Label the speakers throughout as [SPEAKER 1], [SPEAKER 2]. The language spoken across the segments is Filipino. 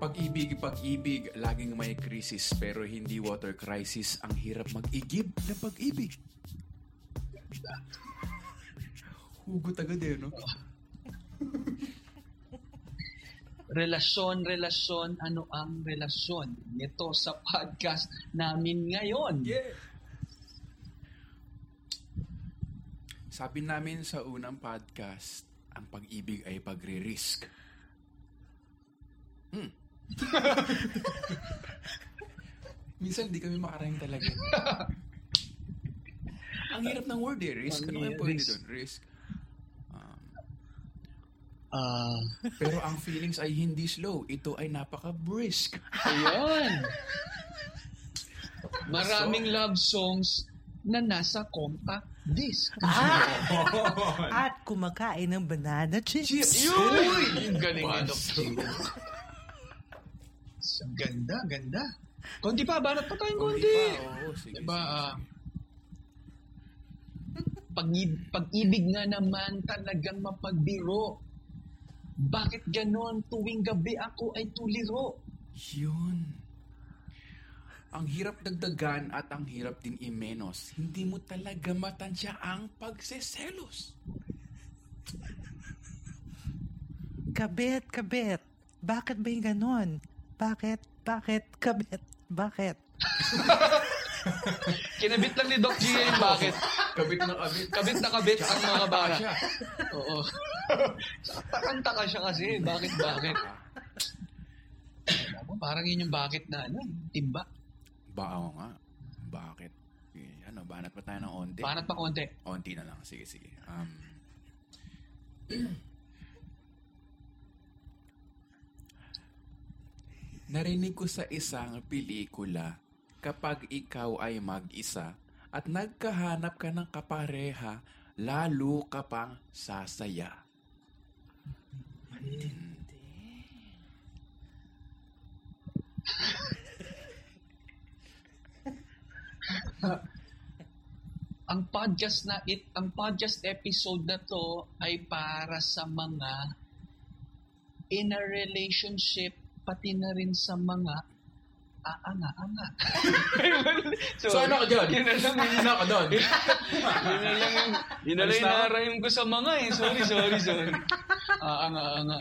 [SPEAKER 1] Pag-ibig, pag-ibig, laging may krisis pero hindi water crisis. Ang hirap mag-igib ng pag-ibig. Hugot agad eh, no?
[SPEAKER 2] Relasyon, relasyon, ano ang relasyon? Nito sa podcast namin ngayon.
[SPEAKER 1] Yeah! Sabi namin sa unang podcast, ang pag-ibig ay pagre-risk. Hmm. Minsan di kami makarang talaga. ang hirap ng word eh, risk. Ano kaya pwede
[SPEAKER 2] Risk.
[SPEAKER 1] doon? Risk. Um,
[SPEAKER 2] Ah,
[SPEAKER 1] pero ang feelings ay hindi slow. Ito ay napaka-brisk.
[SPEAKER 2] ayun. Maraming love songs na nasa compact disc.
[SPEAKER 1] Ah,
[SPEAKER 3] At kumakain ng banana chips.
[SPEAKER 2] Uy! Ang galing nito.
[SPEAKER 1] Bastos.
[SPEAKER 2] Ganda, ganda. Konti pa, banat pa tayong
[SPEAKER 1] Konti
[SPEAKER 2] konti.
[SPEAKER 1] pa, Oh, oo, sige,
[SPEAKER 2] diba,
[SPEAKER 1] sige,
[SPEAKER 2] ah, pag-ibig, pag-ibig nga naman talagang mapagbiro. Bakit ganon tuwing gabi ako ay tuliro?
[SPEAKER 1] Yun. Ang hirap dagdagan at ang hirap din imenos. Hindi mo talaga matansya ang pagseselos.
[SPEAKER 3] Kabit, kabit. Bakit ba yung ganon? Bakit, bakit, kabit, bakit?
[SPEAKER 2] Kinabit lang ni Doc G yung bakit.
[SPEAKER 1] Kabit na kabit.
[SPEAKER 2] Kabit na kabit ang mga bata.
[SPEAKER 1] Siya.
[SPEAKER 2] Oo. Takantaka siya kasi. Bakit, bakit? Alam mo, Parang yun yung bakit na ano, timba.
[SPEAKER 1] Ba, oo nga. Bakit? Eh, Ano, banat pa tayo ng onti?
[SPEAKER 2] Banat pa konti.
[SPEAKER 1] Onti na lang. Sige, sige. Um, narinig ko sa isang pelikula kapag ikaw ay mag-isa at nagkahanap ka ng kapareha, lalo ka pang sasaya.
[SPEAKER 2] Ang podcast na it, ang podcast episode na to ay para sa mga in a relationship pati na rin sa mga aanga-anga.
[SPEAKER 1] So, ano ka dyan?
[SPEAKER 2] Yun na lang yung
[SPEAKER 1] Ano ka doon?
[SPEAKER 2] Yun na lang yung, yun na lang
[SPEAKER 1] Alis na ako?
[SPEAKER 2] inarayong ko sa mga eh. Sorry, sorry, sorry. Ah, anga, anga.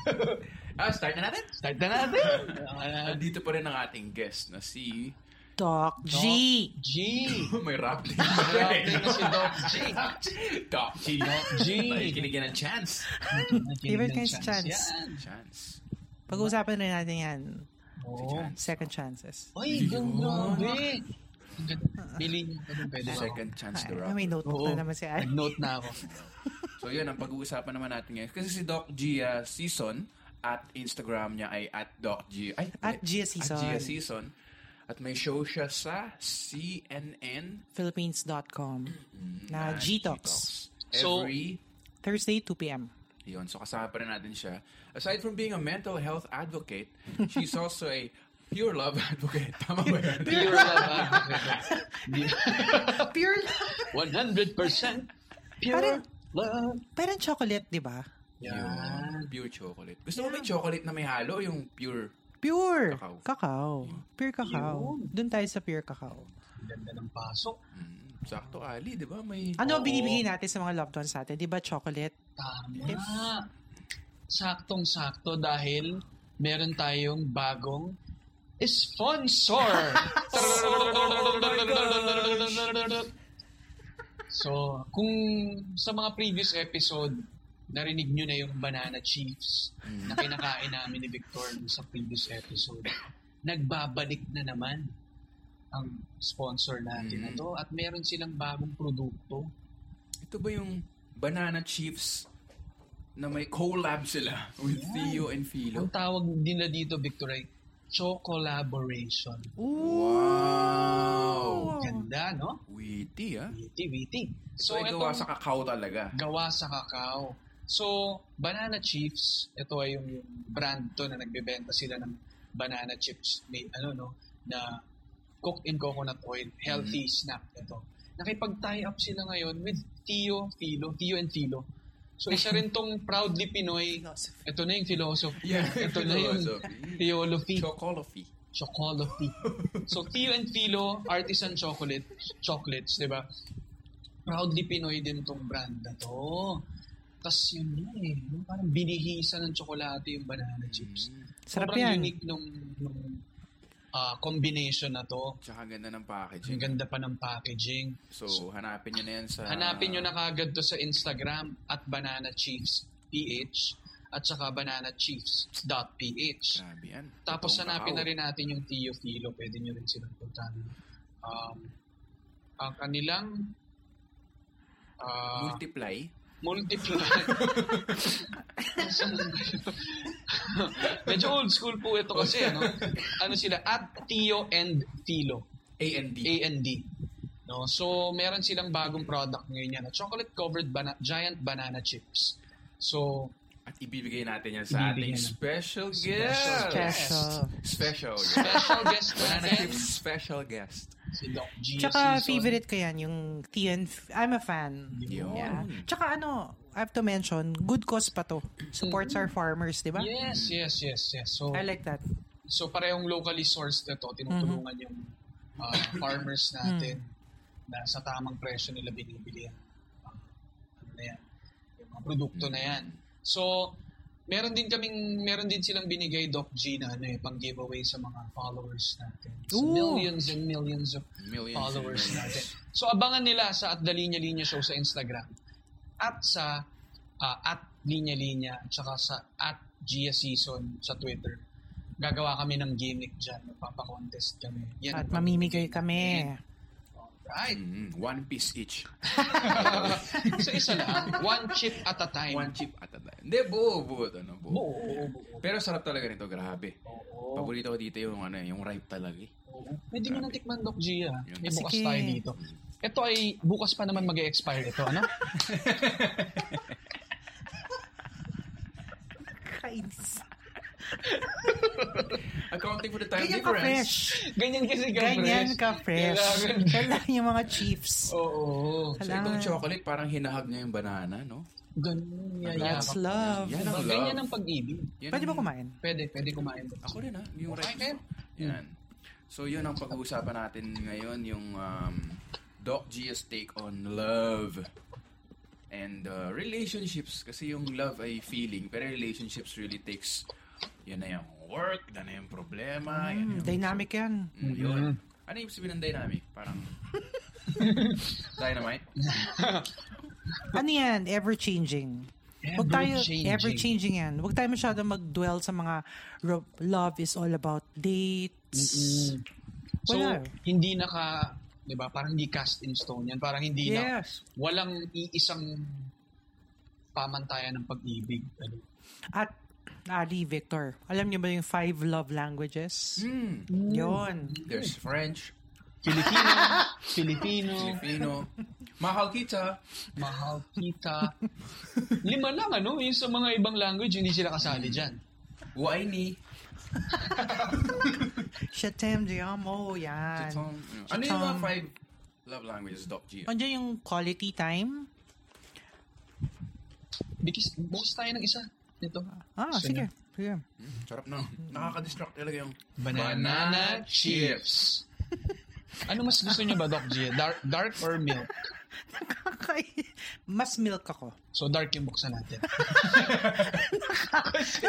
[SPEAKER 1] ah, start na natin.
[SPEAKER 2] Start na natin. Ah,
[SPEAKER 1] Dito pa rin ang ating guest na si...
[SPEAKER 3] Talk G.
[SPEAKER 2] G.
[SPEAKER 1] May rap din.
[SPEAKER 2] Grabe na si Doc G.
[SPEAKER 1] Doc G.
[SPEAKER 2] Doc G.
[SPEAKER 1] Kinikita ng chance.
[SPEAKER 3] Give it guys chance.
[SPEAKER 2] Yan.
[SPEAKER 1] Chance.
[SPEAKER 3] Pag-uusapan na natin yan.
[SPEAKER 1] Si
[SPEAKER 2] Oo.
[SPEAKER 1] chance.
[SPEAKER 3] Second chances.
[SPEAKER 2] Ay,
[SPEAKER 1] Yun.
[SPEAKER 2] grabe. Pili niyo pa dun, pwede ba?
[SPEAKER 1] Second chance to
[SPEAKER 3] Ay,
[SPEAKER 1] rock.
[SPEAKER 3] may notebook
[SPEAKER 2] Oo.
[SPEAKER 3] na naman si Al.
[SPEAKER 2] Nag-note na ako.
[SPEAKER 1] So yun, ang pag-uusapan naman natin ngayon. Kasi si Doc Gia Season at Instagram niya ay at Doc Gia. Ay,
[SPEAKER 3] At Gia
[SPEAKER 1] At
[SPEAKER 3] Season.
[SPEAKER 1] Gia Season. At may show siya sa CNN
[SPEAKER 3] Philippines.com na G-Talks.
[SPEAKER 2] So-
[SPEAKER 1] Every
[SPEAKER 3] Thursday, 2 p.m.
[SPEAKER 1] Yun, so kasama pa rin natin siya. Aside from being a mental health advocate, she's also a pure love advocate. Tama ba yun?
[SPEAKER 2] Pure love ah. advocate.
[SPEAKER 3] Pure
[SPEAKER 2] 100% pure
[SPEAKER 3] Parang-
[SPEAKER 2] love.
[SPEAKER 3] Parang chocolate, di ba?
[SPEAKER 1] Yun, pure chocolate. Gusto mo ba yung chocolate na may halo o yung pure?
[SPEAKER 3] Pure.
[SPEAKER 1] Kakao.
[SPEAKER 3] Kakao. Pure kakao.
[SPEAKER 2] Yun.
[SPEAKER 3] Doon tayo sa pure kakao.
[SPEAKER 2] Ang Ganda ng pasok.
[SPEAKER 1] Mm, sakto, Ali, di ba? May...
[SPEAKER 3] Ano ang
[SPEAKER 2] Oo.
[SPEAKER 3] binibigay natin sa mga loved ones natin? Di ba chocolate?
[SPEAKER 2] Tama. Saktong-sakto dahil meron tayong bagong sponsor. so, kung sa mga previous episode, narinig nyo na yung banana chips na kinakain namin ni Victor nung sa previous episode. Nagbabalik na naman ang sponsor natin na to at meron silang bagong produkto.
[SPEAKER 1] Ito ba yung Banana Chiefs na may collab sila with Theo and Philo?
[SPEAKER 2] Ang tawag nila dito, Victor, ay chocolaboration.
[SPEAKER 1] Wow!
[SPEAKER 2] Ganda, no?
[SPEAKER 1] Witty, ah.
[SPEAKER 2] Witty, witty.
[SPEAKER 1] So, ay gawa sa kakao talaga.
[SPEAKER 2] gawa sa kakao. So, Banana Chips, ito ay yung yung brand to na nagbebenta sila ng banana chips made, ano, no, na cooked in coconut oil, healthy
[SPEAKER 1] Mm-hmm.
[SPEAKER 2] snack ito. Nakipag-tie up sila ngayon with Tio Filo, Tio and Filo. So isa rin tong proudly Pinoy. Ito na yung philosophy.
[SPEAKER 1] Yeah,
[SPEAKER 2] Ito na yung
[SPEAKER 1] philosophy.
[SPEAKER 2] theology.
[SPEAKER 1] Chocolate.
[SPEAKER 2] Chocolate. so, Theo and Philo, artisan chocolate, chocolates, di ba? Proudly Pinoy din tong brand na to. Tapos yun na eh. Yung Parang binihisa ng tsokolate yung banana chips.
[SPEAKER 3] Mm. Sarap
[SPEAKER 2] Sobrang
[SPEAKER 3] yan.
[SPEAKER 2] unique nung, nung ah, combination na to.
[SPEAKER 1] Tsaka ang ganda ng
[SPEAKER 2] Ang
[SPEAKER 1] packaging.
[SPEAKER 2] ganda pa ng packaging.
[SPEAKER 1] So, hanapin nyo na yan sa...
[SPEAKER 2] Hanapin nyo na kagad to sa Instagram at Banana Chiefs PH at saka bananachiefs.ph.
[SPEAKER 1] Grabe yan.
[SPEAKER 2] Tapos
[SPEAKER 1] Totoong kakao.
[SPEAKER 2] hanapin na rin natin yung Tio Filo. Pwede nyo rin silang puntahan. Um, ang kanilang ah,
[SPEAKER 1] Multiply.
[SPEAKER 2] multiply. Medyo old school po ito kasi. Ano, ano sila? At Tio and Filo.
[SPEAKER 1] A and D.
[SPEAKER 2] A&D. No? So, meron silang bagong product ngayon yan. Chocolate covered bana- giant banana chips. So,
[SPEAKER 1] At ibibigay natin yan sa ating
[SPEAKER 2] Ibibigay na.
[SPEAKER 1] special
[SPEAKER 2] Special
[SPEAKER 1] guest.
[SPEAKER 3] Special.
[SPEAKER 1] Special guest.
[SPEAKER 2] special guest
[SPEAKER 1] Banana
[SPEAKER 2] natin,
[SPEAKER 1] Chips special guest.
[SPEAKER 2] si Doc G.
[SPEAKER 3] Tsaka
[SPEAKER 2] Season.
[SPEAKER 3] favorite ko yan, yung tea and... F- I'm a fan.
[SPEAKER 1] Yun.
[SPEAKER 3] Yeah. Tsaka ano, I have to mention, good cause pa to. Supports
[SPEAKER 2] Mm-hmm.
[SPEAKER 3] our farmers, di ba?
[SPEAKER 2] Yes, yes, yes, yes. So,
[SPEAKER 3] I like that.
[SPEAKER 2] so parehong locally sourced na to. Tinutulungan
[SPEAKER 3] Mm-hmm.
[SPEAKER 2] yung uh, farmers
[SPEAKER 3] Mm.
[SPEAKER 2] natin na sa tamang presyo nila binibili ang ang ano na yan, yung mga produkto na yan. So, meron din kaming, meron din silang binigay Doc G na ano eh, pang giveaway sa mga followers natin. So,
[SPEAKER 3] Ooh.
[SPEAKER 2] millions and millions of
[SPEAKER 1] Millions and
[SPEAKER 2] followers
[SPEAKER 1] millions.
[SPEAKER 2] natin. So, abangan nila sa at the Linya Linya Show sa Instagram at sa ah, at Linya Linya at saka sa at Gia Season sa Twitter. Gagawa kami ng gimmick dyan. Magpapakontest kami. Yan
[SPEAKER 3] At
[SPEAKER 2] ang
[SPEAKER 3] mamimigay kami.
[SPEAKER 2] pamimigay. Alright.
[SPEAKER 1] Mm, one piece each.
[SPEAKER 2] Sa isa lang. One chip at a time.
[SPEAKER 1] One chip at a time. Hindi, buo, buo. ito, Ano, buo.
[SPEAKER 2] Oo, oo, oo,
[SPEAKER 1] Pero sarap talaga nito, grabe.
[SPEAKER 2] oo.
[SPEAKER 1] Paborito ko dito yung ano, yung ripe talaga eh.
[SPEAKER 2] Oo. Pwede mo nang tikman, Doc Gia.
[SPEAKER 1] Yun.
[SPEAKER 2] May bukas
[SPEAKER 3] Ah, Sige.
[SPEAKER 2] tayo dito. Ito ay bukas pa naman mag-expire ito, ano?
[SPEAKER 3] Kainis.
[SPEAKER 1] Accounting for the time
[SPEAKER 3] Ganyan ka
[SPEAKER 1] difference.
[SPEAKER 3] fresh.
[SPEAKER 2] Ganyan kasi ka,
[SPEAKER 3] Ganyan ka fresh.
[SPEAKER 2] Kailangan-
[SPEAKER 3] Kailangan yung mga chiefs.
[SPEAKER 2] Oo.
[SPEAKER 1] So itong chocolate, parang hinahag niya yung banana, no?
[SPEAKER 2] Ganun. Yayakap.
[SPEAKER 3] That's love.
[SPEAKER 1] Yan ang love.
[SPEAKER 2] Ganyan ang pag-ibig.
[SPEAKER 1] Yan
[SPEAKER 3] Pwede
[SPEAKER 1] ang-
[SPEAKER 3] ba kumain?
[SPEAKER 2] Pwede, pwede kumain.
[SPEAKER 1] Ako rin ha, yung
[SPEAKER 2] Okay,
[SPEAKER 1] right Yan. So yun ang pag-uusapan natin ngayon, yung um, Doc G's take on love and uh, relationships. Kasi yung love ay feeling, pero relationships really takes, yun na yung work, yun na yung problema, yun
[SPEAKER 3] Mm,
[SPEAKER 1] na yung...
[SPEAKER 3] dynamic yan.
[SPEAKER 1] Mm, yun. Ano yung sabihin ng dynamic? Parang... Dynamite?
[SPEAKER 3] Ano yan? Ever-changing. Wag tayo, ever-changing yan. Huwag tayo masyado mag-dwell sa mga ro- love is all about dates.
[SPEAKER 2] Mm. So,
[SPEAKER 3] Wala.
[SPEAKER 2] hindi naka, di ba, parang hindi cast in stone yan. Parang hindi na,
[SPEAKER 3] Yes.
[SPEAKER 2] walang iisang pamantayan ng pag-ibig. Ano?
[SPEAKER 3] At Ali, Victor, alam niyo ba yung five love languages?
[SPEAKER 1] Hmm.
[SPEAKER 3] Yun.
[SPEAKER 1] There's French,
[SPEAKER 2] Filipino, Filipino,
[SPEAKER 1] Filipino, mahal kita.
[SPEAKER 2] mahal kita. Lima lang, ano? Yung sa mga ibang language, hindi sila kasali dyan.
[SPEAKER 1] Whiny.
[SPEAKER 3] Shatem, Diamo, yan.
[SPEAKER 1] Chitong. Ano yung mga five love languages, Doc G?
[SPEAKER 3] Andiyan yung quality time.
[SPEAKER 2] Bigis, bukas tayo ng isa. Ito.
[SPEAKER 3] Ah,
[SPEAKER 2] Isa
[SPEAKER 3] sige.
[SPEAKER 2] na.
[SPEAKER 3] Sige.
[SPEAKER 1] Sarap na. Nakaka-distract talaga yung
[SPEAKER 2] Banana, chips. ano mas gusto niyo ba, Doc G? Dark, dark or milk?
[SPEAKER 3] Kakay- Mas milk ako.
[SPEAKER 2] So, dark yung buksan natin.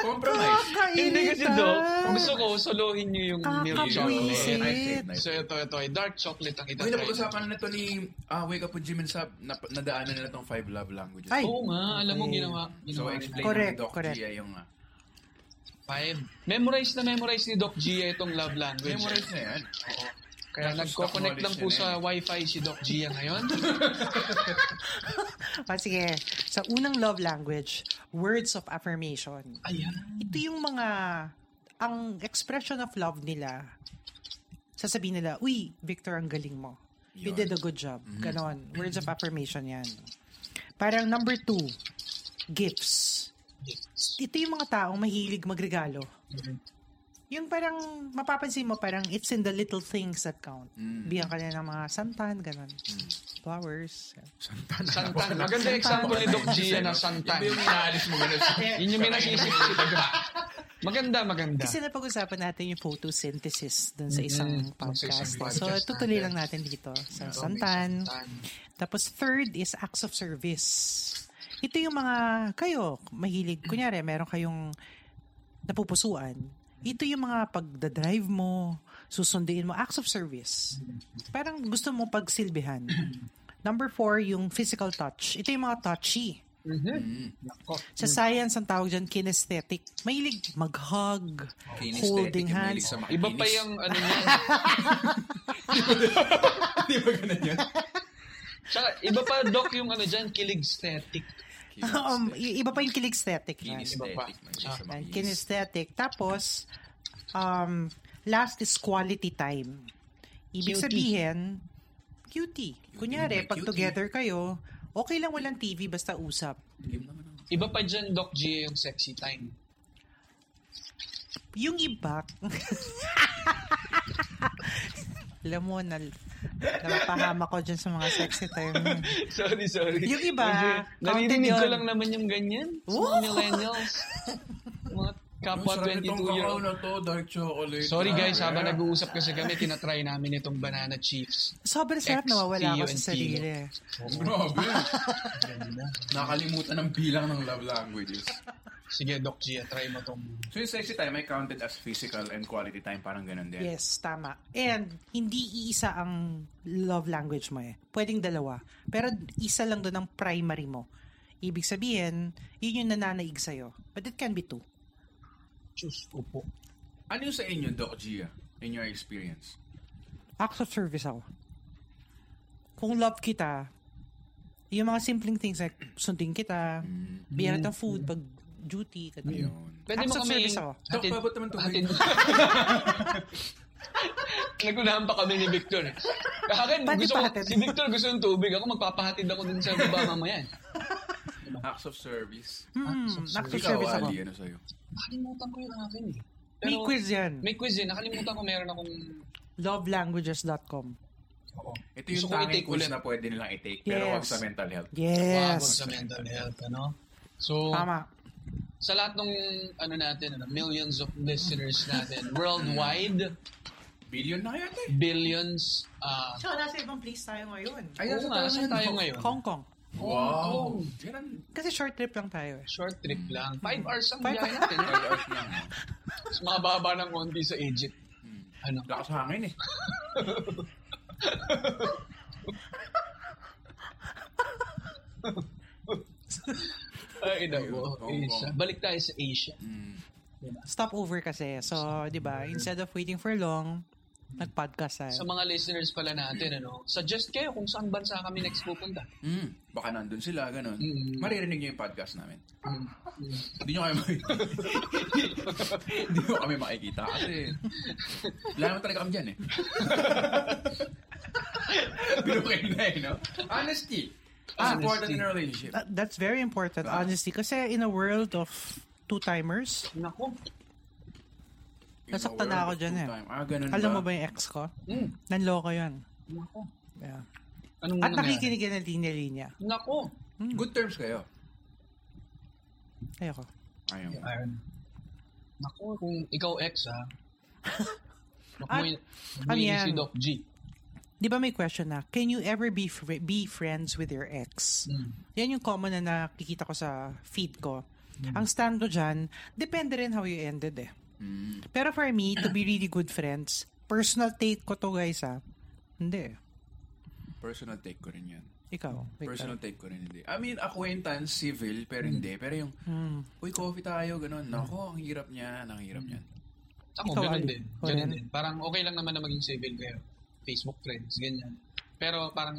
[SPEAKER 1] Compromise.
[SPEAKER 2] Hindi kasi,
[SPEAKER 3] Kainitan.
[SPEAKER 2] Doc, gusto ko, solohin niyo yung
[SPEAKER 3] Ah,
[SPEAKER 2] milk
[SPEAKER 1] Kakabwisit.
[SPEAKER 2] chocolate.
[SPEAKER 1] I said
[SPEAKER 3] Kakabwisit.
[SPEAKER 1] night.
[SPEAKER 2] So, ito, ito, ay dark chocolate ang ito.
[SPEAKER 1] Uy, napag-usapan na to ni ah, Wake Up with Jim and Sab. Na, nadaanan nila tong five love languages.
[SPEAKER 3] Ay.
[SPEAKER 2] Oo nga, alam mo,
[SPEAKER 3] Okay.
[SPEAKER 2] ginawa.
[SPEAKER 1] So,
[SPEAKER 2] ginawa
[SPEAKER 1] explain
[SPEAKER 2] rin natin.
[SPEAKER 3] Correct,
[SPEAKER 1] correct, Doc
[SPEAKER 3] correct.
[SPEAKER 1] G ay yung... ah,
[SPEAKER 2] Five. Memorize na memorize ni Doc Gia itong love language.
[SPEAKER 1] memorize na yan.
[SPEAKER 2] Oo. Kaya
[SPEAKER 1] Tapos
[SPEAKER 2] nagko-connect lang po
[SPEAKER 1] acknowledge na
[SPEAKER 2] sa
[SPEAKER 1] eh.
[SPEAKER 2] wifi si Doc Gia ngayon.
[SPEAKER 3] Ah, sige. Sa unang love language, words of affirmation.
[SPEAKER 2] Ayan.
[SPEAKER 3] Ito yung mga, ang expression of love nila, sasabihin nila, Uy, Victor, ang galing mo. You
[SPEAKER 1] Yun.
[SPEAKER 3] did a good job. Ganon. Words of affirmation yan. Parang number two, gifts. Ito yung mga taong mahilig magregalo. Yung parang, mapapansin mo, parang it's in the little things that count. Biyan ka na ng mga santan, ganon. flowers.
[SPEAKER 1] Santan.
[SPEAKER 2] Santan. Maganda example ni Doc Gia na Santan.
[SPEAKER 1] Iba yung inaalis mo ganun.
[SPEAKER 2] Yun yung minasisip ko, diba? Maganda, maganda.
[SPEAKER 3] Kasi napag-usapan natin yung photosynthesis dun sa isang
[SPEAKER 2] Mm, sa
[SPEAKER 3] podcast.
[SPEAKER 2] isang
[SPEAKER 3] So,
[SPEAKER 2] podcast
[SPEAKER 3] tutuloy
[SPEAKER 2] natin.
[SPEAKER 3] lang natin dito
[SPEAKER 2] So,
[SPEAKER 3] sa
[SPEAKER 2] may
[SPEAKER 3] santan. Tapos third is acts of service. Ito yung mga kayo, mahilig. Kunyari, meron kayong napupusuan. Ito yung mga pagdadrive mo, susunduin mo, acts of service. Parang gusto mo pagsilbihan. Number four, yung physical touch. Ito yung mga touchy.
[SPEAKER 1] Mm-hmm.
[SPEAKER 2] Mhm. Nako.
[SPEAKER 3] Sa science, ang tawag dyan, kinesthetic. Mahilig mag-hug, holding hands.
[SPEAKER 1] Sa
[SPEAKER 2] Iba pa yung ano niya.
[SPEAKER 1] Di ba ganun yun?
[SPEAKER 2] Tsaka, iba pa, Doc, yung ano dyan, kilig-static.
[SPEAKER 3] Um, i- iba pa yung kinesthetic. yan.
[SPEAKER 2] Iba pa.
[SPEAKER 1] Kinesthetic. man siya sa
[SPEAKER 3] Yan,
[SPEAKER 1] makinis.
[SPEAKER 3] kinesthetic. Tapos, um, last is quality time. Ibig
[SPEAKER 2] Cutie.
[SPEAKER 3] sabihin, cutie.
[SPEAKER 1] may
[SPEAKER 3] Kunyari, pag
[SPEAKER 1] cutie.
[SPEAKER 3] together kayo, okay lang walang TV, basta usap.
[SPEAKER 1] Game naman ako.
[SPEAKER 2] Iba pa dyan, Doc G, yung sexy time.
[SPEAKER 3] Yung iba, alam mo, na, napapahama ko dyan sa mga sexy time.
[SPEAKER 2] sorry, sorry.
[SPEAKER 3] Yung iba,
[SPEAKER 2] Medyo,
[SPEAKER 3] counted
[SPEAKER 2] naririnig ko
[SPEAKER 3] yun.
[SPEAKER 2] lang naman yung ganyan. Sa mga
[SPEAKER 3] Woo!
[SPEAKER 2] millennials. mga kapwa
[SPEAKER 1] Ang sarap nitong
[SPEAKER 2] 22 year
[SPEAKER 1] kakao na to, dark chocolate.
[SPEAKER 2] Sorry guys,
[SPEAKER 1] Grabe.
[SPEAKER 2] habang nag-uusap kasi kami, tinatry namin itong banana chips.
[SPEAKER 3] Sobrang
[SPEAKER 2] Ex,
[SPEAKER 3] sarap nawawala ako
[SPEAKER 2] Tio and
[SPEAKER 3] sa sarili.
[SPEAKER 1] Grabe. Nakalimutan ang bilang ng love languages.
[SPEAKER 2] Sige, Doc Gia, try mo tong...
[SPEAKER 1] So yung sexy time ay counted as physical and quality time, parang ganun din.
[SPEAKER 3] Yes, tama. And hindi iisa ang love language mo eh. Pwedeng dalawa. Pero isa lang doon ang primary mo. Ibig sabihin, yun yung nananaig sa'yo. But it can be two.
[SPEAKER 2] Diyos, upo.
[SPEAKER 1] Ano yung sa inyo, Doc Gia, in your experience?
[SPEAKER 3] Acts of service ako. Kung love kita, yung mga simpleng things like sundin kita, biyarat ng food, pag duty, ganun.
[SPEAKER 1] Yun.
[SPEAKER 2] Pwede
[SPEAKER 3] Acts
[SPEAKER 2] mo
[SPEAKER 3] of
[SPEAKER 2] kami...
[SPEAKER 3] service ako.
[SPEAKER 1] Doc,
[SPEAKER 2] Hatid-
[SPEAKER 1] pabot naman to.
[SPEAKER 2] hatid- Nagunahan pa kami ni Victor. Akin,
[SPEAKER 3] Pati
[SPEAKER 2] gusto ko,
[SPEAKER 3] pahatid.
[SPEAKER 2] si Victor gusto ng tubig. Ako magpapahatid ako din sa baba mamaya. eh.
[SPEAKER 1] Acts of service.
[SPEAKER 3] Hmm, acts of
[SPEAKER 1] Ikaw,
[SPEAKER 3] service ako.
[SPEAKER 1] Ali, ano sa'yo?
[SPEAKER 2] Nakalimutan ko yung akin eh.
[SPEAKER 3] May
[SPEAKER 2] Pero-
[SPEAKER 3] quiz yan.
[SPEAKER 2] May quiz yun. Nakalimutan ko meron akong...
[SPEAKER 3] Lovelanguages.com
[SPEAKER 2] Oo.
[SPEAKER 1] Ito
[SPEAKER 2] Gusto
[SPEAKER 1] yung
[SPEAKER 2] ko
[SPEAKER 1] tanging
[SPEAKER 2] i-take
[SPEAKER 1] quiz
[SPEAKER 2] ulit.
[SPEAKER 1] na pwede nilang i-take, pero
[SPEAKER 3] Yes.
[SPEAKER 1] wag sa mental health.
[SPEAKER 2] Yes.
[SPEAKER 3] Yes.
[SPEAKER 2] sa mental health, ano? So,
[SPEAKER 3] Tama.
[SPEAKER 2] sa lahat ng ano natin, ano, millions of listeners natin worldwide,
[SPEAKER 1] Billion na yata eh.
[SPEAKER 2] billions, ah,
[SPEAKER 3] Tsaka nasa ibang place tayo ngayon.
[SPEAKER 1] Ay,
[SPEAKER 2] oo nga, saan tayo ngayon?
[SPEAKER 3] Hong Kong.
[SPEAKER 1] Wow!
[SPEAKER 2] Oh.
[SPEAKER 1] Ganun.
[SPEAKER 3] Kasi short trip lang tayo eh.
[SPEAKER 2] Short trip lang. Five hours ang
[SPEAKER 3] Five
[SPEAKER 2] biyahe natin.
[SPEAKER 1] Five hours lang. ah.
[SPEAKER 2] Mas mababa ng konti sa Egypt.
[SPEAKER 1] Hmm.
[SPEAKER 2] Ano?
[SPEAKER 1] Lakas hangin eh.
[SPEAKER 2] Ay, ina mo.
[SPEAKER 1] Hong Kong.
[SPEAKER 2] Asia.
[SPEAKER 1] Hmm.
[SPEAKER 2] Balik tayo sa Asia.
[SPEAKER 3] Stopover kasi. So, di ba, instead of waiting for long, nag-podcast tayo.
[SPEAKER 2] Sa mga listeners pala natin, ano, suggest kayo kung saan bansa kami next pupunta.
[SPEAKER 1] Mm. Baka nandun sila, ganun.
[SPEAKER 2] Mm.
[SPEAKER 1] Maririnig niyo yung podcast namin.
[SPEAKER 2] Mm.
[SPEAKER 1] Hindi nyo kami makikita. Hindi nyo kami makikita kasi wala naman talaga kami dyan eh. Binukin na eh, no? Honesty. Honesty. Important in a relationship.
[SPEAKER 3] That- that's very important,
[SPEAKER 1] Ah.
[SPEAKER 3] honestly. Kasi in a world of two-timers,
[SPEAKER 2] Nako.
[SPEAKER 1] In a
[SPEAKER 3] Nasaktan
[SPEAKER 1] world
[SPEAKER 3] na ako
[SPEAKER 1] of
[SPEAKER 3] dyan
[SPEAKER 1] two
[SPEAKER 3] eh.
[SPEAKER 1] time. Ah, ganun
[SPEAKER 3] alam mo ba yung ex ko?
[SPEAKER 2] Mm.
[SPEAKER 3] Nanloko yun.
[SPEAKER 2] Nako.
[SPEAKER 3] Yeah.
[SPEAKER 2] Anong
[SPEAKER 3] At
[SPEAKER 2] Ano nangyari?
[SPEAKER 3] nakikinig yan ng linya-linya.
[SPEAKER 2] Nako.
[SPEAKER 1] Good terms kayo.
[SPEAKER 3] Ayoko.
[SPEAKER 1] Ayun.
[SPEAKER 2] Ayun. Nako, kung ikaw ex, ha? Nako,
[SPEAKER 3] At-
[SPEAKER 2] yun-
[SPEAKER 3] ano
[SPEAKER 2] yun
[SPEAKER 3] yan?
[SPEAKER 2] Si Doc G.
[SPEAKER 3] Di ba may question na, can you ever be fri- be friends with your ex?
[SPEAKER 1] Mm.
[SPEAKER 3] Yan yung common na nakikita ko sa feed ko.
[SPEAKER 1] Mm.
[SPEAKER 3] Ang stand ko dyan, depende rin how you ended eh.
[SPEAKER 1] Mm.
[SPEAKER 3] Pero for me, to be really good friends, personal take ko to guys ah. Hindi eh.
[SPEAKER 1] Personal take ko rin yan.
[SPEAKER 3] Ikaw. Victor.
[SPEAKER 1] Mm. Personal take ko rin hindi. I mean, acquaintance, civil, pero
[SPEAKER 3] Hmm.
[SPEAKER 1] hindi. Pero yung,
[SPEAKER 3] Mm,
[SPEAKER 1] uy, coffee tayo, ganun. Nako, ang hirap niya, ang hirap
[SPEAKER 3] Hmm.
[SPEAKER 1] niyan.
[SPEAKER 2] Ako,
[SPEAKER 3] Ikaw,
[SPEAKER 2] ganun
[SPEAKER 3] Ali.
[SPEAKER 2] din.
[SPEAKER 3] Ikaw
[SPEAKER 2] Ganun
[SPEAKER 3] rin?
[SPEAKER 2] din. Parang okay lang naman na maging civil kayo. Facebook friends, ganyan. Pero parang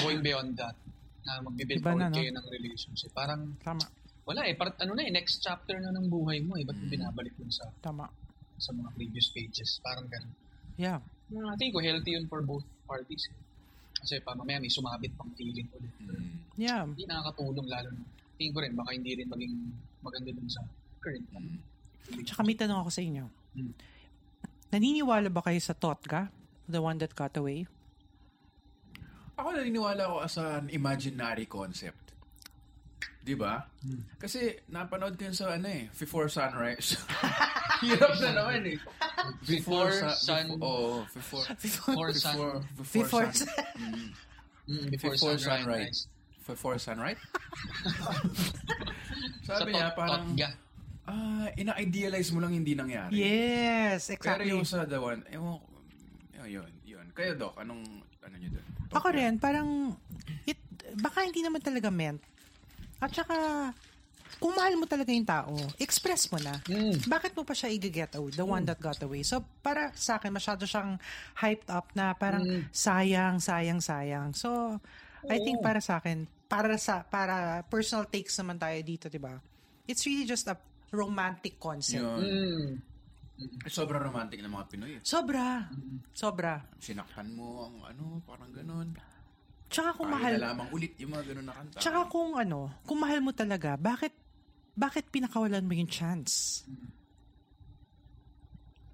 [SPEAKER 2] going beyond that, na magbe-build
[SPEAKER 3] Iba na,
[SPEAKER 2] forward
[SPEAKER 3] no?
[SPEAKER 2] kayo ng relationship. Parang,
[SPEAKER 3] Tama.
[SPEAKER 2] wala eh, part, ano na eh, next chapter na ng buhay mo eh. Ba't mo binabalik mo sa,
[SPEAKER 3] Tama.
[SPEAKER 2] sa mga previous pages? Parang ganun.
[SPEAKER 3] Yeah.
[SPEAKER 2] Hmm, I think ko healthy yun for both parties. eh. Kasi pa mamaya may sumabit pang feeling ulit.
[SPEAKER 3] Yeah.
[SPEAKER 2] Hindi nakakatulong lalo na. Tingin ko rin, baka hindi rin maging maganda dun sa current. ano.
[SPEAKER 3] Tsaka may tanong ako sa inyo.
[SPEAKER 2] Mm.
[SPEAKER 3] Naniniwala ba kayo sa Totka? The one that got away?
[SPEAKER 1] ako naniniwala ako as an imaginary concept. Di ba? Kasi napanood ko yun sa ano eh, Before Sunrise. Hirap na naman eh.
[SPEAKER 2] Before
[SPEAKER 1] Su-
[SPEAKER 2] Sun-
[SPEAKER 1] befo- oh, before,
[SPEAKER 2] Before Sun-
[SPEAKER 1] before,
[SPEAKER 3] Before
[SPEAKER 1] sun,
[SPEAKER 2] Mm,
[SPEAKER 1] before, sunrise. Before sunrise? Sabi niya, parang,
[SPEAKER 2] yeah.
[SPEAKER 1] ah, ina-idealize mo lang hindi nangyari.
[SPEAKER 3] Yes,
[SPEAKER 1] Pero
[SPEAKER 3] exactly.
[SPEAKER 1] yung sa the one, ewan ko, yun, yun, yun. Kayo, Doc, anong, ano nyo doon?
[SPEAKER 3] Ako rin, parang, it, baka hindi naman talaga meant. At saka, kung mahal mo talaga yung tao, express mo na.
[SPEAKER 2] Mm.
[SPEAKER 3] Bakit mo pa siya i-get away? The one that got away. So, para sa akin, masyado siyang hyped up na parang sayang, sayang, sayang. So, I think para sa akin, para sa para personal takes naman tayo dito, 'di ba? It's really just a romantic concept.
[SPEAKER 1] Yun.
[SPEAKER 2] Mm.
[SPEAKER 1] Sobrang romantic ng mga Pinoy. eh.
[SPEAKER 3] Sobra. Sobra.
[SPEAKER 1] Sinaktan mo ang ano, parang ganun.
[SPEAKER 3] Tsaka kung
[SPEAKER 1] Mahal.
[SPEAKER 3] mahal
[SPEAKER 1] Nalaman ulit yung mga ganun na kanta.
[SPEAKER 3] Tsaka kung ano, kung mahal mo talaga, bakit bakit pinakawalan mo yung chance?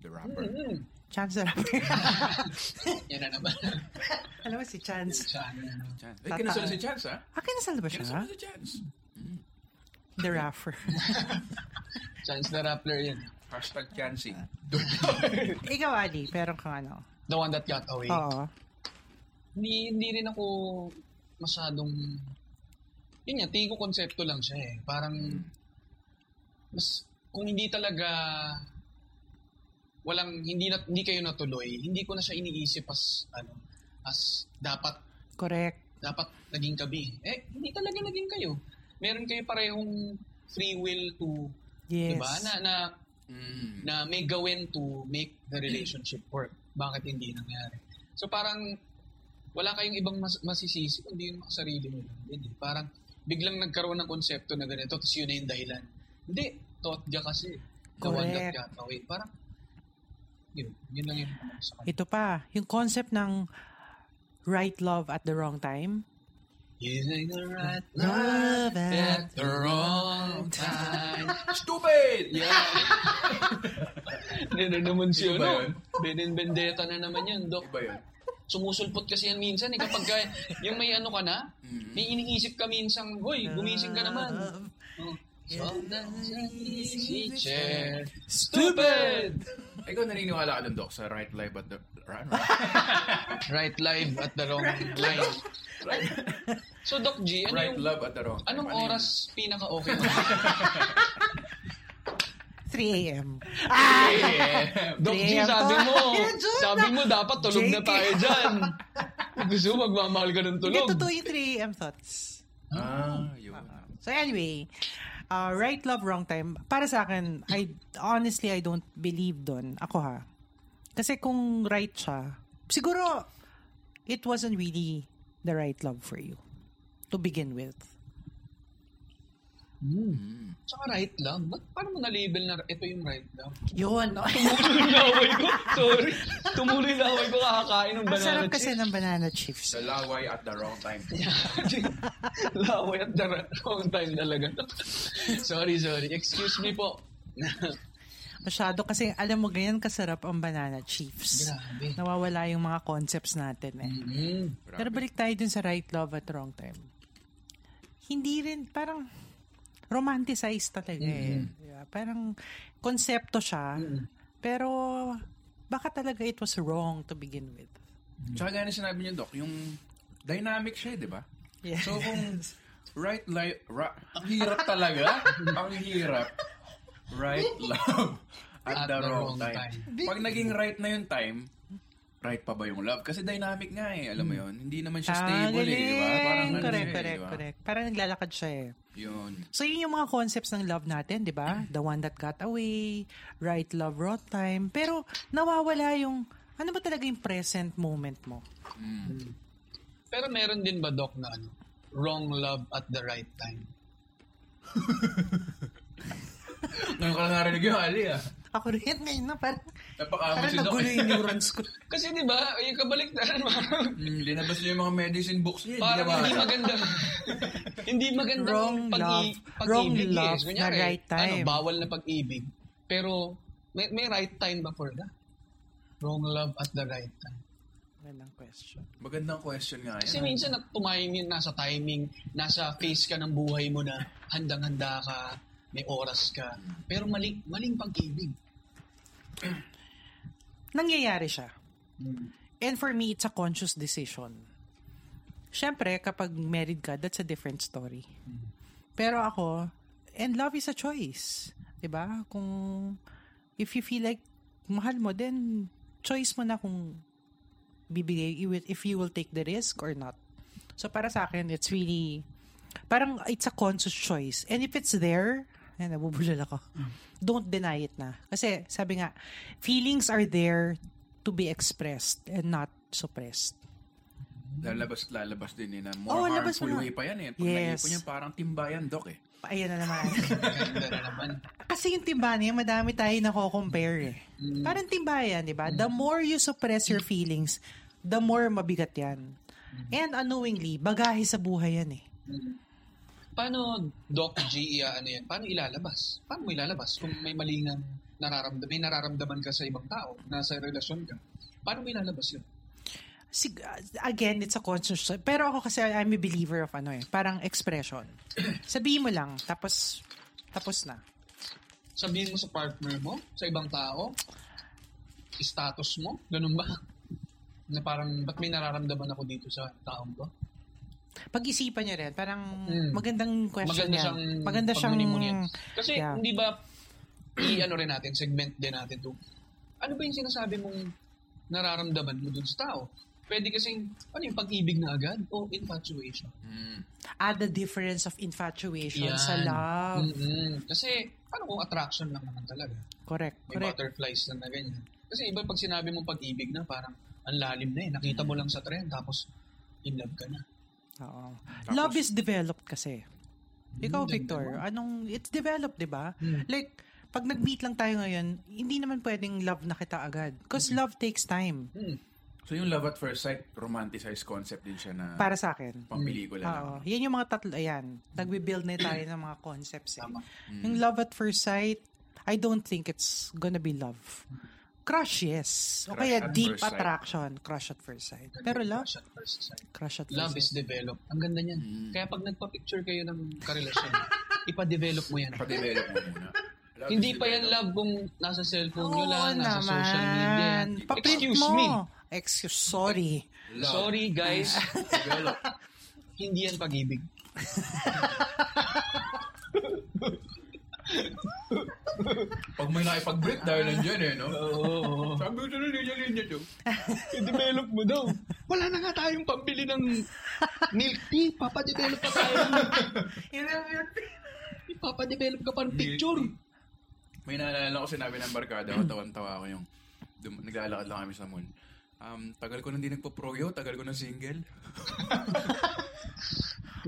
[SPEAKER 1] The rapper.
[SPEAKER 2] Hmm.
[SPEAKER 3] Chance na rapper.
[SPEAKER 2] Yan Mm. na naman.
[SPEAKER 3] Alam mo si Chance.
[SPEAKER 2] Sa ano na naman.
[SPEAKER 1] Chance. Ay, kinasal si Chance, ha?
[SPEAKER 3] Ah, kinasal ba
[SPEAKER 1] Kinasal
[SPEAKER 3] siya?
[SPEAKER 1] si Chance.
[SPEAKER 3] The rapper.
[SPEAKER 2] Chance the Rappler yun.
[SPEAKER 1] Hashtag chancing.
[SPEAKER 3] Ikaw, Ali, pero kang ano.
[SPEAKER 2] The one that got away.
[SPEAKER 3] Oo.
[SPEAKER 2] Hindi, hindi rin ako masyadong... Yun nga, tingin ko konsepto lang siya eh. Parang... Mas, kung hindi talaga walang hindi na, hindi kayo natuloy, hindi ko na siya iniisip as ano as dapat
[SPEAKER 3] Correct.
[SPEAKER 2] dapat naging kabi. Eh, hindi talaga naging kayo. Meron kayo parehong free will to,
[SPEAKER 3] Yes.
[SPEAKER 2] diba, na, na,
[SPEAKER 1] Mm.
[SPEAKER 2] na may gawin to make the relationship work. Bakit hindi nangyari? So parang, wala kayong ibang mas, masisisi, kundi yung sarili mo lang din. eh. Parang, biglang nagkaroon ng konsepto na ganito, tapos yun na yung dahilan. Hindi, totga kasi. Kawandag
[SPEAKER 3] Correct.
[SPEAKER 2] ka, away. Parang, yun, yun lang yung ano sa kanya.
[SPEAKER 3] Ito pa, yung concept ng right love at the wrong time.
[SPEAKER 2] Using the right
[SPEAKER 3] Love
[SPEAKER 2] at
[SPEAKER 3] at
[SPEAKER 2] the wrong time.
[SPEAKER 1] Stupid!
[SPEAKER 2] Yeah. Hindi na naman siya,
[SPEAKER 1] Iba
[SPEAKER 2] no?
[SPEAKER 1] yun?
[SPEAKER 2] Ben and Vendetta na naman yun, Dok.
[SPEAKER 1] Iba yun.
[SPEAKER 2] Sumusulpot kasi yan minsan. Eh, kapag ka- yung may ano ka na, may iniisip ka minsan, Hoy, gumising ka naman. Oh. Sometimes an easy chair. Stupid!
[SPEAKER 1] Ikaw naniniwala ka dun, Doc, sa right life at the... ano? Run, run.
[SPEAKER 2] Right live at the wrong line. Right? So, Doc G, ano
[SPEAKER 1] right
[SPEAKER 2] yung,
[SPEAKER 1] love at the wrong. time.
[SPEAKER 2] anong
[SPEAKER 1] Ano yun?
[SPEAKER 2] oras pinaka-okay mo?
[SPEAKER 3] 3 a.m.
[SPEAKER 1] Yeah.
[SPEAKER 2] Doc G,
[SPEAKER 3] Damn,
[SPEAKER 2] sabi mo,
[SPEAKER 3] Doc. Joke
[SPEAKER 2] sabi mo dapat tulog na
[SPEAKER 3] JK.
[SPEAKER 2] tayo dyan. Gusto mo magmamahal ka ng
[SPEAKER 3] Hindi
[SPEAKER 2] tulog.
[SPEAKER 3] totoo yung 3 a.m. thoughts.
[SPEAKER 1] Ah, yun.
[SPEAKER 3] So anyway, uh, right love, wrong time. Para sa akin, I honestly, I don't believe doon. Ako ha. Kasi kung right siya, siguro, it wasn't really the right love for you to begin with.
[SPEAKER 2] Tsaka right lang. Ba't paano mo na-label na ito yung right lang?
[SPEAKER 3] Yun. No?
[SPEAKER 2] Tumuloy na away ko. Sorry. Tumuloy na away ko kakakain ng
[SPEAKER 3] Ang
[SPEAKER 2] banana
[SPEAKER 3] sarap kasi
[SPEAKER 2] chips.
[SPEAKER 3] ng banana chips.
[SPEAKER 1] The laway at the wrong time.
[SPEAKER 2] Laway at the wrong time talaga. sorry, sorry. Excuse me po.
[SPEAKER 3] Masyado kasi, alam mo, ganyan kasarap ang banana chips.
[SPEAKER 2] Grabe.
[SPEAKER 3] Nawawala yung mga concepts natin eh.
[SPEAKER 2] Mm.
[SPEAKER 3] Pero balik tayo dun sa right love at wrong time. Hindi rin, parang romanticize talaga eh. Diba? Parang konsepto siya. Pero baka talaga it was wrong to begin with.
[SPEAKER 1] Tsaka gano'n sinabi niyo, Doc, yung dynamic siya, eh, di ba?
[SPEAKER 3] Yes.
[SPEAKER 1] So kung right life, ra- ang hirap talaga. ang hirap. Right love at, the, wrong, time. Pag naging right na yung time, right pa ba yung love? Kasi dynamic nga eh, alam mo yun. Hindi naman siya stable eh, di ba? Parang
[SPEAKER 3] Hmm. Ah, galing!
[SPEAKER 1] ano siya
[SPEAKER 3] correct,
[SPEAKER 1] eh,
[SPEAKER 3] correct,
[SPEAKER 1] di ba?
[SPEAKER 3] correct. Parang naglalakad siya eh.
[SPEAKER 1] Yun.
[SPEAKER 3] So yun yung mga concepts ng love natin, di ba? The one that got away, right love, wrong time. Pero nawawala yung, ano ba talaga yung present moment mo?
[SPEAKER 2] Pero meron din ba, Doc, na ano? Wrong love at the right time.
[SPEAKER 1] Ngayon ko lang narinig yung Ali ah.
[SPEAKER 3] Ako rin ngayon na parang,
[SPEAKER 1] Napakamot
[SPEAKER 3] parang
[SPEAKER 1] si Doc.
[SPEAKER 3] nagulo yung neurons ko.
[SPEAKER 2] Kasi di ba, yung kabalik na
[SPEAKER 1] Mm, linabas niya yung mga medicine books eh, niya.
[SPEAKER 2] parang hindi
[SPEAKER 1] nabasa.
[SPEAKER 2] maganda. hindi maganda
[SPEAKER 3] Wrong
[SPEAKER 2] yung pag-i-
[SPEAKER 3] love.
[SPEAKER 2] pag-ibig.
[SPEAKER 3] Wrong
[SPEAKER 2] eh.
[SPEAKER 3] love
[SPEAKER 2] Kunyari,
[SPEAKER 3] na right time.
[SPEAKER 2] Ano, bawal na pag-ibig. Pero may, may right time ba for that? Wrong love at the right time.
[SPEAKER 3] Magandang question.
[SPEAKER 1] Magandang question nga
[SPEAKER 2] Kasi
[SPEAKER 1] yan.
[SPEAKER 2] minsan at tumahimik, nasa timing, nasa phase ka ng buhay mo na handang-handa ka, may oras ka. Pero mali, maling pag-ibig.
[SPEAKER 3] Nangyayari siya.
[SPEAKER 2] Mm.
[SPEAKER 3] And for me, it's a conscious decision. Siyempre, kapag married ka, that's a different story. Pero ako, and love is a choice. 'Di ba? Kung, if you feel like mahal mo, then choice mo na kung bibigay, you will- if you will take the risk or not. So para sa akin, it's really, parang it's a conscious choice. And if it's there, ay, nabubulol ako. Don't deny it na. Kasi sabi nga, feelings are there to be expressed and not suppressed.
[SPEAKER 1] Lalabas, lalabas din yun. na More
[SPEAKER 3] Oo, labas
[SPEAKER 1] harmful
[SPEAKER 3] mo na.
[SPEAKER 1] way pa yan eh. Pag
[SPEAKER 3] Oh, Yes.
[SPEAKER 1] naipon yan, parang timbayan, Doc eh.
[SPEAKER 3] Ayan na naman.
[SPEAKER 2] Ganda na naman.
[SPEAKER 3] Kasi yung timba niya, madami tayo nako-compare eh. Parang timba yan, di ba? The more you suppress your feelings, the more mabigat yan. And unknowingly, bagahe sa buhay yan eh.
[SPEAKER 2] Paano, Doc G, ia- ano yan? Paano ilalabas? Paano mo ilalabas kung may mali ng nararamdaman, may nararamdaman ka sa ibang tao, nasa relasyon ka? Paano mo ilalabas yun?
[SPEAKER 3] Sig- uh, again, it's a conscious choice. Pero ako kasi I'm a believer of ano eh, parang expression. Sabihin mo lang, tapos tapos na.
[SPEAKER 2] Sabihin mo sa partner mo, sa ibang tao, status mo, ganun ba? Na parang, ba't may nararamdaman ako dito sa taong to?
[SPEAKER 3] Pag-isipan niya rin, parang
[SPEAKER 2] Mm.
[SPEAKER 3] magandang question
[SPEAKER 2] Maganda
[SPEAKER 3] yan.
[SPEAKER 2] siyang
[SPEAKER 3] Maganda siyang
[SPEAKER 2] pagmuni-muni yan. Kasi
[SPEAKER 3] Yeah.
[SPEAKER 2] hindi ba i-ano rin natin, segment din natin to. Ano ba yung sinasabi mong nararamdaman mo dun sa tao? Pwede kasing, ano yung pag-ibig na agad o infatuation?
[SPEAKER 3] ah, the difference of infatuation
[SPEAKER 2] Yan.
[SPEAKER 3] sa
[SPEAKER 2] Hmm.
[SPEAKER 3] love.
[SPEAKER 2] Mm-mm. Kasi, ano kung attraction lang naman talaga?
[SPEAKER 3] Correct,
[SPEAKER 2] May
[SPEAKER 3] correct.
[SPEAKER 2] butterflies lang na ganyan. Kasi iba pag sinabi mong pag-ibig na, parang ang lalim na eh. Nakita mo lang sa trend, tapos in love ka na.
[SPEAKER 3] Oo. Love is developed kasi. Ikaw,
[SPEAKER 2] Hmm, ganda
[SPEAKER 3] Victor,
[SPEAKER 2] mo.
[SPEAKER 3] anong, it's developed, di ba?
[SPEAKER 2] Hmm.
[SPEAKER 3] Like, pag nag-meet lang tayo ngayon, hindi naman pwedeng love na kita agad. Because love takes time.
[SPEAKER 2] Hmm.
[SPEAKER 1] So yung love at first sight, romanticized concept din siya na
[SPEAKER 3] Para sa akin.
[SPEAKER 1] pang pelikula lang.
[SPEAKER 3] Oo. Yan yung mga tatlo, ayan. Nagbe-build na tayo ng mga concepts. Eh.
[SPEAKER 2] Tama.
[SPEAKER 1] Mm.
[SPEAKER 3] Yung love at first sight, I don't think it's gonna be love. Crush, yes. O
[SPEAKER 1] Crush
[SPEAKER 3] kaya
[SPEAKER 1] at
[SPEAKER 3] deep
[SPEAKER 1] first sight.
[SPEAKER 3] attraction. Crush at first sight. Pero love,
[SPEAKER 2] Crush at first sight.
[SPEAKER 3] crush at first
[SPEAKER 2] Love
[SPEAKER 3] sight.
[SPEAKER 2] is developed. Ang ganda niyan. Kaya pag nagpa-picture kayo ng karelasyon, ipa-develop mo yan.
[SPEAKER 1] Pa-develop mo muna. Love
[SPEAKER 2] Hindi
[SPEAKER 1] is
[SPEAKER 2] pa yan
[SPEAKER 1] developed.
[SPEAKER 2] love kung nasa cellphone nyo
[SPEAKER 3] Oo
[SPEAKER 2] lang, nasa social media.
[SPEAKER 3] naman. Paprint
[SPEAKER 2] Excuse
[SPEAKER 3] mo.
[SPEAKER 2] me.
[SPEAKER 3] Excuse, sorry.
[SPEAKER 1] Love
[SPEAKER 2] Sorry guys,
[SPEAKER 1] is developed.
[SPEAKER 2] hindi yan pag-ibig.
[SPEAKER 1] Pag may nakipag-break dahil nandiyan eh, no?
[SPEAKER 2] Oo.
[SPEAKER 1] Sabi ko sa'yo, linya-linya to.
[SPEAKER 2] I-develop mo daw. Wala na nga tayong pambili ng milk tea. Papadevelop pa tayo. Papadevelop ka pa ng picture.
[SPEAKER 1] May naalala ko sinabi ng barkada
[SPEAKER 3] Mm.
[SPEAKER 1] ko, tawan-tawa ko yung dum- naglalakad lang kami sa mall. Um, tagal ko na hindi nagpo-proyo, tagal ko na single.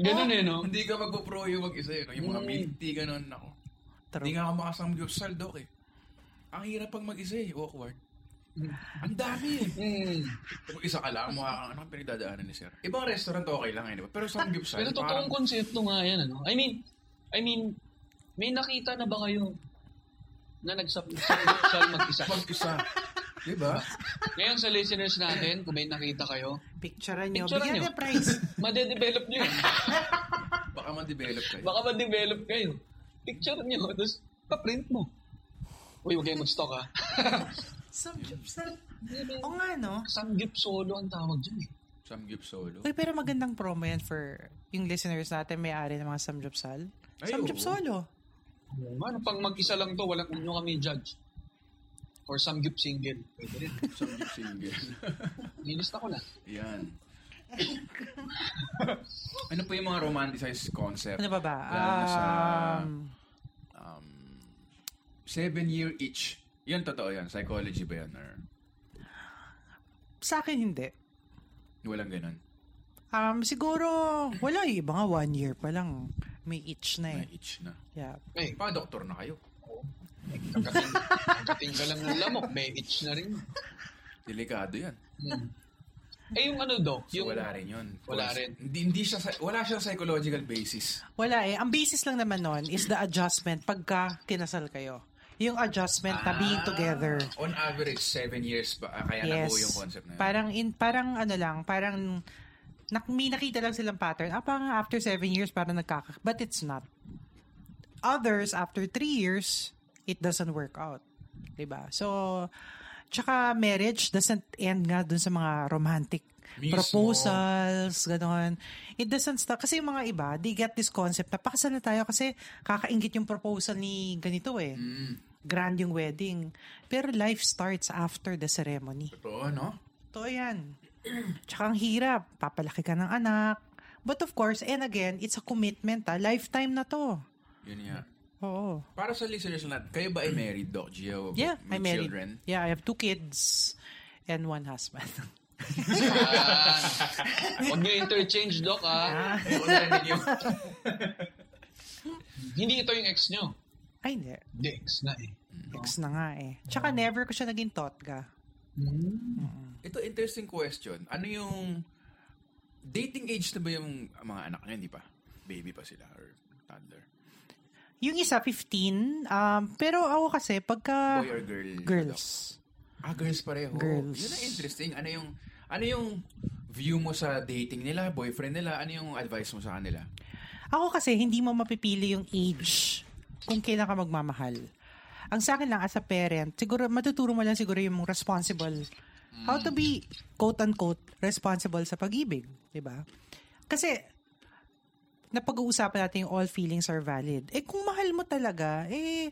[SPEAKER 2] Ganun eh, no?
[SPEAKER 1] Hindi ka magpo-proyo mag-isa yun. Yung mga
[SPEAKER 2] Mm.
[SPEAKER 1] milk tea, ganun ako.
[SPEAKER 3] True.
[SPEAKER 1] Hindi nga ako makasamgyupsal, Dok eh. Ang hirap pag mag-isa eh, awkward. Ang dami eh.
[SPEAKER 2] Mm.
[SPEAKER 1] Kung isa ka lang, mukha kang ano ang pinagdadaanan ni Sir. Ibang restaurant okay lang eh, di ba? Pero sa
[SPEAKER 2] Pero
[SPEAKER 1] gyupsal,
[SPEAKER 2] totoong
[SPEAKER 1] parang...
[SPEAKER 2] konsepto nga yan, ano? I mean, I mean, may nakita na ba kayo na nagsapsal mag-isa?
[SPEAKER 1] Pag-isa. Di ba?
[SPEAKER 2] Ngayon sa listeners natin, kung may nakita kayo,
[SPEAKER 3] Picturean nyo.
[SPEAKER 2] Picturean
[SPEAKER 3] Bigyan
[SPEAKER 2] nyo.
[SPEAKER 3] niya price.
[SPEAKER 2] madedevelop nyo yun.
[SPEAKER 1] Baka ma-develop kayo.
[SPEAKER 2] Baka ma-develop kayo. Picture nyo, tapos pa-print mo. Uy, huwag kayong mag-stock ha.
[SPEAKER 3] Samgyupsal. O nga, no?
[SPEAKER 2] Sanggip solo ang tawag dyan eh.
[SPEAKER 1] Samgyup solo.
[SPEAKER 3] Uy, pero magandang promo yan for yung listeners natin may-ari ng mga samgyupsal.
[SPEAKER 1] Ay,
[SPEAKER 3] Samgyup
[SPEAKER 1] oo.
[SPEAKER 3] solo.
[SPEAKER 2] Oo nga, Ano pang mag-isa lang to, walang nyo kami judge. Or sanggip single. Pwede rin.
[SPEAKER 1] Samgyup single.
[SPEAKER 2] Nilista ko na.
[SPEAKER 1] Yan. ano pa yung mga romanticized concept?
[SPEAKER 3] Ano ba ba?
[SPEAKER 1] Lalo na sa
[SPEAKER 3] Um,
[SPEAKER 1] um, seven year itch. Yan totoo yan. Psychology ba yan? Or
[SPEAKER 3] sa akin, hindi.
[SPEAKER 1] walang ganun?
[SPEAKER 3] Um, siguro, wala eh. Iba nga, one year pa lang. May itch na eh.
[SPEAKER 1] May itch na.
[SPEAKER 3] Yeah.
[SPEAKER 2] Eh,
[SPEAKER 1] Pa, doktor na kayo.
[SPEAKER 2] kakating, kakating ka lang ng lamok, may itch na rin.
[SPEAKER 1] Delikado yan.
[SPEAKER 2] Hmm. Eh, yung ano daw?
[SPEAKER 1] So,
[SPEAKER 2] yung,
[SPEAKER 1] wala rin yun.
[SPEAKER 2] Wala rin.
[SPEAKER 1] Hindi, hindi siya, sa- wala siya psychological basis.
[SPEAKER 3] Wala eh. Ang basis lang naman nun is the adjustment pagka kinasal kayo. Yung adjustment na being
[SPEAKER 1] Ah,
[SPEAKER 3] together.
[SPEAKER 1] On average, seven years ba? ah, Kaya nabuo yung concept na yun.
[SPEAKER 3] Parang, in, parang ano lang, parang nak, may nakita lang silang pattern. Ah, parang after seven years, parang nagkaka... But it's not. Others, after three years, it doesn't work out. 'Di ba So, tsaka marriage doesn't end nga dun sa mga romantic
[SPEAKER 1] Mismo.
[SPEAKER 3] proposals, gano'n. It doesn't stop. Kasi yung mga iba, they get this concept na pakasal na tayo kasi kakaingit yung proposal ni ganito eh. Grand yung wedding. Pero life starts after the ceremony.
[SPEAKER 1] Totoo, no?
[SPEAKER 3] Totoo yan. Tsaka ang hirap. Papalaki ka ng anak. But of course, and again, it's a commitment. ah. Lifetime na to.
[SPEAKER 1] Yun nga.
[SPEAKER 3] Oo.
[SPEAKER 1] Para sa listeners natin, kayo ba ay married, Doc Gio?
[SPEAKER 3] Yeah,
[SPEAKER 1] May
[SPEAKER 3] I married.
[SPEAKER 1] children?
[SPEAKER 3] Yeah, I have two kids and one husband.
[SPEAKER 2] Ah, Huwag niyo interchange, Doc, ah.
[SPEAKER 1] Eh, wala rin yun.
[SPEAKER 2] Hindi ito yung ex niyo.
[SPEAKER 3] Ay, hindi.
[SPEAKER 2] Hindi, ex na eh.
[SPEAKER 1] Mm-hmm.
[SPEAKER 3] Ex na nga eh. Tsaka never ko siya naging totga.
[SPEAKER 2] Hmm.
[SPEAKER 1] Ito, interesting question. Ano yung... Dating age na ba yung mga anak niya? Hindi pa. Baby pa sila or toddler.
[SPEAKER 3] Yung isa, 15. Um, pero ako kasi, pagka...
[SPEAKER 1] Boy or girl?
[SPEAKER 3] Girls.
[SPEAKER 1] Ah, girls pareho.
[SPEAKER 3] Girls.
[SPEAKER 1] Yun ang interesting. Ano yung... Ano yung view mo sa dating nila, boyfriend nila? Ano yung advice mo sa kanila?
[SPEAKER 3] Ako kasi, hindi mo mapipili yung age kung kailan ka magmamahal. Ang sa akin lang, as a parent, siguro, matuturo mo lang siguro yung responsible. How to be, quote-unquote, responsible sa pag-ibig. 'di ba? Kasi, napag-uusapan natin yung all feelings are valid. Eh, kung mahal mo talaga, eh,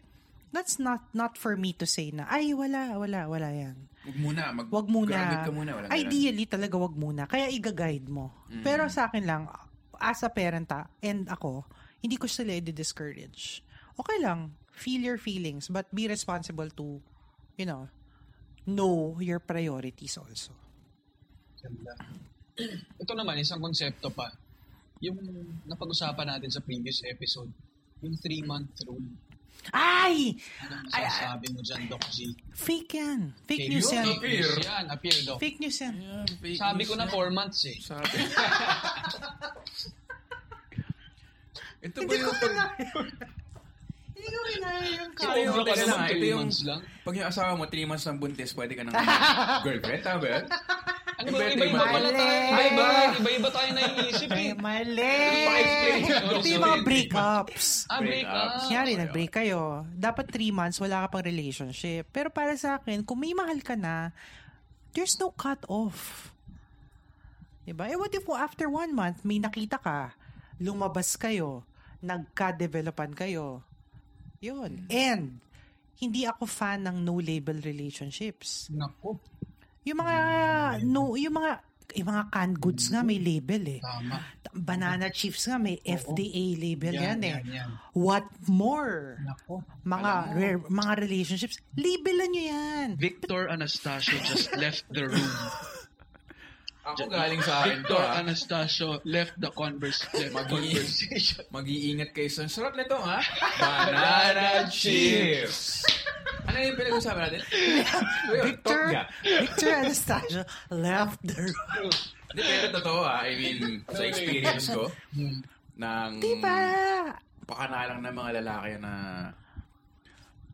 [SPEAKER 3] that's not not for me to say na, ay, wala, wala, wala yan.
[SPEAKER 1] Huwag muna. Mag
[SPEAKER 3] Wag muna.
[SPEAKER 1] Graduate ka muna. Walang ganun. Mm-hmm.
[SPEAKER 3] Ideally talaga wag muna. Kaya iga-guide mo. Pero sa akin lang, as a parent ah, and ako, hindi ko sila i-discourage. Okay lang, feel your feelings but be responsible to, you know, know your priorities also.
[SPEAKER 2] Ganda. Ito naman, isang konsepto pa. Yung napag-usapan natin sa previous episode, yung three-month rule.
[SPEAKER 3] Ay!
[SPEAKER 2] Anong masasabi mo dyan, Doc G?
[SPEAKER 3] Fake yan.
[SPEAKER 2] Kay
[SPEAKER 3] Fake
[SPEAKER 2] Yun,
[SPEAKER 3] news yan.
[SPEAKER 2] Doc
[SPEAKER 1] appear.
[SPEAKER 2] G Yan, appear, Doc.
[SPEAKER 3] Fake news yan.
[SPEAKER 1] Yeah, fake
[SPEAKER 2] Sabi
[SPEAKER 1] news
[SPEAKER 2] ko na
[SPEAKER 1] na.
[SPEAKER 2] four months eh.
[SPEAKER 1] Sabi. Ito ba
[SPEAKER 3] Hindi ko
[SPEAKER 1] yung pag...
[SPEAKER 3] kaya. Hindi ko kaya yung
[SPEAKER 1] Ito yung,
[SPEAKER 2] Sobra ka
[SPEAKER 1] teka
[SPEAKER 2] naman,
[SPEAKER 1] lang,
[SPEAKER 2] three
[SPEAKER 1] ito yung,
[SPEAKER 2] months lang.
[SPEAKER 1] pag yung asawa mo, 3 months ng buntis, pwede ka nang girlfriend, tama ba?
[SPEAKER 2] Ano ba,
[SPEAKER 1] Iba-
[SPEAKER 2] iba-iba
[SPEAKER 1] iba-
[SPEAKER 2] pala tayo.
[SPEAKER 3] Mali.
[SPEAKER 2] Iba-iba, iba-iba tayo naiisip
[SPEAKER 3] Ay,
[SPEAKER 2] eh.
[SPEAKER 3] mali.
[SPEAKER 1] Pa-explain.
[SPEAKER 3] Ito yung mga breakups.
[SPEAKER 2] Ah, break up.
[SPEAKER 1] Breakups.
[SPEAKER 3] Kunyari,
[SPEAKER 1] okay,
[SPEAKER 3] nag-break kayo. Dapat three months, wala ka pang relationship. Pero para sa akin, kung may mahal ka na, there's no cut-off. Diba? Eh, what if after one month, may nakita ka, lumabas kayo, nagka-developan kayo.
[SPEAKER 2] Hmm.
[SPEAKER 3] Yun. And, hindi ako fan ng no-label relationships.
[SPEAKER 2] Naku,
[SPEAKER 3] Yung mga,
[SPEAKER 2] Hmm.
[SPEAKER 3] no, yung mga, yung mga canned goods nga may label eh.
[SPEAKER 2] tama.
[SPEAKER 3] Banana chips nga may FDA label
[SPEAKER 2] Yan,
[SPEAKER 3] yan, eh.
[SPEAKER 2] yan, yan.
[SPEAKER 3] What more?
[SPEAKER 2] Naku.
[SPEAKER 3] mga rare- mga relationships, labelan nyo yan.
[SPEAKER 4] Victor Anastasio just left the room.
[SPEAKER 1] Ako
[SPEAKER 2] Oh,
[SPEAKER 1] galing sa akin to, ah.
[SPEAKER 4] Victor
[SPEAKER 2] ah.
[SPEAKER 1] ha?
[SPEAKER 4] Anastasio left the converse, left conversation.
[SPEAKER 1] Mag-iingat kayo sa sarap nito, ha? Banana chips! Ano yung pinag-usapan natin? Kuya,
[SPEAKER 3] Victor,
[SPEAKER 1] tokya.
[SPEAKER 3] Victor Anastasio left the room.
[SPEAKER 1] Hindi, pero totoo, ha? I mean, sa experience ko, ng
[SPEAKER 3] Diba?
[SPEAKER 1] pakanalang ng mga lalaki na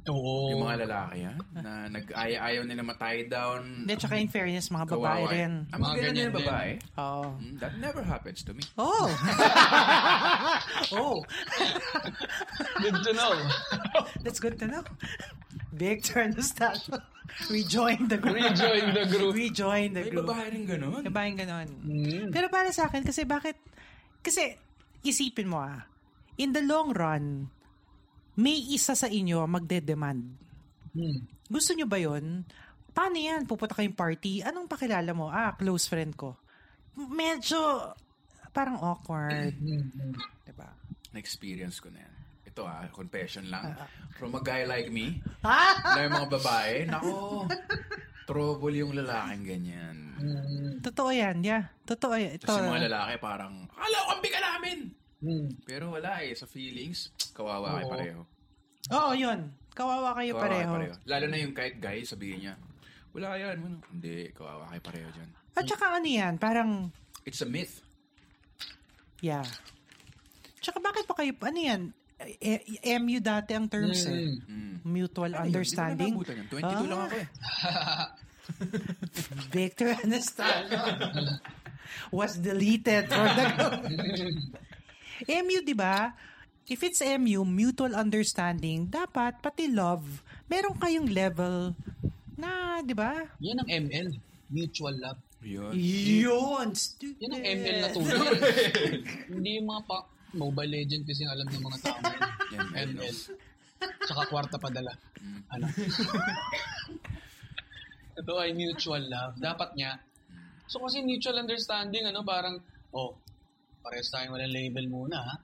[SPEAKER 2] Oo.
[SPEAKER 1] Yung mga lalaki, ha? Na nag-ayaw nila matay down.
[SPEAKER 3] Hindi, tsaka in fairness, mga babae
[SPEAKER 1] kawawa.
[SPEAKER 3] rin.
[SPEAKER 1] Ang mga
[SPEAKER 2] Mga
[SPEAKER 1] ganyan
[SPEAKER 2] ganyan
[SPEAKER 1] yung babae.
[SPEAKER 3] Oh.
[SPEAKER 1] Hmm, That never happens to me.
[SPEAKER 3] Oh. oh.
[SPEAKER 2] Good to know.
[SPEAKER 3] That's good to know. Victor Anastasio rejoin the group.
[SPEAKER 2] Rejoin the group.
[SPEAKER 3] Rejoin the
[SPEAKER 1] May
[SPEAKER 3] group.
[SPEAKER 1] babae rin ganun.
[SPEAKER 3] Babaeng ganon.
[SPEAKER 2] Mm.
[SPEAKER 3] Pero para sa akin, kasi bakit, kasi isipin mo ah, in the long run, may isa sa inyo magde-demand.
[SPEAKER 2] Hmm.
[SPEAKER 3] Gusto nyo ba yon? Paano yan? Pupunta kayong party? Anong pakilala mo? Ah, close friend ko. Medyo parang awkward.
[SPEAKER 2] Hmm. Hmm.
[SPEAKER 3] diba?
[SPEAKER 1] Na-experience ko na yan. Ito ha, confession lang. From a guy like me,
[SPEAKER 3] Ah!
[SPEAKER 1] na yung mga babae, nako, trouble yung lalaking ganyan.
[SPEAKER 2] Hmm.
[SPEAKER 3] Totoo yan, yeah. Totoo yan. Ito,
[SPEAKER 1] Tapos yung mga lalaki parang, akala ko kampi ka namin!
[SPEAKER 2] Hmm.
[SPEAKER 1] Pero wala eh, sa feelings, kawawa kayo
[SPEAKER 2] Oo.
[SPEAKER 1] pareho.
[SPEAKER 3] Oo, yun. Kawawa kayo
[SPEAKER 1] Kawawa kayo
[SPEAKER 3] pareho.
[SPEAKER 1] Lalo na yung kahit guy, sabihin niya, wala yan. Ano? Hindi, kawawa kayo pareho dyan.
[SPEAKER 3] At saka ano yan, parang
[SPEAKER 1] It's a myth.
[SPEAKER 3] Yeah. Tsaka bakit pa kayo, ano yan, E- E- MU dati ang terms eh.
[SPEAKER 2] Hmm.
[SPEAKER 1] Mm.
[SPEAKER 3] mutual understanding.
[SPEAKER 1] Hindi ko na nabutan yun. 22 lang
[SPEAKER 3] Ah.
[SPEAKER 1] ako eh.
[SPEAKER 3] Victor Anastalo was deleted for the
[SPEAKER 2] Hmm.
[SPEAKER 3] MU, di ba? If it's MU, mutual understanding, dapat pati love, meron kayong level na, di ba?
[SPEAKER 2] Yan ang ML. Mutual love.
[SPEAKER 1] Yun.
[SPEAKER 3] Ah. Yun!
[SPEAKER 2] Yan ang ML na tunay. Hindi yung mga pa Mobile Legend kasi ang alam ng mga tao ngayon.
[SPEAKER 1] ML.
[SPEAKER 2] ML. Tsaka kwarta padala. Ano? Ito ay mutual love. Dapat nga. So kasi mutual understanding, ano, parang, oh, parehas tayong walang label muna, ha?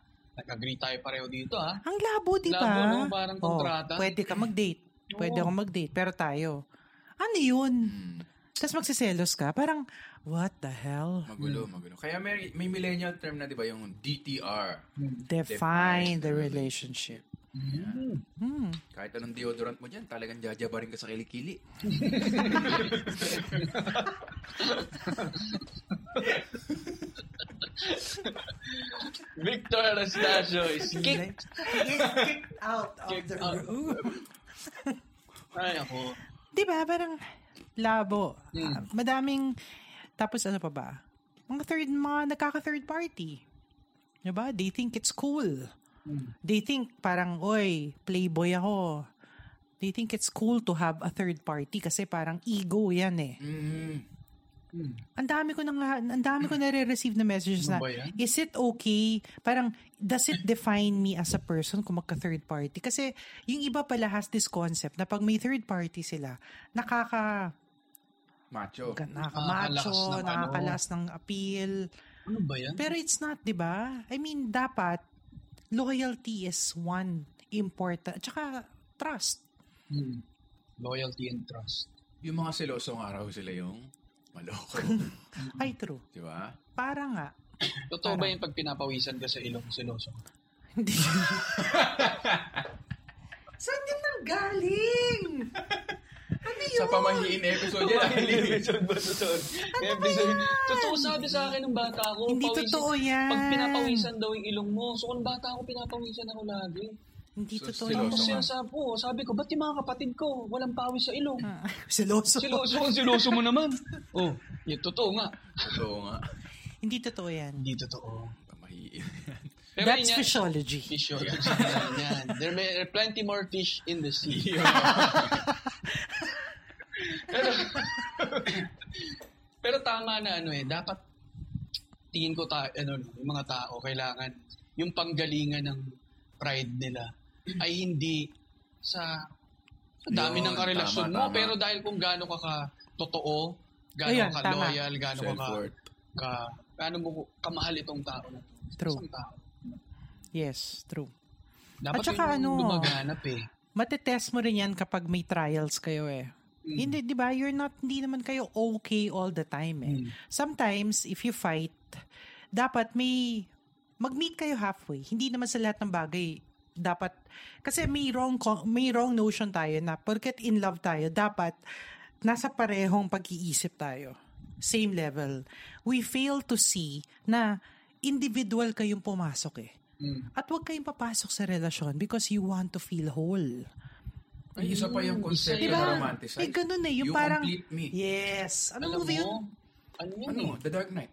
[SPEAKER 2] Nag-agree tayo pareho dito, ha?
[SPEAKER 3] Ang labo, di ba?
[SPEAKER 2] Labo, no? Parang
[SPEAKER 3] Oh,
[SPEAKER 2] kontrata.
[SPEAKER 3] pwede ka mag-date. Pwede
[SPEAKER 2] Oo. Hmm.
[SPEAKER 3] ako mag-date. Pero tayo, ano yun? Tapos magsiselos ka. Parang, what the hell?
[SPEAKER 1] Magulo, magulo. Kaya may, may millennial term na, di ba, yung DTR.
[SPEAKER 3] Hmm. Define the relationship.
[SPEAKER 1] Kahit anong deodorant mo dyan, talagang jajaba rin ka sa kilikili.
[SPEAKER 2] Victor Anastasio is kicked.
[SPEAKER 3] kicked out of
[SPEAKER 2] Kicked the out. Ay, ako.
[SPEAKER 3] Di ba? Parang labo.
[SPEAKER 2] Hmm.
[SPEAKER 3] Ah, madaming, tapos ano pa ba? Mga third, mga nagkaka-third party. Di ba? Diba? They think it's cool.
[SPEAKER 2] Hmm.
[SPEAKER 3] They think parang, oy, playboy ako. They think it's cool to have a third party kasi parang ego yan eh.
[SPEAKER 2] Mm-hmm.
[SPEAKER 1] Mm.
[SPEAKER 3] Ang dami ko nang ang dami ko nare-receive na messages na
[SPEAKER 2] Hmm. Ano ba yan?
[SPEAKER 3] is it okay? Parang does it define me as a person kung magka third party? Kasi yung iba pala has this concept na pag may third party sila, nakaka
[SPEAKER 1] Macho.
[SPEAKER 3] nakakamacho,
[SPEAKER 2] Nakakalakas ng ano.
[SPEAKER 3] nakakalas ng appeal.
[SPEAKER 2] Ano ba yan?
[SPEAKER 3] Pero it's not, 'di ba? I mean, dapat loyalty is one important. Tsaka trust.
[SPEAKER 2] Hmm. Loyalty and trust.
[SPEAKER 1] Yung mga selosong araw sila yung maloko.
[SPEAKER 3] Ay, true.
[SPEAKER 1] di ba?
[SPEAKER 3] Para nga.
[SPEAKER 2] Totoo ba yung pag pinapawisan ka sa ilong siloso?
[SPEAKER 3] Hindi. Saan din nang galing? Ano yun?
[SPEAKER 1] Sa pamahiin episode yan.
[SPEAKER 2] episode ba totoo? Episode. Totoo sabi sa akin ng bata ko.
[SPEAKER 3] Hindi totoo yan.
[SPEAKER 2] Pag pinapawisan daw yung ilong mo. So kung bata ako, pinapawisan ako lagi.
[SPEAKER 3] Hindi
[SPEAKER 1] So,
[SPEAKER 3] totoo
[SPEAKER 1] siloso
[SPEAKER 3] yun.
[SPEAKER 2] Tapos
[SPEAKER 1] ka.
[SPEAKER 2] siya sabi ko, oh, sabi ko, ba't yung mga kapatid ko walang pawis sa ilong?
[SPEAKER 3] Ah. Siloso.
[SPEAKER 2] Siloso, siloso mo naman. Oh, yun, totoo nga.
[SPEAKER 1] Totoo nga.
[SPEAKER 3] Hindi totoo yan.
[SPEAKER 2] Hindi totoo.
[SPEAKER 1] Pamahiin.
[SPEAKER 2] Pero
[SPEAKER 3] That's
[SPEAKER 2] yun yan-
[SPEAKER 3] physiology.
[SPEAKER 2] Fish yun. Yan, yan. There may- there are plenty more fish in the sea. pero, pero tama na ano eh, dapat tingin ko ta ano, no, yung mga tao kailangan yung panggalingan ng pride nila ay hindi sa, sa dami
[SPEAKER 1] Yun,
[SPEAKER 2] ng karelasyon
[SPEAKER 1] tama,
[SPEAKER 2] mo
[SPEAKER 1] tama.
[SPEAKER 2] pero dahil kung gaano ka ka totoo, gaano
[SPEAKER 3] Ayun,
[SPEAKER 2] ka
[SPEAKER 3] tama.
[SPEAKER 2] loyal, gaano Ano ka ka,
[SPEAKER 1] Self-worth.
[SPEAKER 2] ka gaano mo kamahal itong tao na to.
[SPEAKER 3] True.
[SPEAKER 2] Isang tao.
[SPEAKER 3] Yes, true.
[SPEAKER 2] Dapat
[SPEAKER 3] At saka
[SPEAKER 2] yun yung
[SPEAKER 3] ano,
[SPEAKER 2] gumaganap eh.
[SPEAKER 3] Matetest mo rin yan kapag may trials kayo eh. Hindi, di ba? You're not, hindi naman kayo okay all the time eh. Sometimes, if you fight, dapat may, mag-meet kayo halfway. Hindi naman sa lahat ng bagay, dapat, kasi may wrong, co- may wrong notion tayo na porket in love tayo, dapat nasa parehong pag-iisip tayo. Same level. We fail to see na individual kayong pumasok eh.
[SPEAKER 2] Hmm.
[SPEAKER 3] At huwag kayong papasok sa relasyon because you want to feel whole.
[SPEAKER 1] Ay, isa pa yung concept
[SPEAKER 2] Diba?
[SPEAKER 1] na romanticize.
[SPEAKER 3] May ganun na yung
[SPEAKER 1] you
[SPEAKER 3] parang...
[SPEAKER 1] complete me.
[SPEAKER 3] Yes. Ano
[SPEAKER 2] Alam
[SPEAKER 3] movie
[SPEAKER 2] mo,
[SPEAKER 3] yun?
[SPEAKER 2] ano yun
[SPEAKER 1] Ano?
[SPEAKER 2] eh?
[SPEAKER 1] The Dark Knight.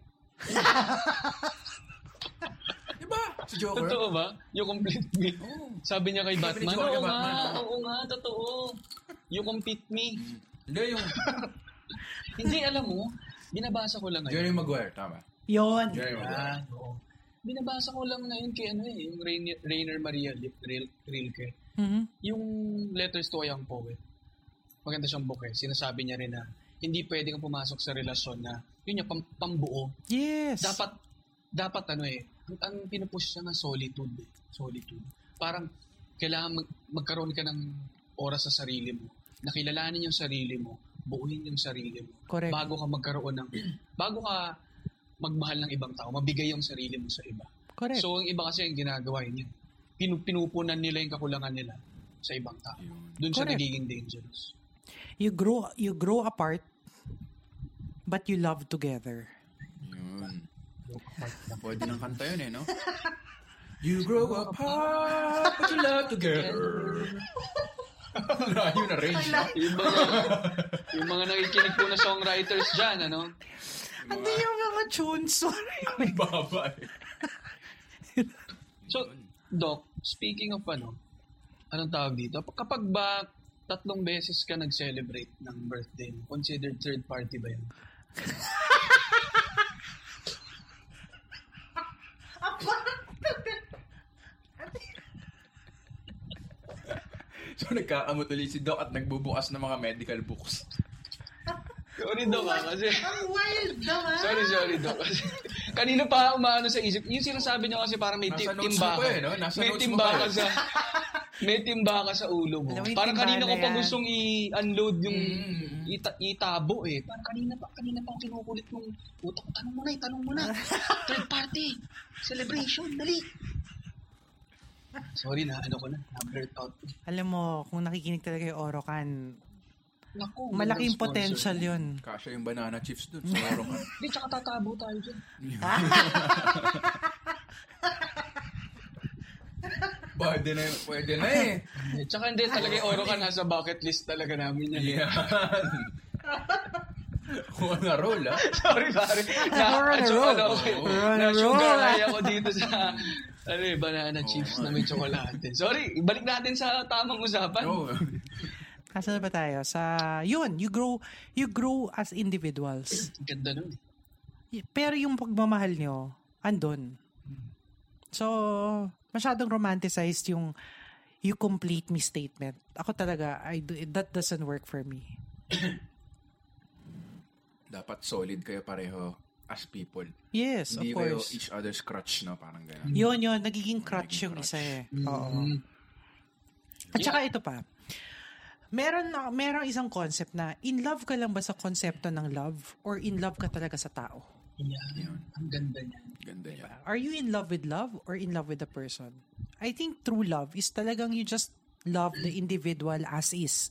[SPEAKER 1] diba? Si Joker.
[SPEAKER 2] Totoo ba? You complete me. Sabi niya kay
[SPEAKER 1] Oh. Sabi ni
[SPEAKER 2] Batman,
[SPEAKER 1] Joker
[SPEAKER 2] oo
[SPEAKER 1] kay
[SPEAKER 2] nga,
[SPEAKER 1] Batman.
[SPEAKER 2] oo nga, totoo. You complete me.
[SPEAKER 1] Hindi, yung
[SPEAKER 2] Hindi, alam mo, binabasa ko lang
[SPEAKER 1] Jerry
[SPEAKER 2] ngayon.
[SPEAKER 1] Maguire. Tama.
[SPEAKER 3] Yun.
[SPEAKER 1] Jerry Maguire.
[SPEAKER 2] Ah, oo. Binabasa ko lang ngayon kay ano eh, yung Rainer, Rainer Maria Lip- Ril- Rilke.
[SPEAKER 3] Mhm.
[SPEAKER 2] Yung Letters to a Young Poet. Maganda siyang book eh. Sinasabi niya rin na hindi pwede kang pumasok sa relasyon na yun yung pam- pambuo
[SPEAKER 3] Yes.
[SPEAKER 2] dapat dapat ano eh ang, ang pinupush niya nga solitude eh. solitude parang kailangan mag, magkaroon ka ng oras sa sarili mo nakilalanin yung sarili mo buuin yung sarili mo
[SPEAKER 3] Correct.
[SPEAKER 2] bago ka magkaroon ng bago ka magmahal ng ibang tao mabigay yung sarili mo sa iba
[SPEAKER 3] Correct.
[SPEAKER 2] so yung iba kasi yung ginagawa yun yun. Pinu- pinupunan nila yung kakulangan nila sa ibang tao doon siya
[SPEAKER 3] Correct.
[SPEAKER 2] nagiging dangerous
[SPEAKER 3] you grow you grow apart but you love together.
[SPEAKER 1] Yun. Pwede ng kanta yun eh, no? You grow apart, but you love together. Layo na range. no?
[SPEAKER 2] Yung mga, yung mga nakikinig po na songwriters dyan, ano?
[SPEAKER 3] Hindi yung mga tunes. Sorry.
[SPEAKER 1] Ang Baba eh.
[SPEAKER 2] So, Doc, speaking of ano, anong tawag dito? Kapag ba tatlong beses ka nag-celebrate ng birthday mo, considered third party ba yun?
[SPEAKER 1] So nagkaamot ulit si Doc at nagbubukas ng mga medical books.
[SPEAKER 2] Sorry, Doc, ah, kasi...
[SPEAKER 5] Ang wild naman.
[SPEAKER 2] Sorry, sorry, Doc. Kasi Kanina pa umaano sa isip. Yung sinasabi niyo kasi parang may
[SPEAKER 1] Nasa
[SPEAKER 2] tim-
[SPEAKER 1] notes mo
[SPEAKER 2] timba ka.
[SPEAKER 1] pa eh, no? Nasa
[SPEAKER 2] may
[SPEAKER 1] notes
[SPEAKER 2] timba
[SPEAKER 1] mo pa
[SPEAKER 2] ka
[SPEAKER 1] eh.
[SPEAKER 2] sa... May timba ka sa ulo mo.
[SPEAKER 3] Alam mo, yung
[SPEAKER 2] Parang
[SPEAKER 3] timba
[SPEAKER 2] kanina ko
[SPEAKER 3] na
[SPEAKER 2] pa
[SPEAKER 3] yan.
[SPEAKER 2] gustong i-unload yung
[SPEAKER 1] Mm.
[SPEAKER 2] ita- itabo eh. Parang kanina pa, kanina pa ako kinukulit ng utak ko. Tanong mo na, eh, tanong mo na. Third party. Celebration, dali. Sorry na, ano ko na. Na-blurt out.
[SPEAKER 3] Alam mo, kung nakikinig talaga yung Orokan,
[SPEAKER 2] Naku,
[SPEAKER 3] malaking
[SPEAKER 2] sponsor.
[SPEAKER 3] potential yun.
[SPEAKER 1] Kasha yung banana chips dun. Sa oro ka.
[SPEAKER 2] Hindi, tsaka tatabo tayo dyan.
[SPEAKER 1] Pwede na, yun, pwede na eh.
[SPEAKER 2] Eh, Tsaka hindi, talaga yung oro ka nasa bucket list talaga namin yan.
[SPEAKER 1] Yan. Kuha na roll ah.
[SPEAKER 2] Sorry, pare.
[SPEAKER 3] We're on a
[SPEAKER 2] na,
[SPEAKER 3] roll.
[SPEAKER 2] ano, okay.
[SPEAKER 3] We're on a
[SPEAKER 2] Na-sugar
[SPEAKER 3] roll.
[SPEAKER 2] high ako dito sa ano eh, banana chips na may tsokolate. Sorry, balik natin sa tamang usapan.
[SPEAKER 1] No.
[SPEAKER 3] Kaso na ba tayo? Sa, yun, you grow, you grow as individuals.
[SPEAKER 2] Ang Ganda nun. eh.
[SPEAKER 3] Y- Pero yung pagmamahal nyo, andon. So, masyadong romanticized yung you complete me statement. Ako talaga, I do, that doesn't work for me.
[SPEAKER 1] Dapat solid kayo pareho as people.
[SPEAKER 3] Yes,
[SPEAKER 1] Hindi
[SPEAKER 3] of course.
[SPEAKER 1] kayo each other's crutch no? Parang gano'n.
[SPEAKER 3] Yun, yun. Nagiging
[SPEAKER 1] Nagiging
[SPEAKER 3] crutch yung
[SPEAKER 1] crutch. Mm-hmm.
[SPEAKER 3] isa eh. Oo. At saka ito pa. Meron, na- meron isang concept na in love ka lang ba sa konsepto ng love or in love ka talaga sa tao?
[SPEAKER 2] Yan. Ang ganda niyan.
[SPEAKER 1] Ganda yan.
[SPEAKER 3] Are you in love with love or in love with the person? I think true love is talagang you just love the individual as is.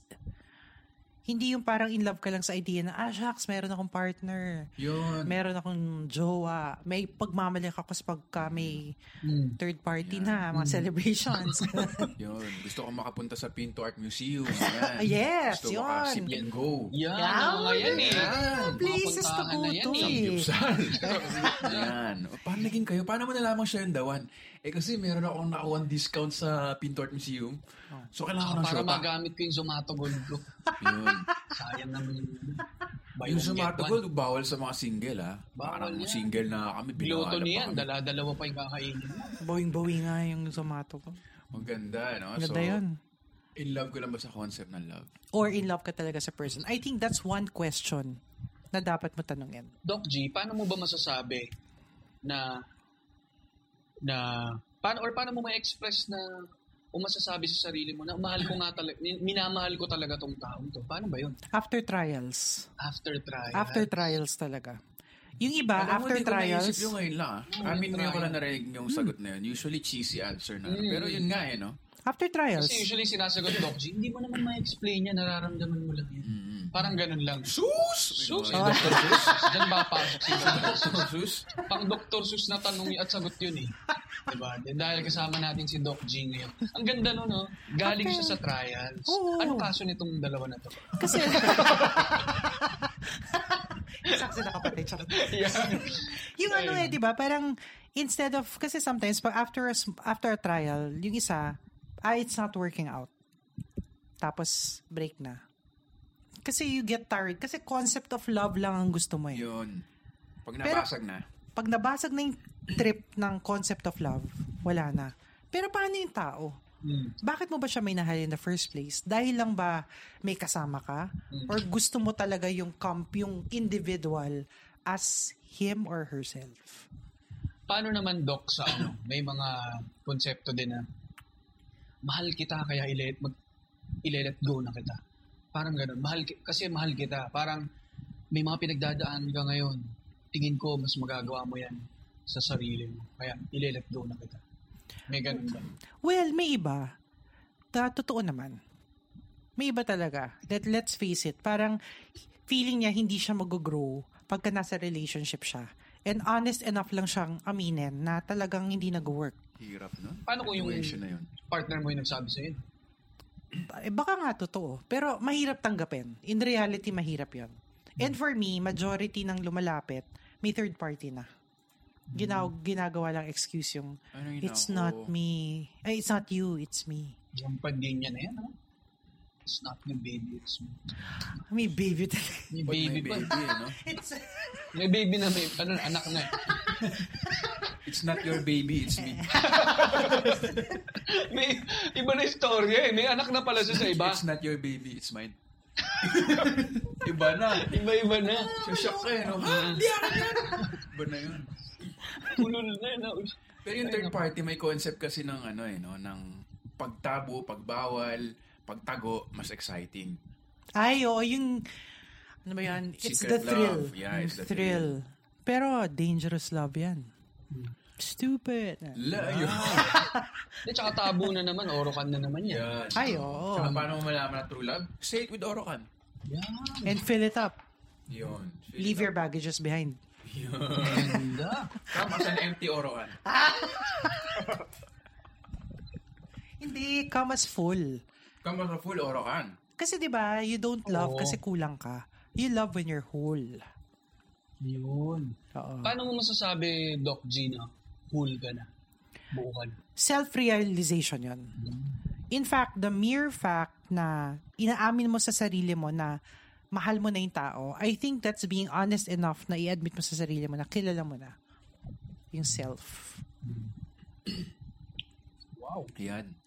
[SPEAKER 3] Hindi yung parang in love ka lang sa idea na, ah, shucks, meron akong partner.
[SPEAKER 1] Yun.
[SPEAKER 3] Meron akong jowa. May pagmamalik ako sa pagka may third party na, mga celebrations.
[SPEAKER 1] Yun. Gusto ko makapunta sa Pinto Art Museum. Yan.
[SPEAKER 3] Ah, Yes,
[SPEAKER 1] Gusto ko ah,
[SPEAKER 3] yun.
[SPEAKER 1] makasip and go.
[SPEAKER 2] Yan, ang mga yan eh.
[SPEAKER 1] Yan.
[SPEAKER 3] Places to
[SPEAKER 2] Mapuntahan
[SPEAKER 3] go
[SPEAKER 2] na yan
[SPEAKER 3] to
[SPEAKER 2] eh.
[SPEAKER 3] eh.
[SPEAKER 1] Samgyupsal. Yan. O, paano naging kayo? Paano mo nalaman siya yung dawan? Eh kasi meron akong nakuha discount sa Pinto Art Museum.
[SPEAKER 3] Oh.
[SPEAKER 1] So kailangan ko ng
[SPEAKER 2] Ah, Para
[SPEAKER 1] sopa.
[SPEAKER 2] magamit ko yung Zomato Gold ko.
[SPEAKER 1] Yun.
[SPEAKER 2] Sayang naman yung... Buy
[SPEAKER 1] Yung
[SPEAKER 2] one,
[SPEAKER 1] sa
[SPEAKER 2] get
[SPEAKER 1] mga
[SPEAKER 2] one.
[SPEAKER 1] tugol, bawal sa mga single ha. Parang
[SPEAKER 2] Bawal yan.
[SPEAKER 1] single na kami, binahala
[SPEAKER 2] Gluttony
[SPEAKER 1] pa
[SPEAKER 2] yan.
[SPEAKER 1] kami.
[SPEAKER 2] Dala-dalawa pa yung kakainin.
[SPEAKER 3] Bawing-bawi nga yung zomato ko.
[SPEAKER 1] Maganda, eh, no? Ah, So,
[SPEAKER 3] Ganda yun.
[SPEAKER 1] in love ko lang ba sa concept ng love?
[SPEAKER 3] Or in love ka talaga sa person. I think that's one question na dapat mo tanungin.
[SPEAKER 2] Doc G, paano mo ba masasabi na na paano or paano mo ma-express na o masasabi sa sarili mo na mahal ko nga talaga minamahal ko talaga tong taong to. Paano ba 'yun?
[SPEAKER 3] After trials.
[SPEAKER 2] After trial.
[SPEAKER 3] After trials talaga. Yung iba,
[SPEAKER 1] Alam mo,
[SPEAKER 3] Ah, after
[SPEAKER 1] hindi ko
[SPEAKER 3] trials,
[SPEAKER 1] naisip yung ngayon lang.
[SPEAKER 2] Hmm,
[SPEAKER 1] ah. Amin ngayon ko lang narinig yung sagot na yun. Usually cheesy answer na. Pero
[SPEAKER 2] Hmm.
[SPEAKER 1] yun nga eh, no?
[SPEAKER 3] after trials,
[SPEAKER 2] Kasi usually sinasagot Doc G, hindi mo naman ma-explain yan, nararamdaman mo lang yan. Parang ganun lang.
[SPEAKER 1] Sus!
[SPEAKER 2] Sus!
[SPEAKER 1] Yung
[SPEAKER 2] Ah.
[SPEAKER 3] Oh.
[SPEAKER 1] mga-
[SPEAKER 2] Dr. Sus! Diyan ba pasok si Dr. Sus?
[SPEAKER 1] Sus!
[SPEAKER 2] Pang Dr. Sus na tanong at sagot yun eh. Diba? Then dahil kasama natin si Doc G ngayon. Ang ganda no, no? Galing
[SPEAKER 3] Okay.
[SPEAKER 2] siya sa trials.
[SPEAKER 3] Oo.
[SPEAKER 2] Anong kaso nitong dalawa na to?
[SPEAKER 3] kasi... Saksa na kapatid. charot. yung ano eh, di ba? Parang, instead of, kasi sometimes, pag after a, s- after a trial, yung isa, ah, it's not working out. Tapos, break na. Kasi you get tired. Kasi concept of love lang ang gusto mo eh.
[SPEAKER 1] Yun. Pag
[SPEAKER 3] Pero-
[SPEAKER 1] nabasag na.
[SPEAKER 3] pag nabasag na yung trip ng concept of love, wala na. Pero paano yung tao? Bakit mo ba siya minahal in the first place? Dahil lang ba may kasama ka? Or gusto mo talaga yung camp, yung individual as him or herself?
[SPEAKER 2] Paano naman, Doc, sa ano? May mga konsepto din na mahal kita kaya ilet mag ilelet go na kita. Parang ganun. Mahal, ki- kasi mahal kita. Parang may mga pinagdadaan ka ngayon. Tingin ko, mas magagawa mo yan sa sarili mo. Kaya ilelet go na kita. May ganun ba?
[SPEAKER 3] Well, may iba. Ta totoo naman. May iba talaga. Let, let's face it, parang feeling niya hindi siya mag-grow pagka nasa relationship siya. And honest enough lang siyang aminin na talagang hindi nag-work.
[SPEAKER 1] Hirap, no?
[SPEAKER 2] Paano kung yung
[SPEAKER 1] Situation na yun.
[SPEAKER 2] partner mo yung nagsabi sa'yo?
[SPEAKER 3] eh, baka nga totoo. Pero mahirap tanggapin. In reality, mahirap yon. And for me, majority ng lumalapit, may third party na. Ginaw,
[SPEAKER 1] Hmm.
[SPEAKER 3] ginagawa lang excuse yung,
[SPEAKER 1] Ano yun
[SPEAKER 3] it's
[SPEAKER 1] ako?
[SPEAKER 3] not me. Ay, it's not you, it's me.
[SPEAKER 2] Yung pandemya na yan, ha? It's not my baby, it's me.
[SPEAKER 3] May baby talaga.
[SPEAKER 2] May
[SPEAKER 1] Ba't
[SPEAKER 2] baby,
[SPEAKER 1] may
[SPEAKER 2] pa.
[SPEAKER 1] baby, eh, no?
[SPEAKER 3] It's,
[SPEAKER 2] May baby na may, ano, anak na.
[SPEAKER 1] It's not your baby, it's me.
[SPEAKER 2] May, iba na istorya eh. May anak na pala siya sa iba.
[SPEAKER 1] It's not your baby, it's mine. Iba na.
[SPEAKER 2] Iba-iba na.
[SPEAKER 1] Shock ka eh, no? Ha? Hindi ako yan! Iba na yun.
[SPEAKER 2] Ulol na yun. ha?
[SPEAKER 1] Pero yung third party, may concept kasi ng ano eh, no? Ng pagtabo, pagbawal, pagtago, mas exciting.
[SPEAKER 3] ay, oo, yung, ano ba yan? It's
[SPEAKER 1] Secret
[SPEAKER 3] the thrill.
[SPEAKER 1] love. Yeah, it's the
[SPEAKER 3] Pero, dangerous love yan. Stupid.
[SPEAKER 1] Layo!
[SPEAKER 2] At saka tabo na naman, orokan na naman yan.
[SPEAKER 1] Yan.
[SPEAKER 3] Ay, oo.
[SPEAKER 1] Saka paano mo malaman na true love? Say it with Orokan.
[SPEAKER 2] Yan.
[SPEAKER 3] And fill it up.
[SPEAKER 1] Yun. Feel
[SPEAKER 3] Leave
[SPEAKER 1] it
[SPEAKER 3] your baggages behind.
[SPEAKER 1] Yun.
[SPEAKER 2] Ganda.
[SPEAKER 1] Tama sa empty Orokan.
[SPEAKER 3] Ah. Hindi, come as full.
[SPEAKER 1] Kama sa full Orokan.
[SPEAKER 3] Kasi 'di ba, you don't love
[SPEAKER 2] Oo.
[SPEAKER 3] kasi kulang ka. You love when you're whole.
[SPEAKER 2] Yun.
[SPEAKER 3] Oo.
[SPEAKER 2] Paano mo masasabi, Doc G, na cool ka na? Buo ka na.
[SPEAKER 3] Self-realization 'yon. In fact, the mere fact na inaamin mo sa sarili mo na mahal mo na yung tao, I think that's being honest enough na i-admit mo sa sarili mo na kilala mo na yung self.
[SPEAKER 2] Wow.
[SPEAKER 1] Yan.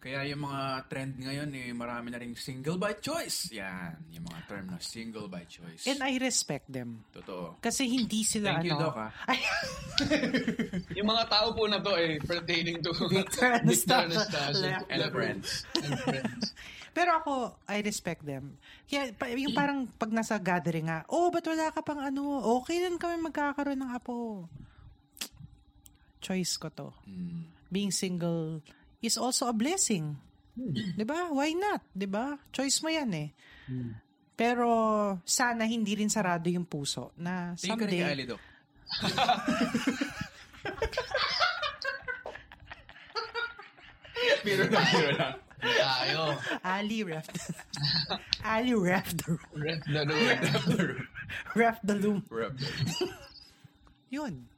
[SPEAKER 1] Kaya yung mga trend ngayon, eh, marami na rin single by choice. Yan. Yung mga term na single by choice.
[SPEAKER 3] And I respect them.
[SPEAKER 1] Totoo.
[SPEAKER 3] Kasi hindi sila
[SPEAKER 1] Thank you, Doc,
[SPEAKER 3] ano.
[SPEAKER 1] ah.
[SPEAKER 3] Ay,
[SPEAKER 2] Yung mga tao po na to eh, pertaining to
[SPEAKER 3] Victor Anastasio.
[SPEAKER 2] Anastasio.
[SPEAKER 1] And friends.
[SPEAKER 2] And friends.
[SPEAKER 3] Pero ako, I respect them. Kaya pa-
[SPEAKER 1] Mm.
[SPEAKER 3] yung parang pag nasa gathering nga, oh, ba't wala ka pang ano? Okay lang kami magkakaroon ng apo. Choice ko to.
[SPEAKER 1] Mm.
[SPEAKER 3] Being single is also a blessing.
[SPEAKER 1] Hmm.
[SPEAKER 3] 'Di ba? Why not? 'Di ba? Choice mo 'yan eh.
[SPEAKER 1] Hmm.
[SPEAKER 3] Pero sana hindi rin sarado yung puso na
[SPEAKER 1] Tingin ka rin kay
[SPEAKER 3] someday
[SPEAKER 1] Ali, Doc. Biro lang, biro lang.
[SPEAKER 2] Tayo.
[SPEAKER 3] Ali ref Ali ref the
[SPEAKER 2] Ref the room.
[SPEAKER 3] ref the loom.
[SPEAKER 1] Rep.
[SPEAKER 3] Yun.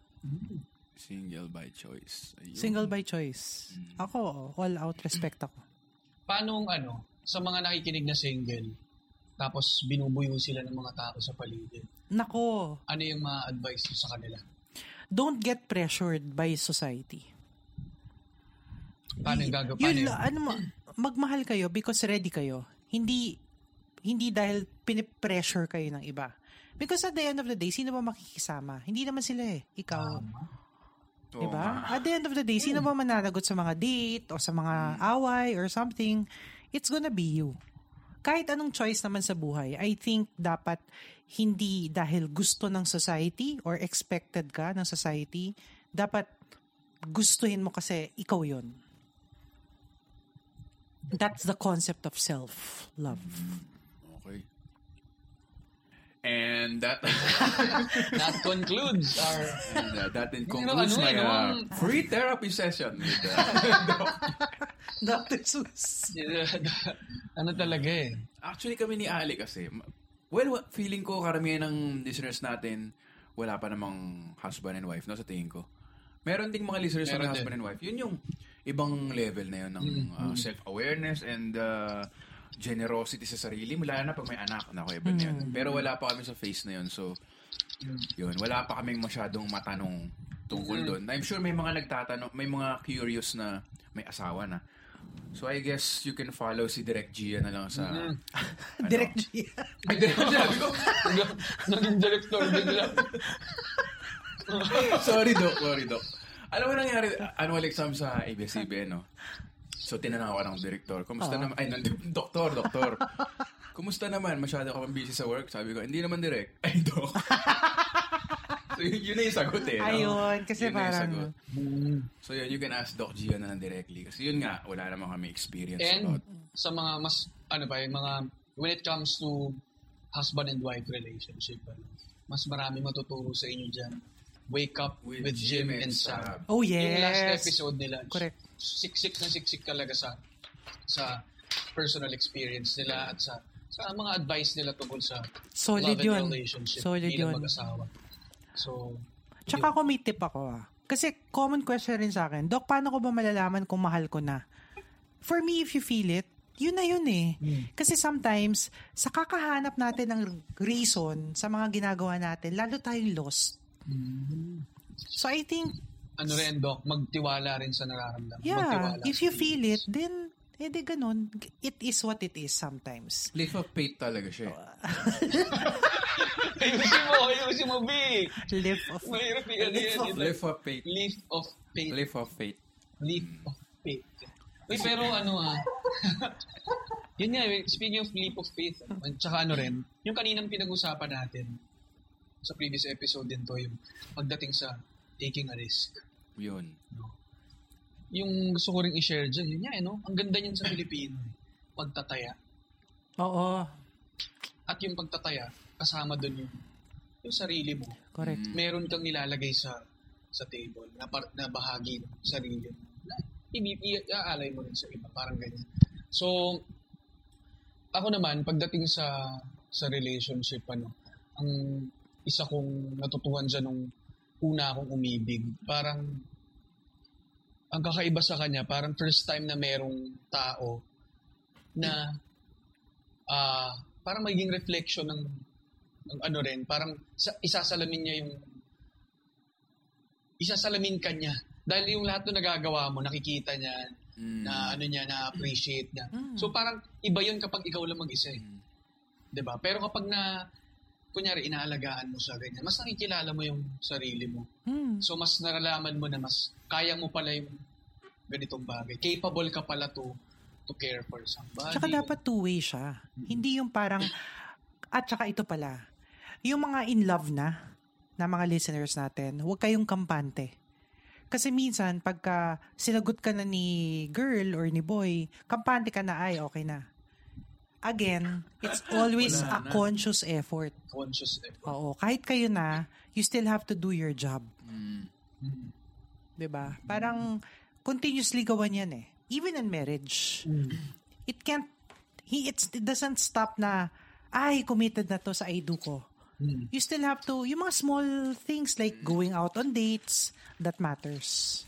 [SPEAKER 1] Single by choice. Ayun.
[SPEAKER 3] Single by choice.
[SPEAKER 1] Hmm.
[SPEAKER 3] Ako, all out respect ako.
[SPEAKER 2] Paano ang ano, sa mga nakikinig na single, tapos binubuyo sila ng mga tao sa paligid,
[SPEAKER 3] Nako,
[SPEAKER 2] ano yung mga advice mo sa kanila?
[SPEAKER 3] don't get pressured by society.
[SPEAKER 2] Paano yung gagawin?
[SPEAKER 3] Yun,
[SPEAKER 2] Paano yung-
[SPEAKER 3] la- ano mo, magmahal kayo because ready kayo. Hindi hindi dahil pinipressure kayo ng iba. Because at the end of the day, sino ba makikisama? Hindi naman sila eh. Ikaw.
[SPEAKER 1] Oo
[SPEAKER 3] diba?
[SPEAKER 1] nga.
[SPEAKER 3] At the end of the day,
[SPEAKER 2] Hmm.
[SPEAKER 3] sino ba mananagot sa mga date o sa mga away or something? It's gonna be you. Kahit anong choice naman sa buhay, I think dapat hindi dahil gusto ng society or expected ka ng society, dapat gustuhin mo kasi ikaw yon. That's the concept of self-love.
[SPEAKER 1] Okay. And that
[SPEAKER 2] That concludes our...
[SPEAKER 1] and, uh, that then
[SPEAKER 2] Pero
[SPEAKER 1] concludes
[SPEAKER 2] ano
[SPEAKER 1] my
[SPEAKER 2] eh, no?
[SPEAKER 1] uh, free therapy session with uh, Doc.
[SPEAKER 3] Dr. Seuss.
[SPEAKER 2] ano talaga eh.
[SPEAKER 1] Actually kami ni Ali kasi ma- well wa- feeling ko karamihan ng listeners natin wala pa namang husband and wife no sa tingin ko. Meron ding mga listeners na
[SPEAKER 2] Meron
[SPEAKER 1] may husband and wife. Yun yung ibang level na yun ng uh, self-awareness and uh, generosity sa sarili mo lalo na pag may anak na ko na yun. Pero wala pa kami sa face na yun. So yun, wala pa kaming masyadong matanong tungkol doon. I'm sure may mga nagtatanong, may mga curious na may asawa na. So I guess you can follow si Direct Gia na lang sa ano.
[SPEAKER 3] Mm-hmm. Direct G.
[SPEAKER 1] Ay, direct Gia, sabi ko.
[SPEAKER 2] Nag- Naging director bigla.
[SPEAKER 1] sorry, Doc. Sorry, Doc. Alam mo nangyari, annual exam sa ABS-CBN, eh, no? So, tinanaw ka ng director.
[SPEAKER 3] Oh.
[SPEAKER 1] Kumusta naman? Ay, nand- doktor, doktor. Kumusta naman? Masyado ka bang busy sa work? Sabi ko, hindi naman direct. Ay, Doc. so, yun, yun na yung sagot eh. no?
[SPEAKER 3] Ayun, kasi
[SPEAKER 1] Yun na yung sagot.
[SPEAKER 3] parang-
[SPEAKER 1] So, yun, you can ask Doc Gia na lang directly. Kasi yun nga, wala naman kami experience
[SPEAKER 2] And
[SPEAKER 1] about.
[SPEAKER 2] sa mga mas, ano ba, yung mga, when it comes to husband and wife relationship, ano, mas marami matuturo sa inyo dyan. Wake up with, Jim, and Sam.
[SPEAKER 1] Sab.
[SPEAKER 3] Oh,
[SPEAKER 2] Yung last
[SPEAKER 3] yes.
[SPEAKER 2] episode nila.
[SPEAKER 3] Correct.
[SPEAKER 2] Siksik na siksik talaga sa sa personal experience nila at sa sa mga advice nila tungkol sa
[SPEAKER 3] Solid
[SPEAKER 2] love and
[SPEAKER 3] yun.
[SPEAKER 2] relationship
[SPEAKER 3] Solid
[SPEAKER 2] bilang
[SPEAKER 3] yun.
[SPEAKER 2] mag-asawa. So,
[SPEAKER 3] Tsaka ako may tip ako ah. Kasi common question rin sa akin, Doc, paano ko ba malalaman kung mahal ko na? For me, if you feel it, yun na yun eh.
[SPEAKER 2] Hmm.
[SPEAKER 3] Kasi sometimes, sa kakahanap natin ng reason sa mga ginagawa natin, lalo tayong lost.
[SPEAKER 2] Hmm.
[SPEAKER 3] So I think,
[SPEAKER 2] ano rin, Doc, magtiwala rin sa nararamdaman.
[SPEAKER 3] yeah,
[SPEAKER 2] magtiwala
[SPEAKER 3] if
[SPEAKER 2] sa
[SPEAKER 3] you feel it,
[SPEAKER 2] feelings.
[SPEAKER 3] then, edi ganun. It is what it is sometimes.
[SPEAKER 1] Leap of faith talaga siya. eh.
[SPEAKER 2] ayusin mo, ayusin mo, Vic!
[SPEAKER 3] Live of...
[SPEAKER 2] Mahirap yung ano yan.
[SPEAKER 1] eh. Leap of faith.
[SPEAKER 2] Leaf of faith.
[SPEAKER 1] Leap of faith.
[SPEAKER 2] Leap of faith. Uy, pero ano ah. yun nga, eh, speaking of leap of faith, ah, tsaka ano rin, yung kaninang pinag-usapan natin sa previous episode din to, yung pagdating sa taking a risk.
[SPEAKER 1] Yun.
[SPEAKER 2] Yung gusto ko rin i-share dyan, yun nga, eh, no? ang ganda niyan sa Pilipino. eh. Pagtataya.
[SPEAKER 3] Oo,
[SPEAKER 2] At yung pagtataya, kasama doon yung, yung sarili mo.
[SPEAKER 3] correct.
[SPEAKER 2] meron kang nilalagay sa sa table na, par, na bahagi ng sarili mo. Na, i- i- iaalay mo rin sa iba, parang ganyan. So, ako naman, pagdating sa sa relationship, ano, ang isa kong natutuhan dyan nung una akong umibig, parang ang kakaiba sa kanya, parang first time na merong tao na ah parang magiging reflection ng ng ano rin, parang sa, isasalamin niya yung isasalamin ka niya. Dahil yung lahat ng nagagawa mo, nakikita niya,
[SPEAKER 1] Mm.
[SPEAKER 2] na ano niya, na-appreciate niya.
[SPEAKER 3] Hmm.
[SPEAKER 2] So parang iba yun kapag ikaw lang mag-isa eh.
[SPEAKER 1] Mm.
[SPEAKER 2] 'Di ba Pero kapag na, kunyari, inaalagaan mo siya, ganyan, mas nakikilala mo yung sarili mo.
[SPEAKER 3] Hmm.
[SPEAKER 2] So mas naralaman mo na mas kaya mo pala yung ganitong bagay. Capable ka pala to to care for somebody.
[SPEAKER 3] Tsaka dapat two-way siya. Hindi yung parang, at tsaka ito pala, yung mga in love na, na mga listeners natin, huwag kayong kampante. Kasi minsan, pagka sinagot ka na ni girl or ni boy, kampante ka na, ay, okay na. Again, it's always a
[SPEAKER 1] Wala na.
[SPEAKER 3] conscious effort.
[SPEAKER 2] Conscious effort.
[SPEAKER 3] Oo, kahit kayo na, you still have to do your job.
[SPEAKER 1] Mm.
[SPEAKER 3] 'di ba? Parang continuously gawan 'yan eh. Even in marriage. It can't he it's, it doesn't stop na ay committed na to sa I do ko.
[SPEAKER 2] Mm.
[SPEAKER 3] You still have to yung mga small things like going out on dates that matters.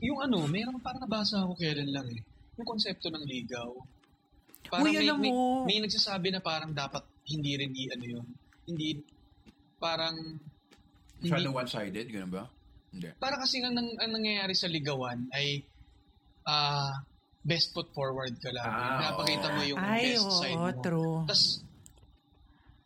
[SPEAKER 2] Yung ano, meron parang nabasa ako kailan lang eh. Yung konsepto ng ligaw. Parang
[SPEAKER 3] Uy,
[SPEAKER 2] may,
[SPEAKER 3] alam
[SPEAKER 2] may,
[SPEAKER 3] mo.
[SPEAKER 2] may nagsasabi na parang dapat hindi rin i ano yun. Hindi, parang, hindi,
[SPEAKER 1] Masyadong one-sided, ganun ba? Hindi.
[SPEAKER 2] para kasi ang, nang- ang nangyayari sa ligawan ay ah best foot forward ka lang.
[SPEAKER 1] Ah,
[SPEAKER 2] Napakita
[SPEAKER 1] oo.
[SPEAKER 2] mo yung
[SPEAKER 3] Ay,
[SPEAKER 2] best
[SPEAKER 3] oo,
[SPEAKER 2] side mo.
[SPEAKER 3] true.
[SPEAKER 2] Tapos,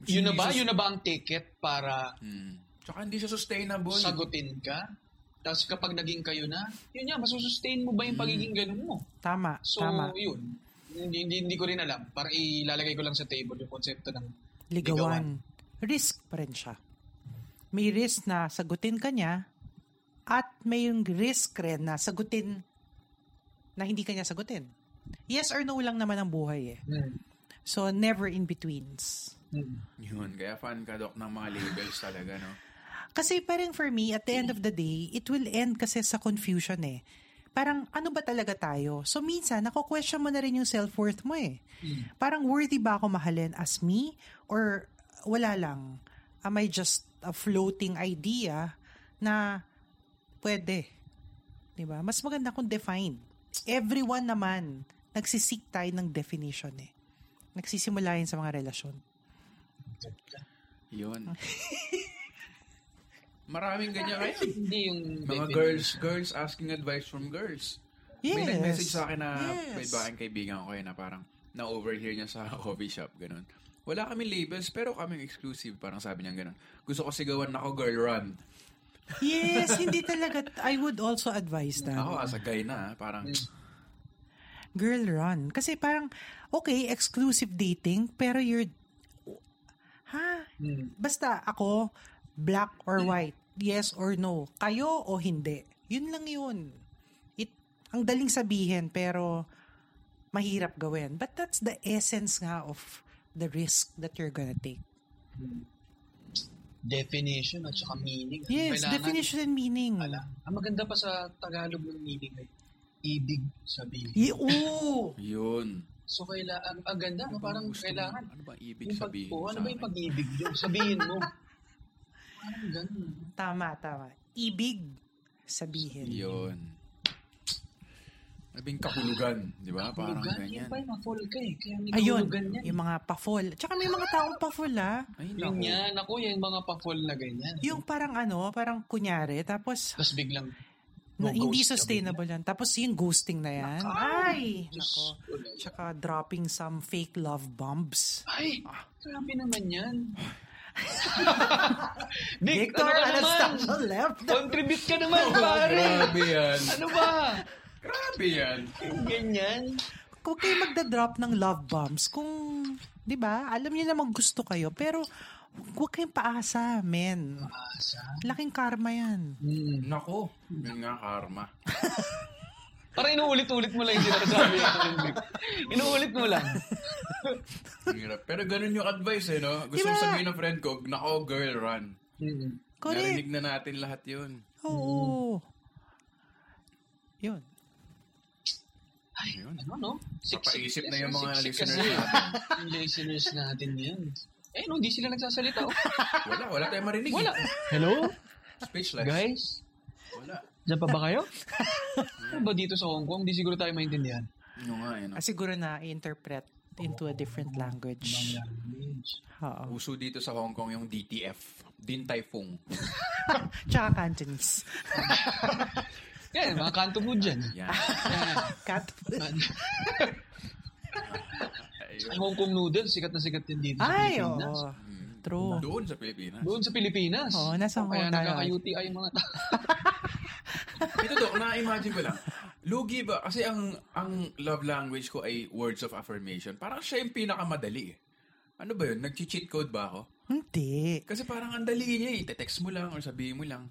[SPEAKER 2] yun na ba? Yun na ba ang ticket para
[SPEAKER 1] Mm. Tsaka hindi siya sustainable.
[SPEAKER 2] sagutin ka? Tapos kapag naging kayo na, yun yan, masusustain mo ba yung pagiging ganun mo?
[SPEAKER 3] Tama,
[SPEAKER 2] So,
[SPEAKER 3] tama.
[SPEAKER 2] yun. Hindi, hindi, hindi ko rin alam. Parang ilalagay ko lang sa table yung konsepto ng
[SPEAKER 3] Ligawan. Risk pa rin siya. May risk na sagutin ka niya at may yung risk rin na sagutin na hindi kanya sagutin. Yes or no lang naman ang buhay eh.
[SPEAKER 1] Hmm.
[SPEAKER 2] ligawan.
[SPEAKER 3] So, never in-betweens.
[SPEAKER 2] Mm. Mm.
[SPEAKER 1] Yun, kaya fan ka, Doc, ng mga labels talaga, no?
[SPEAKER 3] Kasi parang for me, at the end of the day, it will end kasi sa confusion eh. Parang ano ba talaga tayo? So minsan, nako-question mo na rin yung self-worth mo eh. Parang worthy ba ako mahalin as me? Or wala lang? Am I just a floating idea na pwede? 'Di ba? Mas maganda kung defined. Everyone naman, nagsisik tayo ng definition eh. Nagsisimula yan sa mga relasyon.
[SPEAKER 1] Yun. Maraming ganyan ngayon.
[SPEAKER 2] Hindi yung
[SPEAKER 1] Mga
[SPEAKER 2] definition.
[SPEAKER 1] girls, girls asking advice from girls.
[SPEAKER 3] Yes.
[SPEAKER 1] May nag-message sa akin na
[SPEAKER 3] Yes.
[SPEAKER 1] may babaeng kaibigan ko yun na parang na-overhear niya sa coffee shop, ganun. Wala kami labels, pero kami exclusive, parang sabi niya ganun. Gusto ko sigawan ako, girl, run.
[SPEAKER 3] Yes, hindi talaga. I would also advise that.
[SPEAKER 1] Ako, as a guy na, ah, parang,
[SPEAKER 3] Girl run. Kasi parang, okay, exclusive dating, pero you're, ha?
[SPEAKER 2] Mm.
[SPEAKER 3] Basta ako, black or white, yes or no, kayo o hindi. Yun lang yun. It, ang daling sabihin, pero mahirap gawin. But that's the essence nga of the risk that you're gonna take.
[SPEAKER 2] Definition at saka meaning.
[SPEAKER 3] Yes,
[SPEAKER 2] Kailangan-
[SPEAKER 3] definition and meaning.
[SPEAKER 2] Ala, ang maganda pa sa Tagalog ng meaning ay ibig sabihin.
[SPEAKER 3] Y- oo!
[SPEAKER 1] Yun.
[SPEAKER 2] So, kaila, ang, ang ganda, no? parang
[SPEAKER 1] Gusto mo-
[SPEAKER 2] kailangan.
[SPEAKER 1] Ano ba ibig
[SPEAKER 2] Yung pag,
[SPEAKER 1] sabihin?
[SPEAKER 2] oh, ano
[SPEAKER 1] sa
[SPEAKER 2] ba yung
[SPEAKER 1] akin?
[SPEAKER 2] pag-ibig yun? Sabihin mo. parang ganun.
[SPEAKER 3] Tama, tama. Ibig sabihin.
[SPEAKER 1] Yun. Labing kahulugan, di ba? Parang
[SPEAKER 2] Hulugan, yun
[SPEAKER 1] ganyan.
[SPEAKER 2] pa yung ma-fall ka eh. Kaya may
[SPEAKER 3] Ayun,
[SPEAKER 2] kahulugan yan.
[SPEAKER 3] yung mga pa-fall. Tsaka may mga taong pa-fall, ah.
[SPEAKER 1] Ay,
[SPEAKER 2] Yun
[SPEAKER 1] naku.
[SPEAKER 2] yan, ako yung mga pa-fall na ganyan.
[SPEAKER 3] Yung parang ano, parang kunyari, tapos
[SPEAKER 2] Tapos biglang,
[SPEAKER 3] na,
[SPEAKER 2] Mag-ghost
[SPEAKER 3] hindi
[SPEAKER 2] ka
[SPEAKER 3] sustainable yan. Tapos yung ghosting na yan. Ay! Nako.
[SPEAKER 2] Diyos, wala.
[SPEAKER 3] Tsaka dropping some fake love bombs.
[SPEAKER 2] Ay, grabe naman yan.
[SPEAKER 3] Victor
[SPEAKER 2] ano ka
[SPEAKER 3] Anastasio
[SPEAKER 2] naman?
[SPEAKER 3] left.
[SPEAKER 2] Contribute ka naman, pare.
[SPEAKER 1] Grabe yan.
[SPEAKER 2] Ano ba?
[SPEAKER 1] Grabe yan.
[SPEAKER 2] Ganyan.
[SPEAKER 3] Kung kayo magda-drop ng love bombs, kung, di ba, alam niyo namang gusto kayo, pero huwag kayong paasa, men.
[SPEAKER 2] Asa.
[SPEAKER 3] Laking karma yan.
[SPEAKER 2] Hmm.
[SPEAKER 1] Nako. Yun nga, karma.
[SPEAKER 2] Parang inuulit-ulit mo lang yung sinasabi. inuulit mo lang.
[SPEAKER 1] Ang hirap. Pero ganun yung advice eh, no? Gusto
[SPEAKER 3] Diba?
[SPEAKER 1] kong sabihin ng friend ko, nako, girl, run.
[SPEAKER 2] Hmm.
[SPEAKER 3] Correct.
[SPEAKER 1] Narinig na natin lahat yun.
[SPEAKER 3] Oo. Yun.
[SPEAKER 1] Yun.
[SPEAKER 2] Ano, no?
[SPEAKER 1] Papaisip na yung mga
[SPEAKER 2] Siksik
[SPEAKER 1] listeners
[SPEAKER 2] kasi.
[SPEAKER 1] natin.
[SPEAKER 2] Yung listeners natin yan. Eh, no, hindi sila nagsasalita. Oh.
[SPEAKER 1] Wala, wala tayong marinig.
[SPEAKER 2] Wala.
[SPEAKER 1] eh.
[SPEAKER 2] Hello?
[SPEAKER 1] Speechless.
[SPEAKER 2] Guys?
[SPEAKER 1] Wala.
[SPEAKER 2] Diyan pa ba kayo? ano ba dito sa Hong Kong? Di siguro tayo maintindihan.
[SPEAKER 1] Ano nga, eh, no?
[SPEAKER 3] Ah, siguro na interpret into a different language. Oo.
[SPEAKER 1] Uso dito sa Hong Kong yung DTF. Din Typhoon.
[SPEAKER 3] Tsaka Cantonese.
[SPEAKER 2] Yan, mga kanto food dyan.
[SPEAKER 1] Yan.
[SPEAKER 3] Cat.
[SPEAKER 1] Ayun.
[SPEAKER 2] Yung Hong Kong noodles, sikat na sikat din dito sa
[SPEAKER 3] Ay,
[SPEAKER 2] Pilipinas.
[SPEAKER 3] oo.
[SPEAKER 2] Oh.
[SPEAKER 3] True.
[SPEAKER 1] Doon sa Pilipinas.
[SPEAKER 2] Doon sa Pilipinas.
[SPEAKER 3] Oo, nasa Hong
[SPEAKER 2] Kaya
[SPEAKER 3] Kong tayo.
[SPEAKER 2] nagkaka-UTI yung mga tao.
[SPEAKER 1] Ito, Dok, na-imagine ko lang. Lugi ba? Kasi ang ang love language ko ay words of affirmation. Parang siya yung pinakamadali. eh. Ano ba yun? Nag-cheat code ba ako?
[SPEAKER 3] Hindi.
[SPEAKER 1] Kasi parang ang dali niya eh. Ite-text mo lang or sabihin mo lang.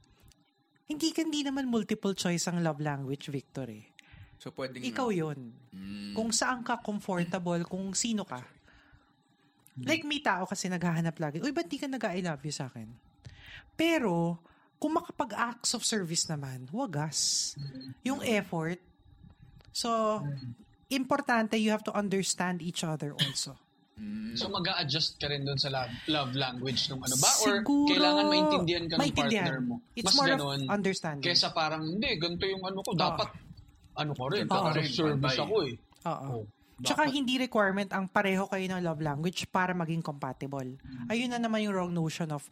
[SPEAKER 3] Hindi hindi naman multiple choice ang love language, Victor eh.
[SPEAKER 1] So, pwedeng...
[SPEAKER 3] Ikaw yun.
[SPEAKER 1] Mm,
[SPEAKER 3] Kung saan ka comfortable, kung sino ka. Like may tao kasi naghahanap lagi, uy, ba't di ka nag-I love you sa akin? Pero, kung makapag-acts of service naman, wagas.
[SPEAKER 2] Mm.
[SPEAKER 3] Yung effort. So, importante you have to understand each other also.
[SPEAKER 1] mm.
[SPEAKER 2] So mag adjust ka rin doon sa love, love language ng ano ba? Or
[SPEAKER 3] Siguro,
[SPEAKER 2] kailangan maintindihan ka ng
[SPEAKER 3] maintindihan.
[SPEAKER 2] partner mo.
[SPEAKER 3] It's
[SPEAKER 2] Mas
[SPEAKER 3] more
[SPEAKER 2] ganun.
[SPEAKER 3] of understanding. Ah.
[SPEAKER 2] Kesa parang, hindi, ganito yung ano ko. Dapat, ano ko rin.
[SPEAKER 1] Ganito ka rin,
[SPEAKER 2] Dapat service
[SPEAKER 1] pantay.
[SPEAKER 2] ako eh.
[SPEAKER 3] Oo.
[SPEAKER 2] Oh,
[SPEAKER 3] Tsaka hindi requirement ang pareho kayo ng love language para maging compatible.
[SPEAKER 2] Mm.
[SPEAKER 3] Ayun na naman yung wrong notion of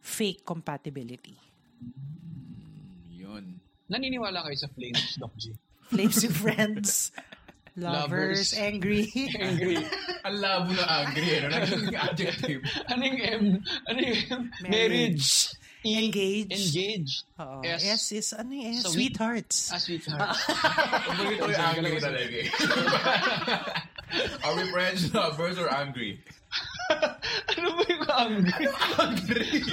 [SPEAKER 3] fake compatibility.
[SPEAKER 1] Yun.
[SPEAKER 2] Naniniwala kayo sa flames, Doc G.
[SPEAKER 3] Flames and friends, lovers,
[SPEAKER 2] Lovers.
[SPEAKER 3] angry.
[SPEAKER 2] Angry.
[SPEAKER 1] Ang labo na angry. Ano? Naging adjective.
[SPEAKER 2] ano yung M? Ano yung M?
[SPEAKER 3] Marriage.
[SPEAKER 2] E,
[SPEAKER 3] Engage.
[SPEAKER 2] Engage.
[SPEAKER 3] Oo.
[SPEAKER 2] S.
[SPEAKER 3] S. is ano yung S?
[SPEAKER 2] Sa-
[SPEAKER 3] Sweethearts.
[SPEAKER 2] Ah, sweetheart.
[SPEAKER 1] Bakit ko yung angry talaga eh. Are we friends, lovers, or angry?
[SPEAKER 2] ano ba yung angry?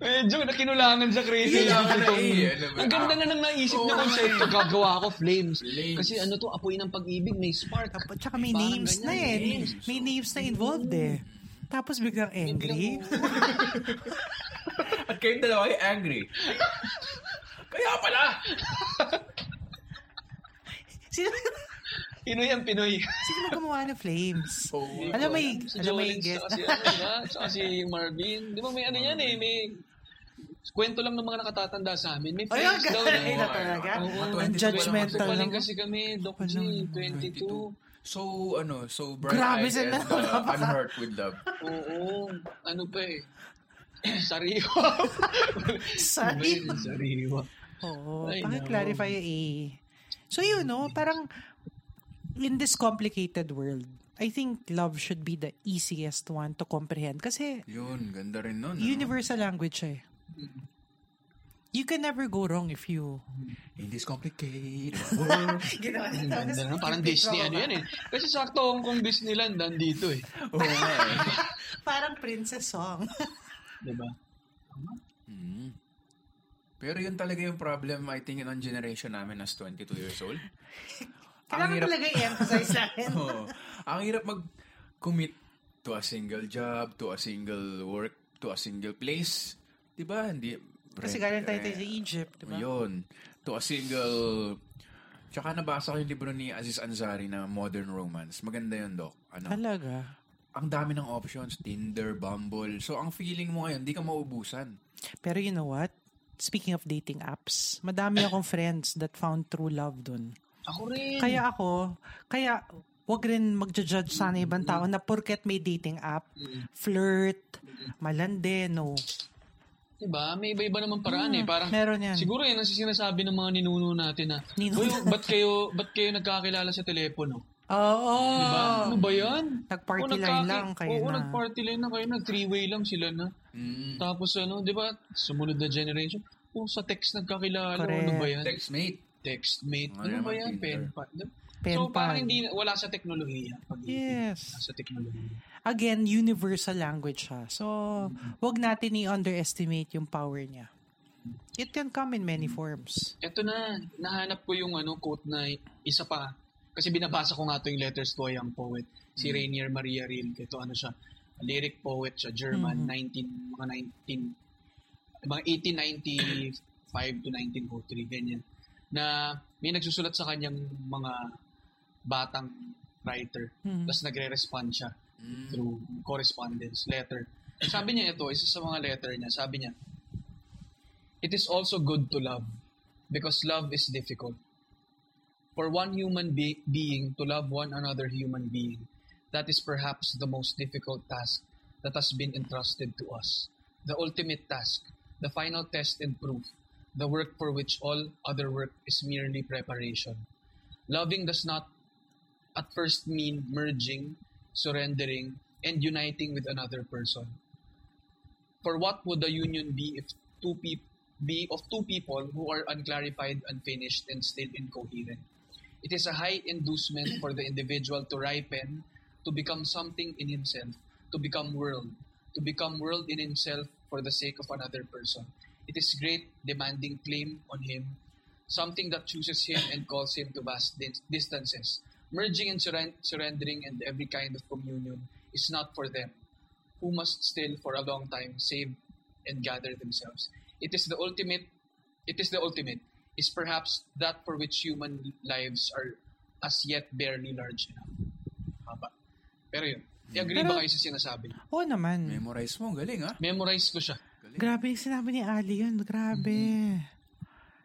[SPEAKER 2] Medyo nakinulangan sa crazy.
[SPEAKER 1] Yun lang
[SPEAKER 2] lang
[SPEAKER 1] na
[SPEAKER 2] itong-
[SPEAKER 1] eh, ano ba?
[SPEAKER 2] Ang ganda na nang naisip
[SPEAKER 1] Oo
[SPEAKER 2] na
[SPEAKER 1] nga
[SPEAKER 2] konsepto.
[SPEAKER 1] eh.
[SPEAKER 2] Gagawa ako, flames.
[SPEAKER 1] Flames.
[SPEAKER 2] Kasi ano to, apoy ng pag-ibig, may spark.
[SPEAKER 3] Tapos, tsaka may
[SPEAKER 2] Parang
[SPEAKER 3] names na eh.
[SPEAKER 2] ganyan, Mm.
[SPEAKER 1] names.
[SPEAKER 3] May names na involved eh. Tapos biglang angry.
[SPEAKER 1] At kayong dalawa ay angry. Kaya pala!
[SPEAKER 3] Sino,
[SPEAKER 2] Pinoy ang Pinoy.
[SPEAKER 3] sino ba gumawa ng flames?
[SPEAKER 1] Oh,
[SPEAKER 3] Alam mo, y-
[SPEAKER 2] Si
[SPEAKER 3] alam mo
[SPEAKER 2] Jolene,
[SPEAKER 3] yung guest.
[SPEAKER 2] saka si, ano, diba? Saka si Marvin. Di ba may ano yan eh, may kwento lang ng mga nakatatanda sa amin. May
[SPEAKER 3] Ayun,
[SPEAKER 2] friends daw.
[SPEAKER 3] ganun
[SPEAKER 2] eh.
[SPEAKER 3] na talaga.
[SPEAKER 2] Oo.
[SPEAKER 3] Ang judgmental
[SPEAKER 2] Kapaling
[SPEAKER 3] lang.
[SPEAKER 2] kasi kami, Doc G, 22. Oo.
[SPEAKER 1] So, ano, so bright
[SPEAKER 3] Grabe
[SPEAKER 1] eyes
[SPEAKER 3] sa
[SPEAKER 1] and
[SPEAKER 3] dalawa
[SPEAKER 1] uh,
[SPEAKER 3] pa.
[SPEAKER 1] unhurt with love.
[SPEAKER 2] Ano pa eh. Sariwa.
[SPEAKER 3] Sorry.
[SPEAKER 2] Sariwa.
[SPEAKER 3] Oo,
[SPEAKER 2] Ay,
[SPEAKER 3] paki-clarify yung A. So yun, no? Parang in this complicated world, I think love should be the easiest one to comprehend kasi
[SPEAKER 1] Yun, ganda rin nun. no?
[SPEAKER 3] universal language siya eh. You can never go wrong if you...
[SPEAKER 1] In this complicated world.
[SPEAKER 3] Ginawa
[SPEAKER 2] Ang ganda no? Parang Disney ano yan eh. Kasi sakto Hong Kong Disneyland nandito eh.
[SPEAKER 1] Oo nga eh.
[SPEAKER 3] Parang princess song.
[SPEAKER 2] Di ba?
[SPEAKER 1] Mm. Pero yun talaga yung problem, I think, ng generation namin as 22 years old.
[SPEAKER 3] Kailangan
[SPEAKER 1] hirap-
[SPEAKER 3] talaga i-emphasize natin.
[SPEAKER 1] Oo. Ang hirap mag-commit to a single job, to a single work, to a single place. Di ba? Hindi,
[SPEAKER 3] Kasi galing tayo tayo sa Egypt, di ba?
[SPEAKER 1] Yun. To a single Tsaka nabasa ko yung libro ni Aziz Ansari na Modern Romance. Maganda yun, Doc. Ano?
[SPEAKER 3] Talaga.
[SPEAKER 1] Ang dami ng options. Tinder, Bumble. So, ang feeling mo ngayon, di ka maubusan.
[SPEAKER 3] Pero you know what? Speaking of dating apps, madami akong friends that found true love dun.
[SPEAKER 2] Ako rin.
[SPEAKER 3] Kaya ako, kaya wag rin magja-judge sana ibang tao na porket may dating app, flirt, malande, no.
[SPEAKER 2] Diba? May iba-iba naman paraan eh. Parang,
[SPEAKER 3] Hmm, meron yan.
[SPEAKER 2] Siguro yan ang sinasabi ng mga ninuno natin na, Uy,
[SPEAKER 3] Ninuno.
[SPEAKER 2] ba't kayo, ba't kayo nagkakilala sa telepono?
[SPEAKER 3] Oo.
[SPEAKER 2] Diba? ano ba yan?
[SPEAKER 3] Nag-party
[SPEAKER 2] Oo,
[SPEAKER 3] line
[SPEAKER 2] nagkaki-
[SPEAKER 3] lang kayo
[SPEAKER 2] Oo,
[SPEAKER 3] na.
[SPEAKER 2] nag-party line na kayo na. Three-way lang sila na.
[SPEAKER 1] Mm.
[SPEAKER 2] Tapos ano, di ba, sumunod na generation, oh, sa text nagkakilala,
[SPEAKER 3] Correct.
[SPEAKER 2] ano ba yan?
[SPEAKER 1] Textmate.
[SPEAKER 2] Textmate,
[SPEAKER 1] Ano
[SPEAKER 2] ano ba
[SPEAKER 1] naman,
[SPEAKER 2] yan?
[SPEAKER 1] Tinder?
[SPEAKER 2] Pen pal.
[SPEAKER 3] Pen
[SPEAKER 2] so,
[SPEAKER 3] pal.
[SPEAKER 2] parang hindi, wala sa teknolohiya. Pag
[SPEAKER 3] Yes.
[SPEAKER 2] Wala sa teknolohiya.
[SPEAKER 3] Again, universal language siya. So, wag natin i-underestimate yung power niya. It can come in many forms.
[SPEAKER 2] Ito na, nahanap ko yung ano, quote na isa pa. Kasi binabasa ko nga ito yung letters to ang poet. Si Rainier Maria Rilke. Ito ano siya, lyric poet siya, German, 19, mga 19, mga 1895 to 1903, ganyan. Na may nagsusulat sa kanyang mga batang writer.
[SPEAKER 3] Mhm.
[SPEAKER 2] Tapos nagre-respond siya through correspondence, letter. Sabi niya ito, isa sa mga letter niya, sabi niya, It is also good to love because love is difficult. For one human be- being to love one another human being, that is perhaps the most difficult task that has been entrusted to us. The ultimate task, the final test and proof, the work for which all other work is merely preparation. Loving does not at first mean merging, surrendering, and uniting with another person. For what would a union be if two peop- be of two people who are unclarified, unfinished, and still incoherent? It is a high inducement for the individual to ripen, to become something in himself, to become world, to become world in himself for the sake of another person. It is great, demanding claim on him, something that chooses him and calls him to vast dis- distances. Merging and surren- surrendering and every kind of communion is not for them, who must still for a long time save and gather themselves. It is the ultimate it is the ultimate, is perhaps that for which human lives are as yet barely large enough. Haba. Pero yun, i-agree
[SPEAKER 3] Pero-
[SPEAKER 2] ba kayo sa sinasabi?
[SPEAKER 3] Oo naman.
[SPEAKER 1] Memorize mo. Galing, ah. ha?
[SPEAKER 2] Memorize ko siya.
[SPEAKER 3] Grabe yung sinabi ni Ali yun. Grabe.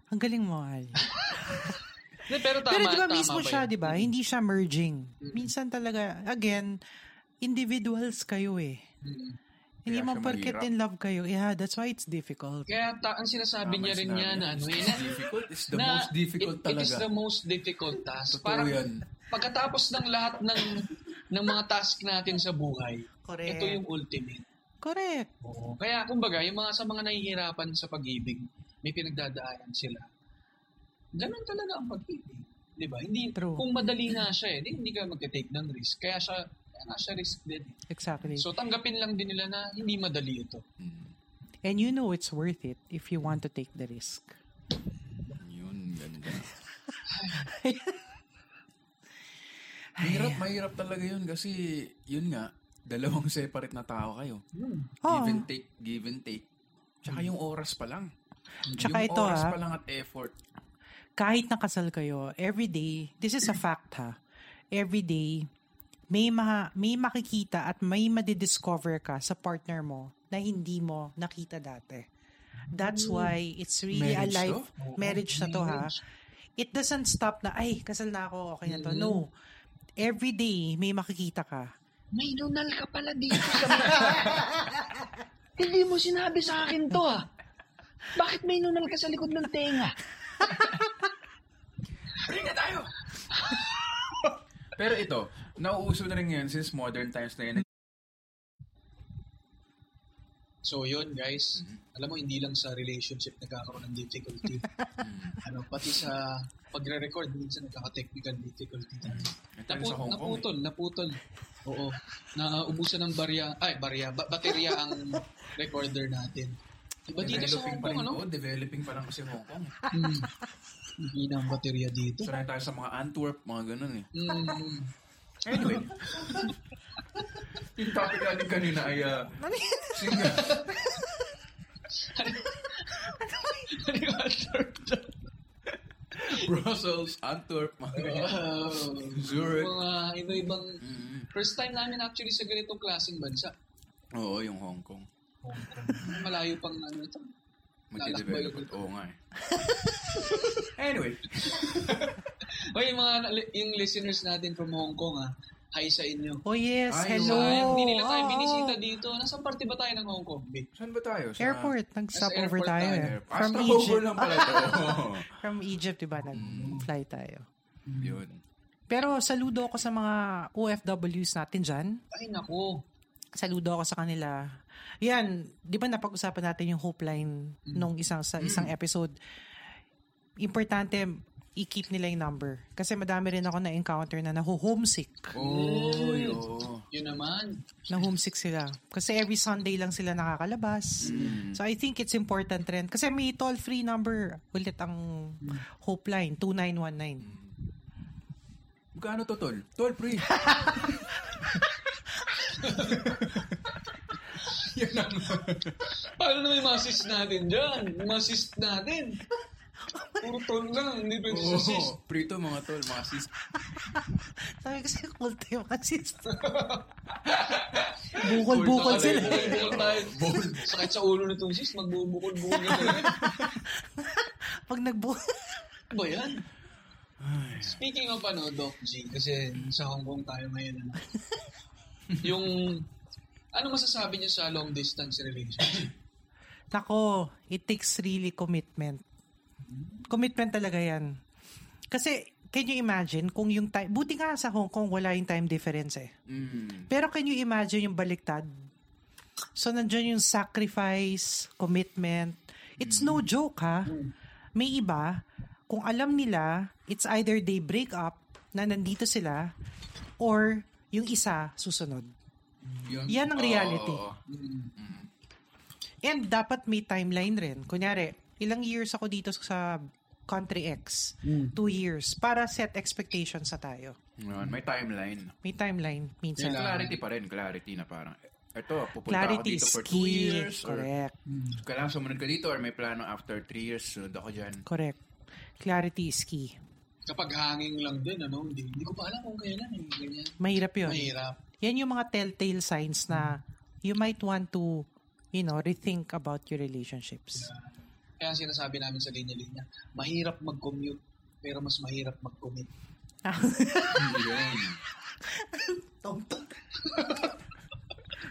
[SPEAKER 3] Ang galing mo, Ali.
[SPEAKER 2] Hindi, Pero tama,
[SPEAKER 3] Pero di ba
[SPEAKER 2] tama
[SPEAKER 3] mismo
[SPEAKER 2] ba
[SPEAKER 3] siya,
[SPEAKER 2] yun?
[SPEAKER 3] di ba? Hindi siya merging. Minsan talaga, again, individuals kayo eh.
[SPEAKER 2] Mm.
[SPEAKER 3] Hindi
[SPEAKER 1] Kaya
[SPEAKER 3] mo
[SPEAKER 1] siya
[SPEAKER 3] porket
[SPEAKER 1] mahirap.
[SPEAKER 3] in love kayo. Yeah, that's why it's difficult.
[SPEAKER 2] Kaya ta- ang sinasabi
[SPEAKER 1] Tama
[SPEAKER 2] niya
[SPEAKER 1] yung
[SPEAKER 2] rin
[SPEAKER 1] sinabi
[SPEAKER 2] niya na
[SPEAKER 1] niya.
[SPEAKER 2] ano eh,
[SPEAKER 1] It's
[SPEAKER 2] na,
[SPEAKER 1] difficult. It's the
[SPEAKER 2] na
[SPEAKER 1] most difficult
[SPEAKER 2] it, It is
[SPEAKER 1] talaga.
[SPEAKER 2] the most difficult task.
[SPEAKER 1] Totoo
[SPEAKER 2] Parang
[SPEAKER 1] yan.
[SPEAKER 2] pagkatapos ng lahat ng ng mga task natin sa buhay,
[SPEAKER 3] Correct.
[SPEAKER 2] ito yung ultimate.
[SPEAKER 3] Correct.
[SPEAKER 2] Oo. Kaya kumbaga, yung mga sa mga nahihirapan sa pag-ibig, may pinagdadaanan sila. Ganun talaga ang pag-ibig. Di ba? Hindi,
[SPEAKER 3] True.
[SPEAKER 2] Kung madali nga siya eh, di- hindi ka magka-take ng risk. Kaya siya, kaya nga siya risk din. eh.
[SPEAKER 3] Exactly.
[SPEAKER 2] So tanggapin lang din nila na hindi madali ito.
[SPEAKER 3] And you know it's worth it if you want to take the risk.
[SPEAKER 1] Yun, ganda. mahirap, mahirap talaga yun kasi yun nga, dalawang separate na tao kayo.
[SPEAKER 2] Hmm.
[SPEAKER 1] Give
[SPEAKER 3] Oo.
[SPEAKER 1] and take, give and take. Tsaka yung oras pa lang.
[SPEAKER 3] Tsaka
[SPEAKER 1] yung
[SPEAKER 3] ito, ah.
[SPEAKER 1] oras
[SPEAKER 3] ha?
[SPEAKER 1] pa lang at effort.
[SPEAKER 3] kahit nakasal kayo, every day, this is a fact ha, every day, may, ma- may makikita at may madidiscover ka sa partner mo na hindi mo nakita dati. That's why it's really
[SPEAKER 1] Marriage
[SPEAKER 3] a
[SPEAKER 1] to?
[SPEAKER 3] life.
[SPEAKER 2] Oo.
[SPEAKER 3] Marriage na to ha.
[SPEAKER 2] Marriage.
[SPEAKER 3] It doesn't stop na, ay, kasal na ako, okay na to. No. Every day, may makikita ka.
[SPEAKER 4] May nunal ka pala dito sa mga. Hindi mo sinabi sa akin to ah. Bakit may nunal ka sa likod ng tenga?
[SPEAKER 1] Pero ito, nauuso na rin ngayon since modern times na yun.
[SPEAKER 2] So yun guys, alam mo hindi lang sa relationship nagkakaroon ng difficulty. ano pati sa pagre-record minsan nagkaka-technical difficulty tayo.
[SPEAKER 1] Ito yung sa Hong Kong, eh.
[SPEAKER 2] naputol, naputol. Oo. Naubusan ng barya, ay barya, ba- baterya ang recorder natin. Iba dito sa
[SPEAKER 1] Developing
[SPEAKER 2] Hong
[SPEAKER 1] pa rin.
[SPEAKER 2] Kong, ano?
[SPEAKER 1] Oh, developing pa lang kasi Hong Kong.
[SPEAKER 2] Hmm. Hindi na ang baterya dito.
[SPEAKER 1] Sanay tayo sa mga Antwerp, mga ganun eh.
[SPEAKER 2] Hmm.
[SPEAKER 1] Anyway. yung topic natin kanina ay uh, singer.
[SPEAKER 2] Ano yung answer dyan?
[SPEAKER 1] Brussels, Antwerp, mga
[SPEAKER 2] Wow.
[SPEAKER 1] Zurich.
[SPEAKER 2] Mga iba-ibang...
[SPEAKER 1] Mm.
[SPEAKER 2] First time namin actually sa ganitong klaseng bansa.
[SPEAKER 1] Oo, yung Hong Kong.
[SPEAKER 2] Malayo pang ano ito.
[SPEAKER 1] Magde-develop.
[SPEAKER 2] Lalakbay.
[SPEAKER 1] Oo nga eh. anyway.
[SPEAKER 2] Hoy, yung mga na- yung listeners natin from Hong Kong ah, hi sa inyo.
[SPEAKER 3] Oh yes,
[SPEAKER 1] Ay,
[SPEAKER 3] hello.
[SPEAKER 2] Sayang, hindi nila tayo
[SPEAKER 3] Oo.
[SPEAKER 2] binisita dito. Nasaan parte ba tayo ng Hong Kong? Vic?
[SPEAKER 1] Saan ba tayo? Sa
[SPEAKER 3] Airport, nag-stopover
[SPEAKER 2] Nasa airport tayo.
[SPEAKER 3] tayo. eh.
[SPEAKER 1] Airport. Ah,
[SPEAKER 3] From
[SPEAKER 1] stopover
[SPEAKER 3] Egypt,
[SPEAKER 1] lang pala ito. Oo.
[SPEAKER 3] from Egypt, diba, nag-fly tayo.
[SPEAKER 1] Yun.
[SPEAKER 3] Pero saludo ako sa mga OFWs natin dyan.
[SPEAKER 2] Ay, nako.
[SPEAKER 3] Saludo ako sa kanila. Yan, di ba napag-usapan natin yung hope line nung isang, sa isang episode. Importante, i-keep nila yung number. Kasi madami rin ako na-encounter na naho-homesick.
[SPEAKER 1] Oh, yun.
[SPEAKER 2] Yun naman.
[SPEAKER 3] na homesick sila. Kasi every Sunday lang sila nakakalabas. So I think it's important rin. Kasi may toll-free number ulit ang Hope Line, 2919.
[SPEAKER 1] Magkano to, tol? Tol, pre. Yan ang...
[SPEAKER 2] Paano naman yung mga sis natin dyan? Yung mga sis natin. Puro tol lang, hindi pwede sa sis.
[SPEAKER 1] Oh, pre to, mga tol, mga sis.
[SPEAKER 3] Sabi kasi kulto yung assist.
[SPEAKER 2] Bukol
[SPEAKER 3] Bukol-bukol
[SPEAKER 2] tayo,
[SPEAKER 3] sila.
[SPEAKER 2] Bukol tayo.
[SPEAKER 1] Bol.
[SPEAKER 2] Sakit sa ulo nitong sis, magbubukol-bukol na talaga.
[SPEAKER 3] Pag nagbukol.
[SPEAKER 2] Ano ba yan? Speaking of ano, Doc G, kasi sa Hong Kong tayo ngayon, ano, yung, ano masasabi niyo sa long distance relationship?
[SPEAKER 3] Nako, it takes really commitment. Commitment talaga yan. Kasi, can you imagine kung yung time... Buti nga sa Hong Kong, wala yung time difference eh.
[SPEAKER 1] Mm.
[SPEAKER 3] Pero can you imagine yung baliktad? So, nandiyan yung sacrifice, commitment. It's no joke, ha? May iba, kung alam nila, it's either they break up, na nandito sila, or yung isa, susunod.
[SPEAKER 1] Yun.
[SPEAKER 3] Yan ang reality.
[SPEAKER 1] Oo, oo, oo.
[SPEAKER 3] And dapat may timeline rin. Kunyari, ilang years ako dito sa country X? Two years. Para set expectations sa tayo.
[SPEAKER 1] Yun, May timeline.
[SPEAKER 3] May timeline minsan.
[SPEAKER 1] May clarity pa rin. Clarity na parang, eto, pupunta ako
[SPEAKER 3] Clarity is
[SPEAKER 1] dito for two
[SPEAKER 3] key.
[SPEAKER 1] years. Or, Mm.
[SPEAKER 3] Correct.
[SPEAKER 1] kailangan sumunod ka dito or may plano after three years, sunod ako dyan.
[SPEAKER 3] Correct. Clarity is key.
[SPEAKER 2] Kapag hanging lang din, ano, hindi, hindi ko pa alam kung kailan, eh, ganyan.
[SPEAKER 3] Mahirap yun.
[SPEAKER 2] Mahirap.
[SPEAKER 3] Yan yung mga telltale signs na you might want to, you know, rethink about your relationships.
[SPEAKER 2] Kaya sinasabi namin sa linya-linya, mahirap mag-commute, pero mas mahirap mag-commit.
[SPEAKER 1] Yun.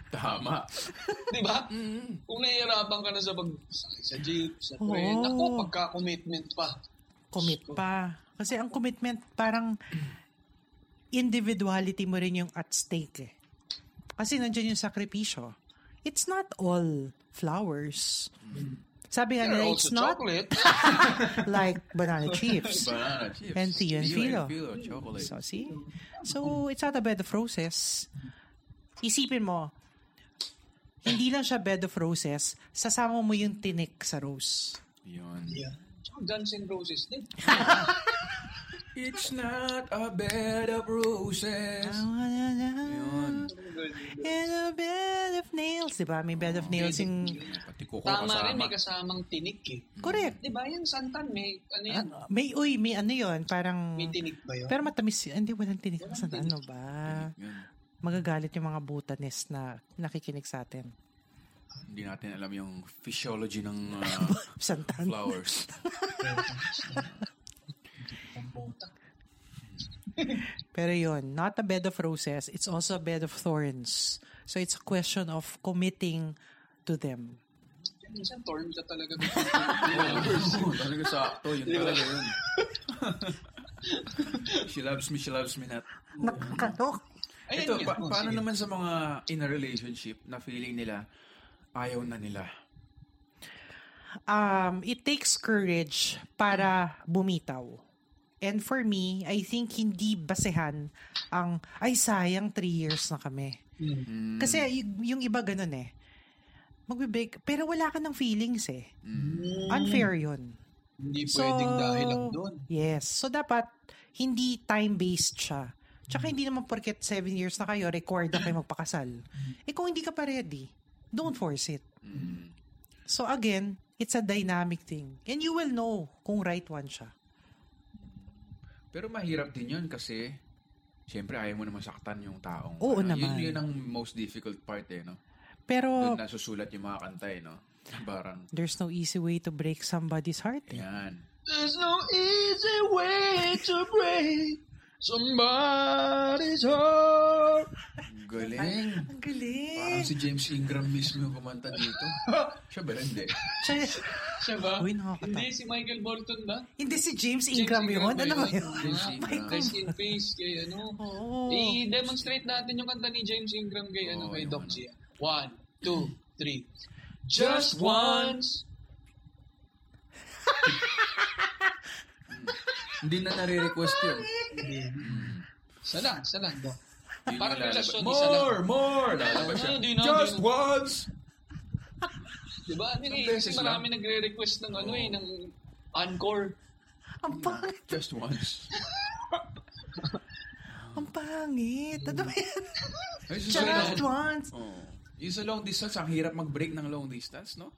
[SPEAKER 1] Tama.
[SPEAKER 2] Di ba? Kung nahihirapan ka na sa pag sa jeep, sa
[SPEAKER 3] Oo.
[SPEAKER 2] train, ako, pagka-commitment pa.
[SPEAKER 3] Commit pa. Kasi ang commitment, parang individuality mo rin yung at stake eh. Kasi nandyan yung sakripisyo. It's not all flowers. Sabi nga
[SPEAKER 2] There are
[SPEAKER 3] nila,
[SPEAKER 2] Mm. also
[SPEAKER 3] it's not
[SPEAKER 2] chocolate.
[SPEAKER 3] like banana chips.
[SPEAKER 1] Banana chips.
[SPEAKER 3] And Theo and
[SPEAKER 1] Theo
[SPEAKER 3] Philo.
[SPEAKER 1] Philo, chocolate.
[SPEAKER 3] So, see? So, it's not a bed of roses. Isipin mo, hindi lang siya bed of roses, sasama mo yung tinik sa rose.
[SPEAKER 1] Yun.
[SPEAKER 2] yeah. Tsaka Guns N' Roses din.
[SPEAKER 1] It's not a bed of roses.
[SPEAKER 3] Ah.
[SPEAKER 1] Yun.
[SPEAKER 3] In a bed of nails. Diba? May bed of nails yung...
[SPEAKER 1] Pati kuko
[SPEAKER 2] Tama
[SPEAKER 1] kasama.
[SPEAKER 2] rin, may kasamang tinik eh.
[SPEAKER 3] Correct.
[SPEAKER 2] Di ba yan, santan, may, ano yan,
[SPEAKER 3] Ano, May, uy, may ano yun, parang...
[SPEAKER 2] may tinik ba yun?
[SPEAKER 3] Pero matamis yun. Hindi, walang tinik. Saan, ano ba?
[SPEAKER 1] Yun.
[SPEAKER 3] Magagalit yung mga botanist na nakikinig sa atin.
[SPEAKER 1] Hindi natin alam yung physiology ng uh,
[SPEAKER 3] Santan.
[SPEAKER 1] flowers.
[SPEAKER 3] Pero yun, not a bed of roses, it's also a bed of thorns. So it's a question of committing to them.
[SPEAKER 2] Minsan, torn ka talaga.
[SPEAKER 1] Oo, talaga sakto. Yun talaga yun. she loves me, she loves me not.
[SPEAKER 3] Nakakalok.
[SPEAKER 2] Ayan
[SPEAKER 1] Ito,
[SPEAKER 2] yan.
[SPEAKER 1] pa-
[SPEAKER 2] Oh,
[SPEAKER 1] paano
[SPEAKER 2] sige.
[SPEAKER 1] naman sa mga in a relationship na feeling nila ayaw na nila?
[SPEAKER 3] Um, it takes courage para bumitaw. And for me, I think hindi basehan ang, ay sayang three years na kami. Kasi y- yung iba ganun eh. Magbe-break, pero wala ka ng feelings eh. Unfair yun.
[SPEAKER 2] Hindi pwedeng dahil lang doon.
[SPEAKER 3] Yes. So, dapat hindi time-based siya. Tsaka hindi naman porket seven years na kayo, record na kayo magpakasal. Eh kung hindi ka pa ready, don't force it. So again, it's a dynamic thing. And you will know kung right one siya.
[SPEAKER 1] Pero mahirap din yun kasi, syempre, ayaw mo naman saktan yung taong.
[SPEAKER 3] Oo
[SPEAKER 1] ano,
[SPEAKER 3] naman.
[SPEAKER 1] Yun, yun ang most difficult part eh, no?
[SPEAKER 3] Pero,
[SPEAKER 1] Doon nasusulat yung mga kanta eh, no? Parang,
[SPEAKER 3] there's no easy way to break somebody's heart. eh.
[SPEAKER 1] yan.
[SPEAKER 2] There's no easy way to break somebody's heart.
[SPEAKER 1] Galing.
[SPEAKER 3] Ang galing!
[SPEAKER 1] Parang si James Ingram mismo yung kumanta dito. Siya ba? Hindi.
[SPEAKER 3] Siya-
[SPEAKER 2] Siya ba?
[SPEAKER 3] Uy, nakakatawa.
[SPEAKER 2] Hindi, si Michael Bolton ba?
[SPEAKER 3] Hindi si James Ingram yun? Ano ba yun? Oh.
[SPEAKER 1] James
[SPEAKER 2] Michael.
[SPEAKER 1] Ingram.
[SPEAKER 2] Rest in peace kay ano.
[SPEAKER 3] Oo.
[SPEAKER 2] I-demonstrate natin yung kanta ni James Ingram kay ano
[SPEAKER 1] Oo,
[SPEAKER 2] kay
[SPEAKER 1] yung
[SPEAKER 2] Doc
[SPEAKER 1] ano.
[SPEAKER 2] G. One, two, three. Just once.
[SPEAKER 1] Hindi na nare-request yun.
[SPEAKER 2] Isa lang, isa lang, Doc.
[SPEAKER 1] Yun
[SPEAKER 2] Parang
[SPEAKER 1] yung lalabas.
[SPEAKER 2] relasyon, isa lang.
[SPEAKER 1] More! More! Lalabas siya.
[SPEAKER 2] Hindi na,
[SPEAKER 1] Just
[SPEAKER 2] hindi na.
[SPEAKER 1] once!
[SPEAKER 2] Diba? Ano
[SPEAKER 1] Isang
[SPEAKER 2] eh,
[SPEAKER 1] beses
[SPEAKER 2] kasi
[SPEAKER 1] lang.
[SPEAKER 2] marami nagre-request ng ano
[SPEAKER 1] Oo.
[SPEAKER 2] eh, ng encore.
[SPEAKER 3] Ang pangit.
[SPEAKER 1] Just once.
[SPEAKER 3] Ang pangit. Ano ba yan?
[SPEAKER 1] Ay, so
[SPEAKER 3] Just
[SPEAKER 1] sorry.
[SPEAKER 3] once.
[SPEAKER 1] Oo. Yung sa long distance, ang hirap mag-break ng long distance, no?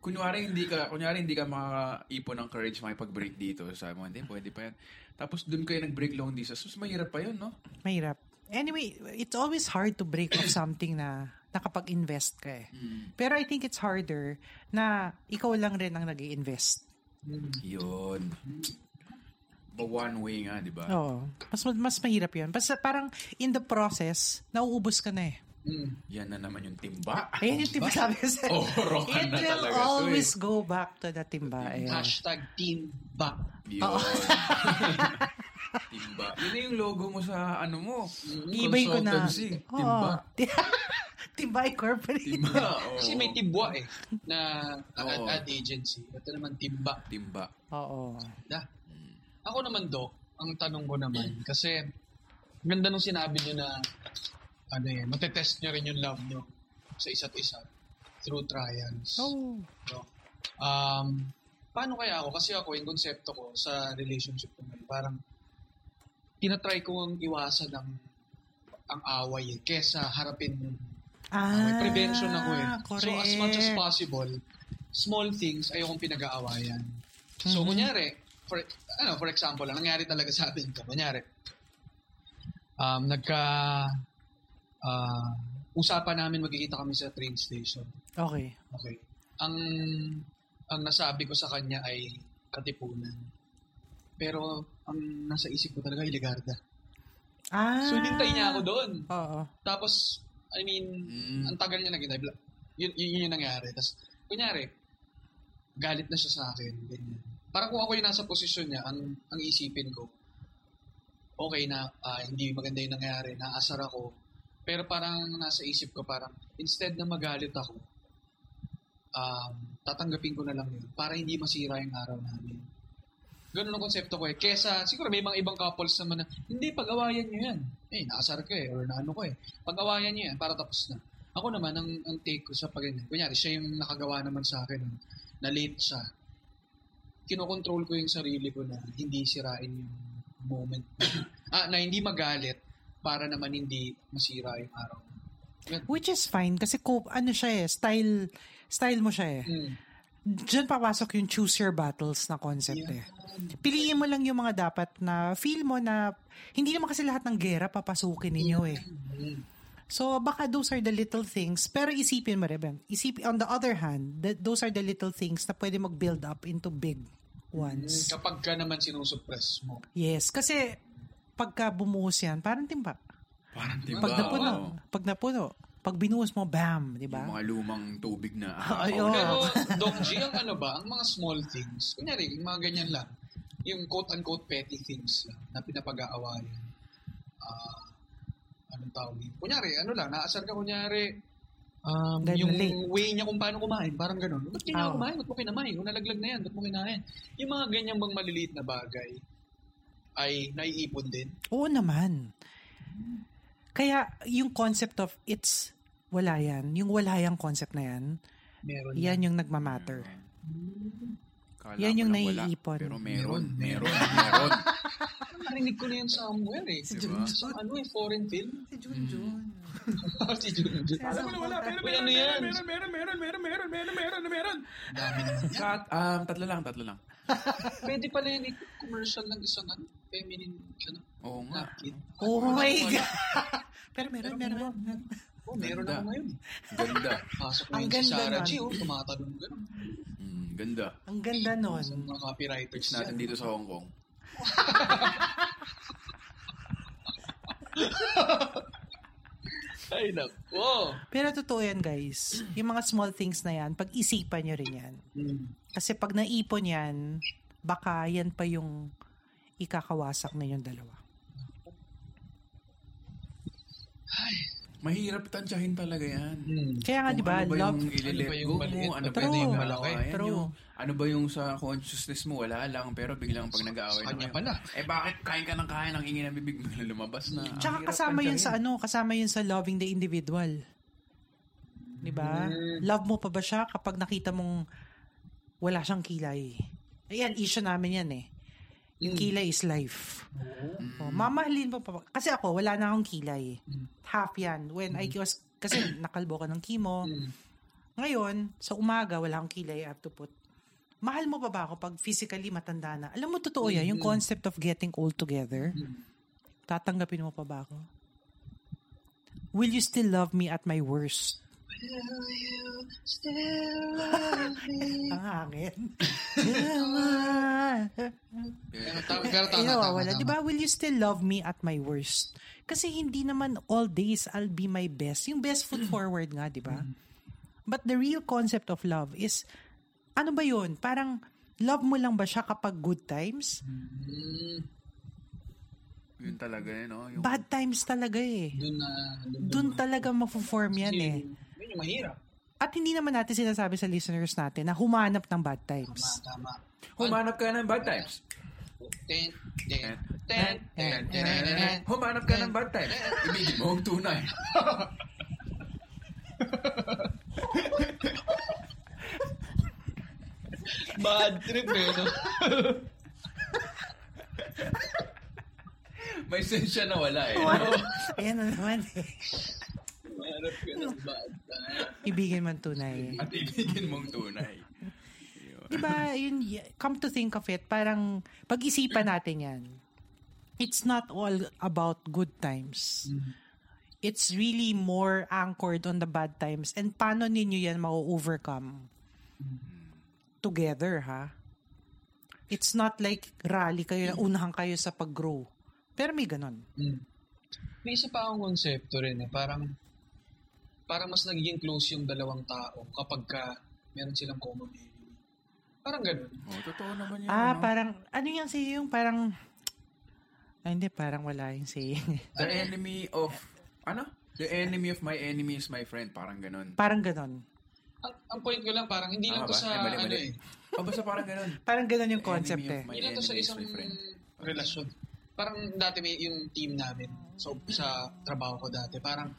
[SPEAKER 1] Kunwari hindi ka, kunwari hindi ka makaipon ng courage makipag-break dito. Sabi mo, hindi, pwede pa yan. Tapos doon kayo nag-break long distance. Mas mahirap pa yun, no?
[SPEAKER 3] Mahirap. Anyway, it's always hard to break off something na nakapag-invest ka eh.
[SPEAKER 2] Mm.
[SPEAKER 3] Pero I think it's harder na ikaw lang rin ang nag invest
[SPEAKER 1] Yun. But one way nga, di ba?
[SPEAKER 3] Oo. Mas, mas mahirap yun. Basta parang in the process, nauubos ka na eh.
[SPEAKER 2] Mm.
[SPEAKER 1] Yan na naman yung timba.
[SPEAKER 3] Ayun yung timba sabi ko sa'yo.
[SPEAKER 1] Oh, rokan
[SPEAKER 3] It
[SPEAKER 1] na
[SPEAKER 3] will
[SPEAKER 1] talaga. to, eh.
[SPEAKER 3] always go back to the timba. Ayun.
[SPEAKER 2] Hashtag team back.
[SPEAKER 1] Yun. timba. Yun na yung logo mo sa ano mo.
[SPEAKER 2] Hmm,
[SPEAKER 3] Ibay ko na.
[SPEAKER 1] Consultancy.
[SPEAKER 3] Oo.
[SPEAKER 1] Timba.
[SPEAKER 3] timba Incorporated.
[SPEAKER 1] Timba. oo.
[SPEAKER 2] Kasi may tibwa eh, na
[SPEAKER 1] Oo.
[SPEAKER 2] ad, ad agency. Ito naman, team back.
[SPEAKER 1] Timba.
[SPEAKER 3] Oo.
[SPEAKER 2] Na. Ako naman, Doc, ang tanong ko naman, kasi ganda nung sinabi nyo na ano eh, matetest nyo rin yung love nyo sa isa't isa through trials.
[SPEAKER 3] Oh.
[SPEAKER 2] No? Um, paano kaya ako? Kasi ako, yung konsepto ko sa relationship ko ngayon, parang tinatry ko ang iwasan ng ang away eh, kesa harapin yung
[SPEAKER 3] Ah,
[SPEAKER 2] away. Prevention ako eh. So
[SPEAKER 3] Correct.
[SPEAKER 2] as much as possible, small things ayokong pinag-aawayan. So
[SPEAKER 3] Mhm.
[SPEAKER 2] kunyari, for, ano, for example, lang, nangyari talaga sa atin ito. Kunyari, um, nagka ah, usapan namin magkikita kami sa train station.
[SPEAKER 3] Okay.
[SPEAKER 2] Okay. Ang ang nasabi ko sa kanya ay katipunan. Pero ang nasa isip ko talaga ay Ligarda.
[SPEAKER 3] Ah.
[SPEAKER 2] So hinintay niya ako doon.
[SPEAKER 3] Oo.
[SPEAKER 2] Tapos I mean,
[SPEAKER 1] Mm.
[SPEAKER 2] ang tagal niya naghintay. Bla- Yun, yun, yun yung nangyari. Tapos kunyari, galit na siya sa akin. Ganyan. Parang kung ako yung nasa posisyon niya, ang, ang isipin ko, okay na, ah, hindi maganda yung nangyari, naasar ako. Pero parang nasa isip ko, parang instead na magalit ako, um, tatanggapin ko na lang yun para hindi masira yung araw namin. Ganun ang konsepto ko eh. Kesa, siguro may mga ibang couples naman na, hindi, pag-awayan nyo yan. Eh, naasar ko eh, or naano ko eh. Pag-awayan nyo yan, para tapos na. Ako naman, ang, ang take ko sa pag kunyari, siya yung nakagawa naman sa akin, na late siya. Kinokontrol ko yung sarili ko na hindi sirain yung moment. ah, na hindi magalit para naman hindi masira yung araw.
[SPEAKER 3] Which is fine kasi ko ano siya eh, style style mo siya eh.
[SPEAKER 2] Mm.
[SPEAKER 3] Diyan papasok yung choose your battles na concept eh. Piliin mo lang yung mga dapat na feel mo na hindi naman kasi lahat ng gera papasukin ninyo eh.
[SPEAKER 2] Mm.
[SPEAKER 3] So baka those are the little things pero isipin mo rin. Ben. Isip on the other hand, that those are the little things na pwede mag-build up into big ones.
[SPEAKER 2] Hmm, Kapag ka naman sinusuppress mo.
[SPEAKER 3] Yes, kasi pagka bumuhos yan, parang timba.
[SPEAKER 1] Parang timba.
[SPEAKER 3] Pag napuno,
[SPEAKER 1] oo.
[SPEAKER 3] pag napuno, pag binuhos mo, bam,
[SPEAKER 1] Yung
[SPEAKER 3] di ba?
[SPEAKER 1] mga lumang tubig na.
[SPEAKER 3] Ay, oo.
[SPEAKER 2] Pero, Doc G, ang ano ba, ang mga small things, kunyari, yung mga ganyan lang, yung quote-unquote petty things lang na pinapag-aawayan. Ah, anong tawag yun? Kunyari, ano lang, naasar ka kunyari, um,
[SPEAKER 3] Dahil
[SPEAKER 2] yung
[SPEAKER 3] late.
[SPEAKER 2] way niya kung paano kumain, parang ganun. Ba't ganyan
[SPEAKER 3] Oo.
[SPEAKER 2] ako kumain? Ba't mo kinamay? O nalaglag na yan, ba't mo kinain? Yung mga ganyan bang maliliit na bagay ay naiipon din.
[SPEAKER 3] Oo naman. Kaya yung concept of it's wala yan, yung wala yang concept na yan,
[SPEAKER 2] Meron.
[SPEAKER 3] yan yung nagmamatter.
[SPEAKER 1] Kala
[SPEAKER 3] Yan
[SPEAKER 1] ko
[SPEAKER 3] yung
[SPEAKER 1] lang wala,
[SPEAKER 3] naiipon.
[SPEAKER 1] Pero meron, meron,
[SPEAKER 2] Meron.
[SPEAKER 1] meron.
[SPEAKER 2] Narinig ko na yun somewhere eh.
[SPEAKER 1] Diba?
[SPEAKER 2] Sa ano eh, foreign film?
[SPEAKER 5] Si Junjun.
[SPEAKER 2] si Junjun.
[SPEAKER 5] Alam mo na wala, pero
[SPEAKER 2] Wala na Ano yan.
[SPEAKER 1] meron, meron, meron, meron, meron, meron, meron.
[SPEAKER 2] Dami na.
[SPEAKER 1] Kat, um, tatlo lang, tatlo lang.
[SPEAKER 2] Pwede pala yun eh, commercial ng isang ano, feminine ano,
[SPEAKER 1] Oo nga.
[SPEAKER 2] napkin.
[SPEAKER 3] Oh my God! Pero meron, meron.
[SPEAKER 2] Oh, meron
[SPEAKER 1] Ganda.
[SPEAKER 2] ako ngayon.
[SPEAKER 1] Ganda.
[SPEAKER 2] Pasok na
[SPEAKER 3] Ang
[SPEAKER 2] yun si
[SPEAKER 3] ganda
[SPEAKER 2] Sarah
[SPEAKER 3] nun.
[SPEAKER 2] G, oh, tumatanong ganun.
[SPEAKER 1] Mm, ganda.
[SPEAKER 3] Ang ganda nun.
[SPEAKER 2] Sa mga copywriters
[SPEAKER 1] Pitch natin
[SPEAKER 2] yan.
[SPEAKER 1] dito sa Hong Kong.
[SPEAKER 2] Ay, nako.
[SPEAKER 3] Pero totoo yan, guys. Yung mga small things na yan, pag-isipan nyo rin yan.
[SPEAKER 2] Hmm.
[SPEAKER 3] Kasi pag naipon yan, baka yan pa yung ikakawasak na yung dalawa.
[SPEAKER 1] Mahirap tansyahin talaga yan.
[SPEAKER 2] Hmm.
[SPEAKER 3] Kaya nga,
[SPEAKER 1] Kung
[SPEAKER 3] di ba,
[SPEAKER 1] ano ba
[SPEAKER 3] love,
[SPEAKER 1] yung
[SPEAKER 2] Ano ba
[SPEAKER 1] ililet
[SPEAKER 2] yung
[SPEAKER 1] go mo?
[SPEAKER 2] maliit?
[SPEAKER 1] Ano ba
[SPEAKER 3] True.
[SPEAKER 1] yung malaki?
[SPEAKER 2] Malaki.
[SPEAKER 1] Ayan
[SPEAKER 3] True.
[SPEAKER 1] yung- Ano ba yung sa consciousness mo? Wala lang, pero biglang pag nag-aaway
[SPEAKER 2] Sa
[SPEAKER 1] na
[SPEAKER 2] kanya
[SPEAKER 1] kayo.
[SPEAKER 2] pala.
[SPEAKER 1] Eh bakit kain ka ng kain, ang ingin ng bibig mo lumabas na. Ang Ah,
[SPEAKER 3] Tsaka
[SPEAKER 1] hirap
[SPEAKER 3] kasama yun sa
[SPEAKER 1] tansyahin.
[SPEAKER 3] ano, kasama yun sa loving the individual. 'Di ba? Love mo pa ba siya kapag nakita mong wala siyang kilay? Ayan, issue namin yan eh. Yung kilay is life. Oh, mamahalin mo pa. ba- Kasi ako, wala na akong kilay. Half yan. When I was, kasi nakalbo ko ng chemo. Ngayon, sa umaga, wala akong kilay. I have to put mahal mo pa ba ako pag physically matanda na? Alam mo, totoo yan, yung concept of getting old together. Tatanggapin mo pa ba ako? Will you still love me at my worst? Ang hangin.
[SPEAKER 2] Pero tama, pero tama,
[SPEAKER 3] Ayun,
[SPEAKER 2] tama,
[SPEAKER 3] wala.
[SPEAKER 2] tama.
[SPEAKER 3] Di ba, will you still love me at my worst? Kasi hindi naman all days I'll be my best. Yung best foot
[SPEAKER 2] Mm.
[SPEAKER 3] forward nga, di ba? But the real concept of love is, ano ba yun? Parang, love mo lang ba siya kapag good times?
[SPEAKER 2] Hmm.
[SPEAKER 1] Yun talaga eh, no? Yung,
[SPEAKER 3] Bad times talaga eh.
[SPEAKER 2] Doon na, doon,
[SPEAKER 3] Doon talaga mapo-form yan eh.
[SPEAKER 2] Yun yung mahirap.
[SPEAKER 3] At hindi naman natin sinasabi sa listeners natin na humanap ng bad
[SPEAKER 2] Tama,
[SPEAKER 3] times.
[SPEAKER 2] tama.
[SPEAKER 1] humanap ka ng bad times.
[SPEAKER 2] Ten, ten, ten,
[SPEAKER 1] Ten,
[SPEAKER 2] ten,
[SPEAKER 1] ten,
[SPEAKER 2] ten, ten, ten.
[SPEAKER 1] Humanap ka ng bad times. Ibigin mo ang tunay.
[SPEAKER 2] Bad trip eh, no?
[SPEAKER 1] May sense siya na wala eh.
[SPEAKER 3] Ayan na naman eh.
[SPEAKER 2] Mahirap ka ng bad time.
[SPEAKER 3] Ibigin man tunay.
[SPEAKER 1] At ibigin mong tunay.
[SPEAKER 3] Di ba, yun, y- come to think of it, parang pag-isipan natin yan. It's not all about good times. It's really more anchored on the bad times. And paano ninyo yan ma-overcome? Together, ha? It's not like rally kayo, na unahan kayo sa pag-grow. Pero may ganon.
[SPEAKER 2] Hmm. May isa pa akong konsepto rin eh. Parang, parang mas nagiging close yung dalawang tao kapag ka meron silang common enemy. Parang ganun.
[SPEAKER 1] Oh, totoo naman yun.
[SPEAKER 3] Ah,
[SPEAKER 1] ano?
[SPEAKER 3] parang, ano yung saying? Yung parang, ay, hindi, parang wala yung saying.
[SPEAKER 1] The enemy of... Ano? The enemy of my enemy is my friend. Parang ganun.
[SPEAKER 3] parang ganon.
[SPEAKER 2] Ang, ang point ko lang, parang hindi lang
[SPEAKER 1] Tama
[SPEAKER 2] to
[SPEAKER 1] Ah, ba?
[SPEAKER 2] sa,
[SPEAKER 1] Ay, mali,
[SPEAKER 2] ano
[SPEAKER 1] mali.
[SPEAKER 2] eh,
[SPEAKER 1] Oh, basta parang ganun.
[SPEAKER 3] Parang ganon yung concept
[SPEAKER 1] enemy
[SPEAKER 3] eh.
[SPEAKER 1] of my
[SPEAKER 2] hindi lang to sa
[SPEAKER 1] enemy is
[SPEAKER 2] isang
[SPEAKER 1] my friend.
[SPEAKER 2] relasyon. Parang dati may yung team namin so, sa trabaho ko dati. Parang,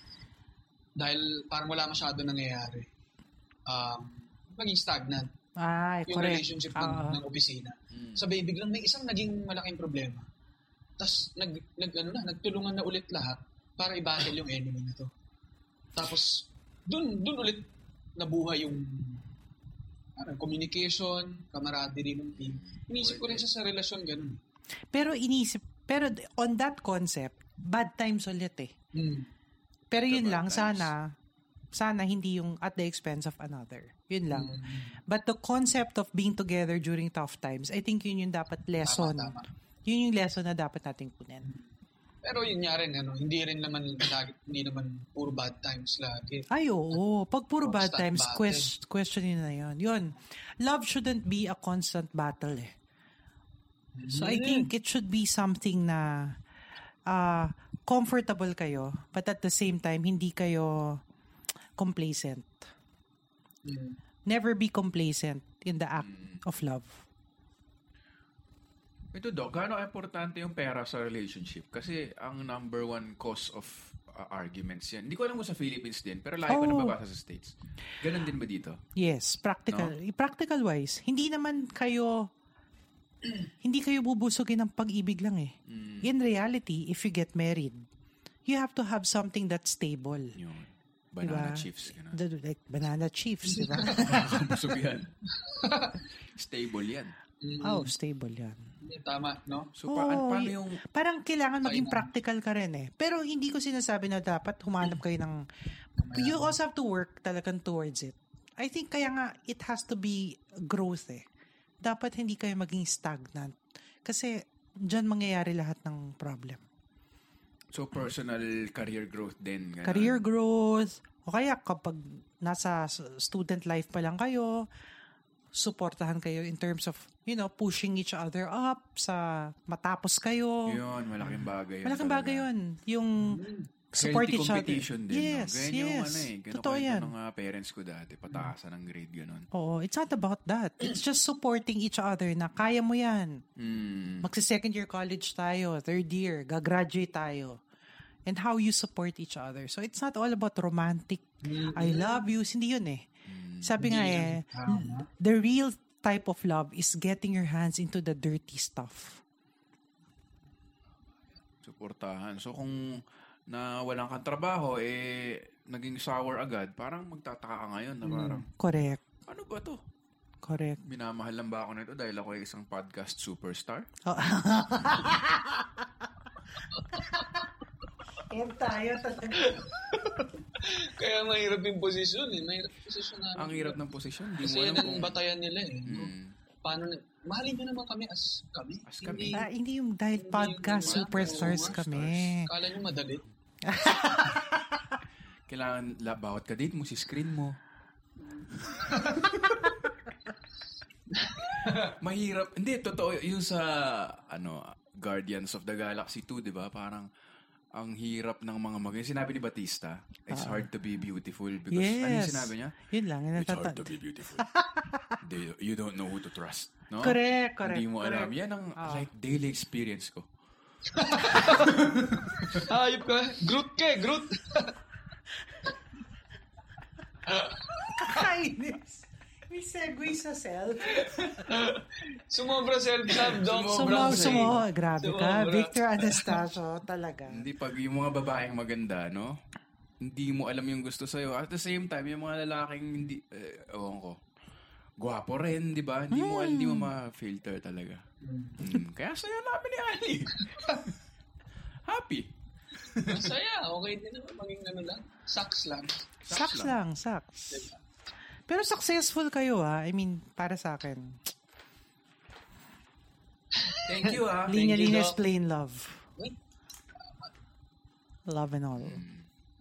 [SPEAKER 2] dahil parang wala masyado nangyayari. Um, maging stagnant
[SPEAKER 3] Ay,
[SPEAKER 2] yung
[SPEAKER 3] Ah, correct.
[SPEAKER 2] relationship ng,
[SPEAKER 3] Oo.
[SPEAKER 2] ng opisina. Sabay biglang may isang naging malaking problema. Tapos nag, nag, ano na, nagtulungan na ulit lahat para i-battle yung enemy na to. Tapos dun, dun ulit nabuhay yung ano, communication, camaraderie ng team. Iniisip ko rin siya sa relasyon ganun.
[SPEAKER 3] Pero inisip, pero on that concept, bad times ulit eh.
[SPEAKER 2] Hmm.
[SPEAKER 3] Pero yun
[SPEAKER 1] bad
[SPEAKER 3] lang,
[SPEAKER 1] times.
[SPEAKER 3] sana, sana hindi yung at the expense of another. Yun lang.
[SPEAKER 2] Mm.
[SPEAKER 3] But the concept of being together during tough times, I think yun yung dapat lesson.
[SPEAKER 2] tama. Mm.
[SPEAKER 3] Yun yung lesson na dapat nating kunin.
[SPEAKER 2] Pero yun nga rin, ano, hindi rin naman lagi, hindi naman puro bad times lagi.
[SPEAKER 3] Ay, oo. Pag puro bad
[SPEAKER 2] Constant
[SPEAKER 3] times,
[SPEAKER 2] battle.
[SPEAKER 3] quest, questionin na yun. Yun. Love shouldn't be a constant battle eh. So
[SPEAKER 2] Hmm.
[SPEAKER 3] I think it should be something na uh, comfortable kayo but at the same time hindi kayo complacent.
[SPEAKER 2] Hmm.
[SPEAKER 3] Never be complacent in the act
[SPEAKER 1] Mm.
[SPEAKER 3] of love.
[SPEAKER 1] Ito, Doc, gaano importante yung pera sa relationship? Kasi ang number one cause of uh, arguments yan. Hindi ko alam kung sa Philippines din, pero lahat ko
[SPEAKER 3] Oo.
[SPEAKER 1] nababasa sa States. Ganon din ba dito?
[SPEAKER 3] Yes, practical. Practical wise, hindi naman kayo hindi kayo bubusugin ng pag-ibig lang eh.
[SPEAKER 1] Mm.
[SPEAKER 3] In reality, if you get married, you have to have something that's stable.
[SPEAKER 1] Yung banana
[SPEAKER 3] Diba?
[SPEAKER 1] chips, gano'n.
[SPEAKER 3] The- like banana diba? chiefs, di ba?
[SPEAKER 1] Busog yan. Stable yan.
[SPEAKER 3] oh, stable yan.
[SPEAKER 2] Tama, no?
[SPEAKER 1] So, paan, ano,
[SPEAKER 3] Oo,
[SPEAKER 1] paano
[SPEAKER 3] y-
[SPEAKER 1] yung...
[SPEAKER 3] Parang kailangan maging
[SPEAKER 2] Kailangan.
[SPEAKER 3] practical ka rin eh. Pero hindi ko sinasabi na dapat humanap kayo ng... You also have to work talagang towards it. I think kaya nga it has to be growth eh. Dapat hindi kayo maging stagnant. Kasi dyan mangyayari lahat ng problem.
[SPEAKER 1] So, personal career growth din. ganun.
[SPEAKER 3] Career growth, o kaya kapag nasa s- student life pa lang kayo, supportahan kayo in terms of, you know, pushing each other up sa matapos kayo.
[SPEAKER 1] Yun, malaking bagay yun.
[SPEAKER 3] Malaking bagay
[SPEAKER 1] talaga. Mm.
[SPEAKER 3] yun. Yung support
[SPEAKER 1] Healthy
[SPEAKER 3] each other.
[SPEAKER 1] competition din.
[SPEAKER 3] yes,
[SPEAKER 1] no? Ganyan
[SPEAKER 3] yes.
[SPEAKER 1] yung ano eh. Ganun
[SPEAKER 3] Totoo yan.
[SPEAKER 1] Ng mga parents ko dati. Pataasan ng grade, ganun.
[SPEAKER 3] Oo, it's not about that. It's just supporting each other na kaya mo yan.
[SPEAKER 1] Mm.
[SPEAKER 3] Magsi-second year college tayo, third year, gagraduate tayo. And how you support each other. So it's not all about romantic,
[SPEAKER 1] Mm.
[SPEAKER 3] I love you. Hindi yun eh. Sabi nga eh, the real type of love is getting your hands into the dirty stuff.
[SPEAKER 1] Suportahan. So, kung na walang kang trabaho, eh, naging sour agad, parang magtataka ka ngayon na parang,
[SPEAKER 3] Correct.
[SPEAKER 1] ano ba to?
[SPEAKER 3] Correct.
[SPEAKER 1] Minamahal lang ba ako nito dahil ako ay isang podcast superstar?
[SPEAKER 3] Oh. And tayo talaga.
[SPEAKER 2] Kaya mahirap yung posisyon eh. Mahirap yung posisyon namin.
[SPEAKER 1] Ang hirap ng posisyon. Hindi mo
[SPEAKER 2] Kasi
[SPEAKER 1] alam
[SPEAKER 2] yan ang
[SPEAKER 1] kung...
[SPEAKER 2] batayan nila eh.
[SPEAKER 1] Mm.
[SPEAKER 2] Paano, na- mahalin nyo naman kami as kami.
[SPEAKER 1] As kami.
[SPEAKER 2] Hindi,
[SPEAKER 3] Ah, hindi yung dahil podcast superstars kami.
[SPEAKER 1] Ano
[SPEAKER 2] kala nyo madali.
[SPEAKER 1] Kailangan la, bawat kadate mo, si screen mo. Mahirap. Hindi, totoo. Yung sa ano, Guardians of the Galaxy 2, di ba? Parang ang hirap ng mga mag... Yung sinabi ni Batista, it's hard to be beautiful because
[SPEAKER 3] Ah. Yes.
[SPEAKER 1] ano yung sinabi niya?
[SPEAKER 3] Yun lang. Yun ang
[SPEAKER 1] It's hard
[SPEAKER 3] tata-
[SPEAKER 1] to be beautiful. They- you don't know who to trust. No?
[SPEAKER 3] Correct, correct.
[SPEAKER 1] Hindi mo alam.
[SPEAKER 3] correct. Ah.
[SPEAKER 1] Yan ang like daily experience ko.
[SPEAKER 2] Hayop ka. Groot ka eh, Groot.
[SPEAKER 3] Kakainis. May segue sa self.
[SPEAKER 2] Sumobra self-love, Doc.
[SPEAKER 3] Sumo,
[SPEAKER 2] Sumobra.
[SPEAKER 3] sumo. Grabe ka.
[SPEAKER 2] Sumobra.
[SPEAKER 3] Victor Anastasio, talaga.
[SPEAKER 1] Hindi, pag yung mga babaeng maganda, no? Hindi mo alam yung gusto sa'yo. At the same time, yung mga lalaking hindi, eh, ewan ko, gwapo rin, di ba? Hindi mo, hindi
[SPEAKER 3] Hmm.
[SPEAKER 1] mo ma-filter talaga. Mm. Kaya sa'yo namin ni Ali. Happy.
[SPEAKER 2] Masaya. Okay din naman. Maging ano lang. Sucks lang. diba?
[SPEAKER 3] Saks lang, saks. Pero successful kayo ha. I mean, para sa akin.
[SPEAKER 1] Thank you, ah. ha?
[SPEAKER 2] Thank you,
[SPEAKER 3] Linya-linya is
[SPEAKER 2] Doc.
[SPEAKER 3] plain love.
[SPEAKER 2] Wait.
[SPEAKER 3] Love and all.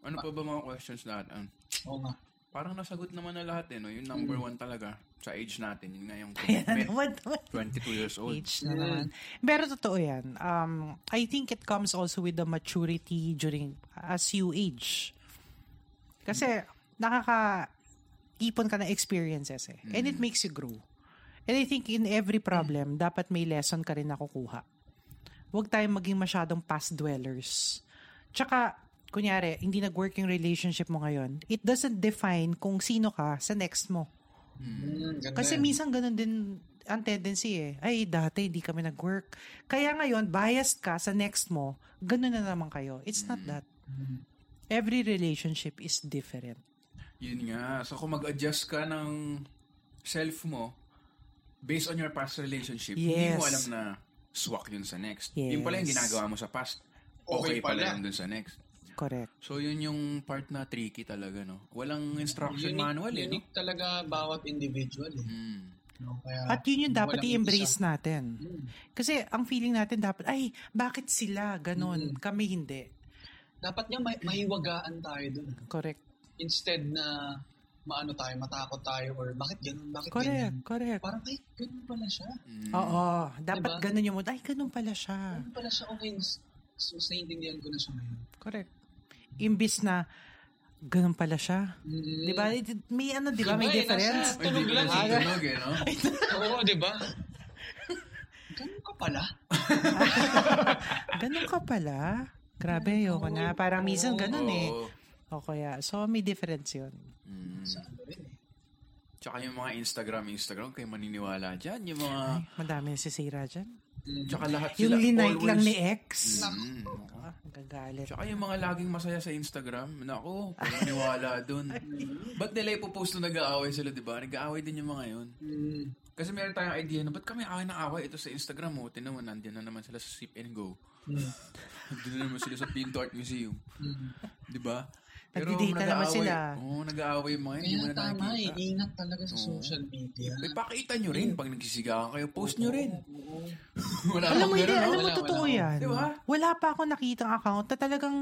[SPEAKER 1] Ano pa ba mga questions natin?
[SPEAKER 2] Oo nga.
[SPEAKER 1] Parang nasagot naman na lahat, eh, no? Yung number one talaga sa age natin. Yun nga yung
[SPEAKER 3] Ayan
[SPEAKER 1] commitment.
[SPEAKER 3] Hmm. naman.
[SPEAKER 1] 22 years old.
[SPEAKER 3] Age na naman. Pero totoo yan. Um, I think it comes also with the maturity during, as you age. Kasi, nakaka, ipon ka ng experiences eh. And it makes you grow. And I think in every problem, dapat may lesson ka rin nakukuha. Huwag tayong maging masyadong past dwellers. Tsaka, kunyari, hindi nag-work yung relationship mo ngayon, it doesn't define kung sino ka sa next mo.
[SPEAKER 2] Mm, ganda
[SPEAKER 3] Kasi
[SPEAKER 2] yan.
[SPEAKER 3] minsan ganun din ang tendency eh. Ay, dati hindi kami nag-work. Kaya ngayon, biased ka sa next mo, ganun na naman kayo. It's not
[SPEAKER 2] Mm-hmm.
[SPEAKER 3] that. Every relationship is different.
[SPEAKER 1] Yun nga. So, kung mag-adjust ka ng self mo, based on your past relationship, hindi
[SPEAKER 3] Yes.
[SPEAKER 1] mo alam na swak yun sa next.
[SPEAKER 3] Yes.
[SPEAKER 1] Yung pala yung ginagawa mo sa past, okay,
[SPEAKER 2] Okay
[SPEAKER 1] pala
[SPEAKER 2] pala.
[SPEAKER 1] yun dun sa next.
[SPEAKER 3] Correct.
[SPEAKER 1] So, yun yung part na tricky talaga, no? Walang instruction
[SPEAKER 2] Unique-
[SPEAKER 1] manual, eh, no?
[SPEAKER 2] Unique talaga bawat individual eh.
[SPEAKER 1] Mm.
[SPEAKER 2] No, kaya,
[SPEAKER 3] At yun yung dapat
[SPEAKER 2] walang
[SPEAKER 3] i-embrace
[SPEAKER 2] isa. Mm.
[SPEAKER 3] natin. Kasi ang feeling natin dapat, ay, bakit sila ganun?
[SPEAKER 2] Mm-hmm.
[SPEAKER 3] Kami hindi.
[SPEAKER 2] Dapat nga may, mahiwagaan tayo dun.
[SPEAKER 3] Correct.
[SPEAKER 2] Instead na maano tayo, matakot tayo or bakit ganun, bakit
[SPEAKER 3] Correct,
[SPEAKER 2] ganyan.
[SPEAKER 3] correct.
[SPEAKER 2] Parang ay, ganun pala siya.
[SPEAKER 1] Hmm.
[SPEAKER 3] Oo, dapat
[SPEAKER 2] Diba?
[SPEAKER 3] ganun yung mood. Ay, ganun pala siya.
[SPEAKER 2] Ganun pala siya, okay, mas, mas naiintindihan ko na siya ngayon.
[SPEAKER 3] Correct. Imbis na, ganun pala siya.
[SPEAKER 2] Mm.
[SPEAKER 3] Di ba? It- May ano, di ba? May
[SPEAKER 2] Diba, eh,
[SPEAKER 3] difference.
[SPEAKER 2] nasa Tunog
[SPEAKER 1] Hindi
[SPEAKER 2] lang
[SPEAKER 1] kasi
[SPEAKER 2] eh.
[SPEAKER 1] tunog, eh, no?
[SPEAKER 2] Oo, di ba? Ganun ka pala.
[SPEAKER 3] Ganun ka pala. Grabe, ayoko na. Parang minsan ganun eh.
[SPEAKER 1] Oo.
[SPEAKER 3] O kaya, so may difference yun.
[SPEAKER 1] Mm.
[SPEAKER 2] Sa ano rin eh.
[SPEAKER 1] Tsaka yung mga Instagram, Instagram, kayo maniniwala dyan. Yung mga,
[SPEAKER 3] Ay, madami yung sisira dyan.
[SPEAKER 1] tsaka lahat
[SPEAKER 3] Yung
[SPEAKER 1] sila.
[SPEAKER 3] linike
[SPEAKER 1] always-
[SPEAKER 3] lang ni ex.
[SPEAKER 1] Mm.
[SPEAKER 3] Ah, gagalit.
[SPEAKER 1] Tsaka yung mga laging masaya sa Instagram, nako, maniniwala dun. Ba't nila ipopost na nag-aaway sila, di ba? Nag-aaway din yung mga yun.
[SPEAKER 3] Hmm.
[SPEAKER 2] Mm,
[SPEAKER 1] Kasi meron tayong idea na, ba't kami away na away ito sa Instagram mo? Tinan mo, nandiyan na naman sila sa Sip and Go.
[SPEAKER 3] Hmm.
[SPEAKER 2] mm,
[SPEAKER 1] Nandiyan na naman sila sa Pin Art Museum.
[SPEAKER 2] mm.
[SPEAKER 1] Di ba?
[SPEAKER 3] Nagdidita Hmm. naman
[SPEAKER 1] nag-aaway-
[SPEAKER 3] sila.
[SPEAKER 1] Oo, nag-aaway yung mga yun.
[SPEAKER 2] Kaya
[SPEAKER 1] Hindi mo na
[SPEAKER 2] tama eh,
[SPEAKER 1] nakikita.
[SPEAKER 2] ingat talaga sa
[SPEAKER 1] Oo.
[SPEAKER 2] social media.
[SPEAKER 1] Eh, pakita nyo rin. Pag nagsisigawan kayo, post nyo rin.
[SPEAKER 2] Oo.
[SPEAKER 1] Wala
[SPEAKER 3] Alam mo,
[SPEAKER 1] akong
[SPEAKER 3] hindi,
[SPEAKER 1] ganun, wala.
[SPEAKER 3] alam mo,
[SPEAKER 1] Diba?
[SPEAKER 2] wala,
[SPEAKER 3] totoo
[SPEAKER 2] wala.
[SPEAKER 3] yan.
[SPEAKER 1] Di ba?
[SPEAKER 3] Wala pa ako nakitang account na talagang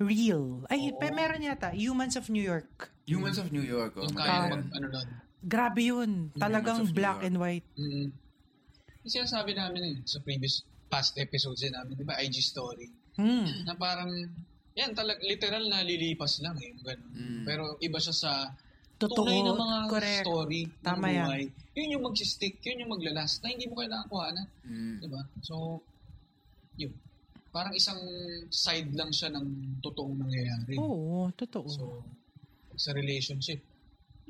[SPEAKER 3] real. Ay,
[SPEAKER 2] Oo.
[SPEAKER 3] pe, meron yata, Humans of New York.
[SPEAKER 1] Humans of New York. Oh,
[SPEAKER 2] Yung
[SPEAKER 1] maganda
[SPEAKER 2] kaya
[SPEAKER 1] yan.
[SPEAKER 2] mag, ano nun.
[SPEAKER 3] Grabe yun.
[SPEAKER 1] Humans
[SPEAKER 3] Talagang
[SPEAKER 1] of New
[SPEAKER 3] black
[SPEAKER 1] York.
[SPEAKER 3] and white.
[SPEAKER 2] Mm. Yung sinasabi namin eh, sa previous past episodes din namin, di ba, IG story,
[SPEAKER 3] Hmm.
[SPEAKER 2] na parang, yan, talag, literal na lilipas lang eh. Ganun.
[SPEAKER 1] Mm.
[SPEAKER 2] Pero iba siya sa
[SPEAKER 3] Totoo.
[SPEAKER 2] tunay na mga
[SPEAKER 3] Correct.
[SPEAKER 2] story
[SPEAKER 3] Tama
[SPEAKER 2] ng
[SPEAKER 3] yan.
[SPEAKER 2] buhay. Yun yung mag-stick, yun yung maglalast, na hindi mo kailangan kuhanan.
[SPEAKER 1] Mm.
[SPEAKER 2] Di ba? So, yun. Parang isang side lang siya ng totoong nangyayari.
[SPEAKER 3] Oo, totoo.
[SPEAKER 2] So, sa relationship,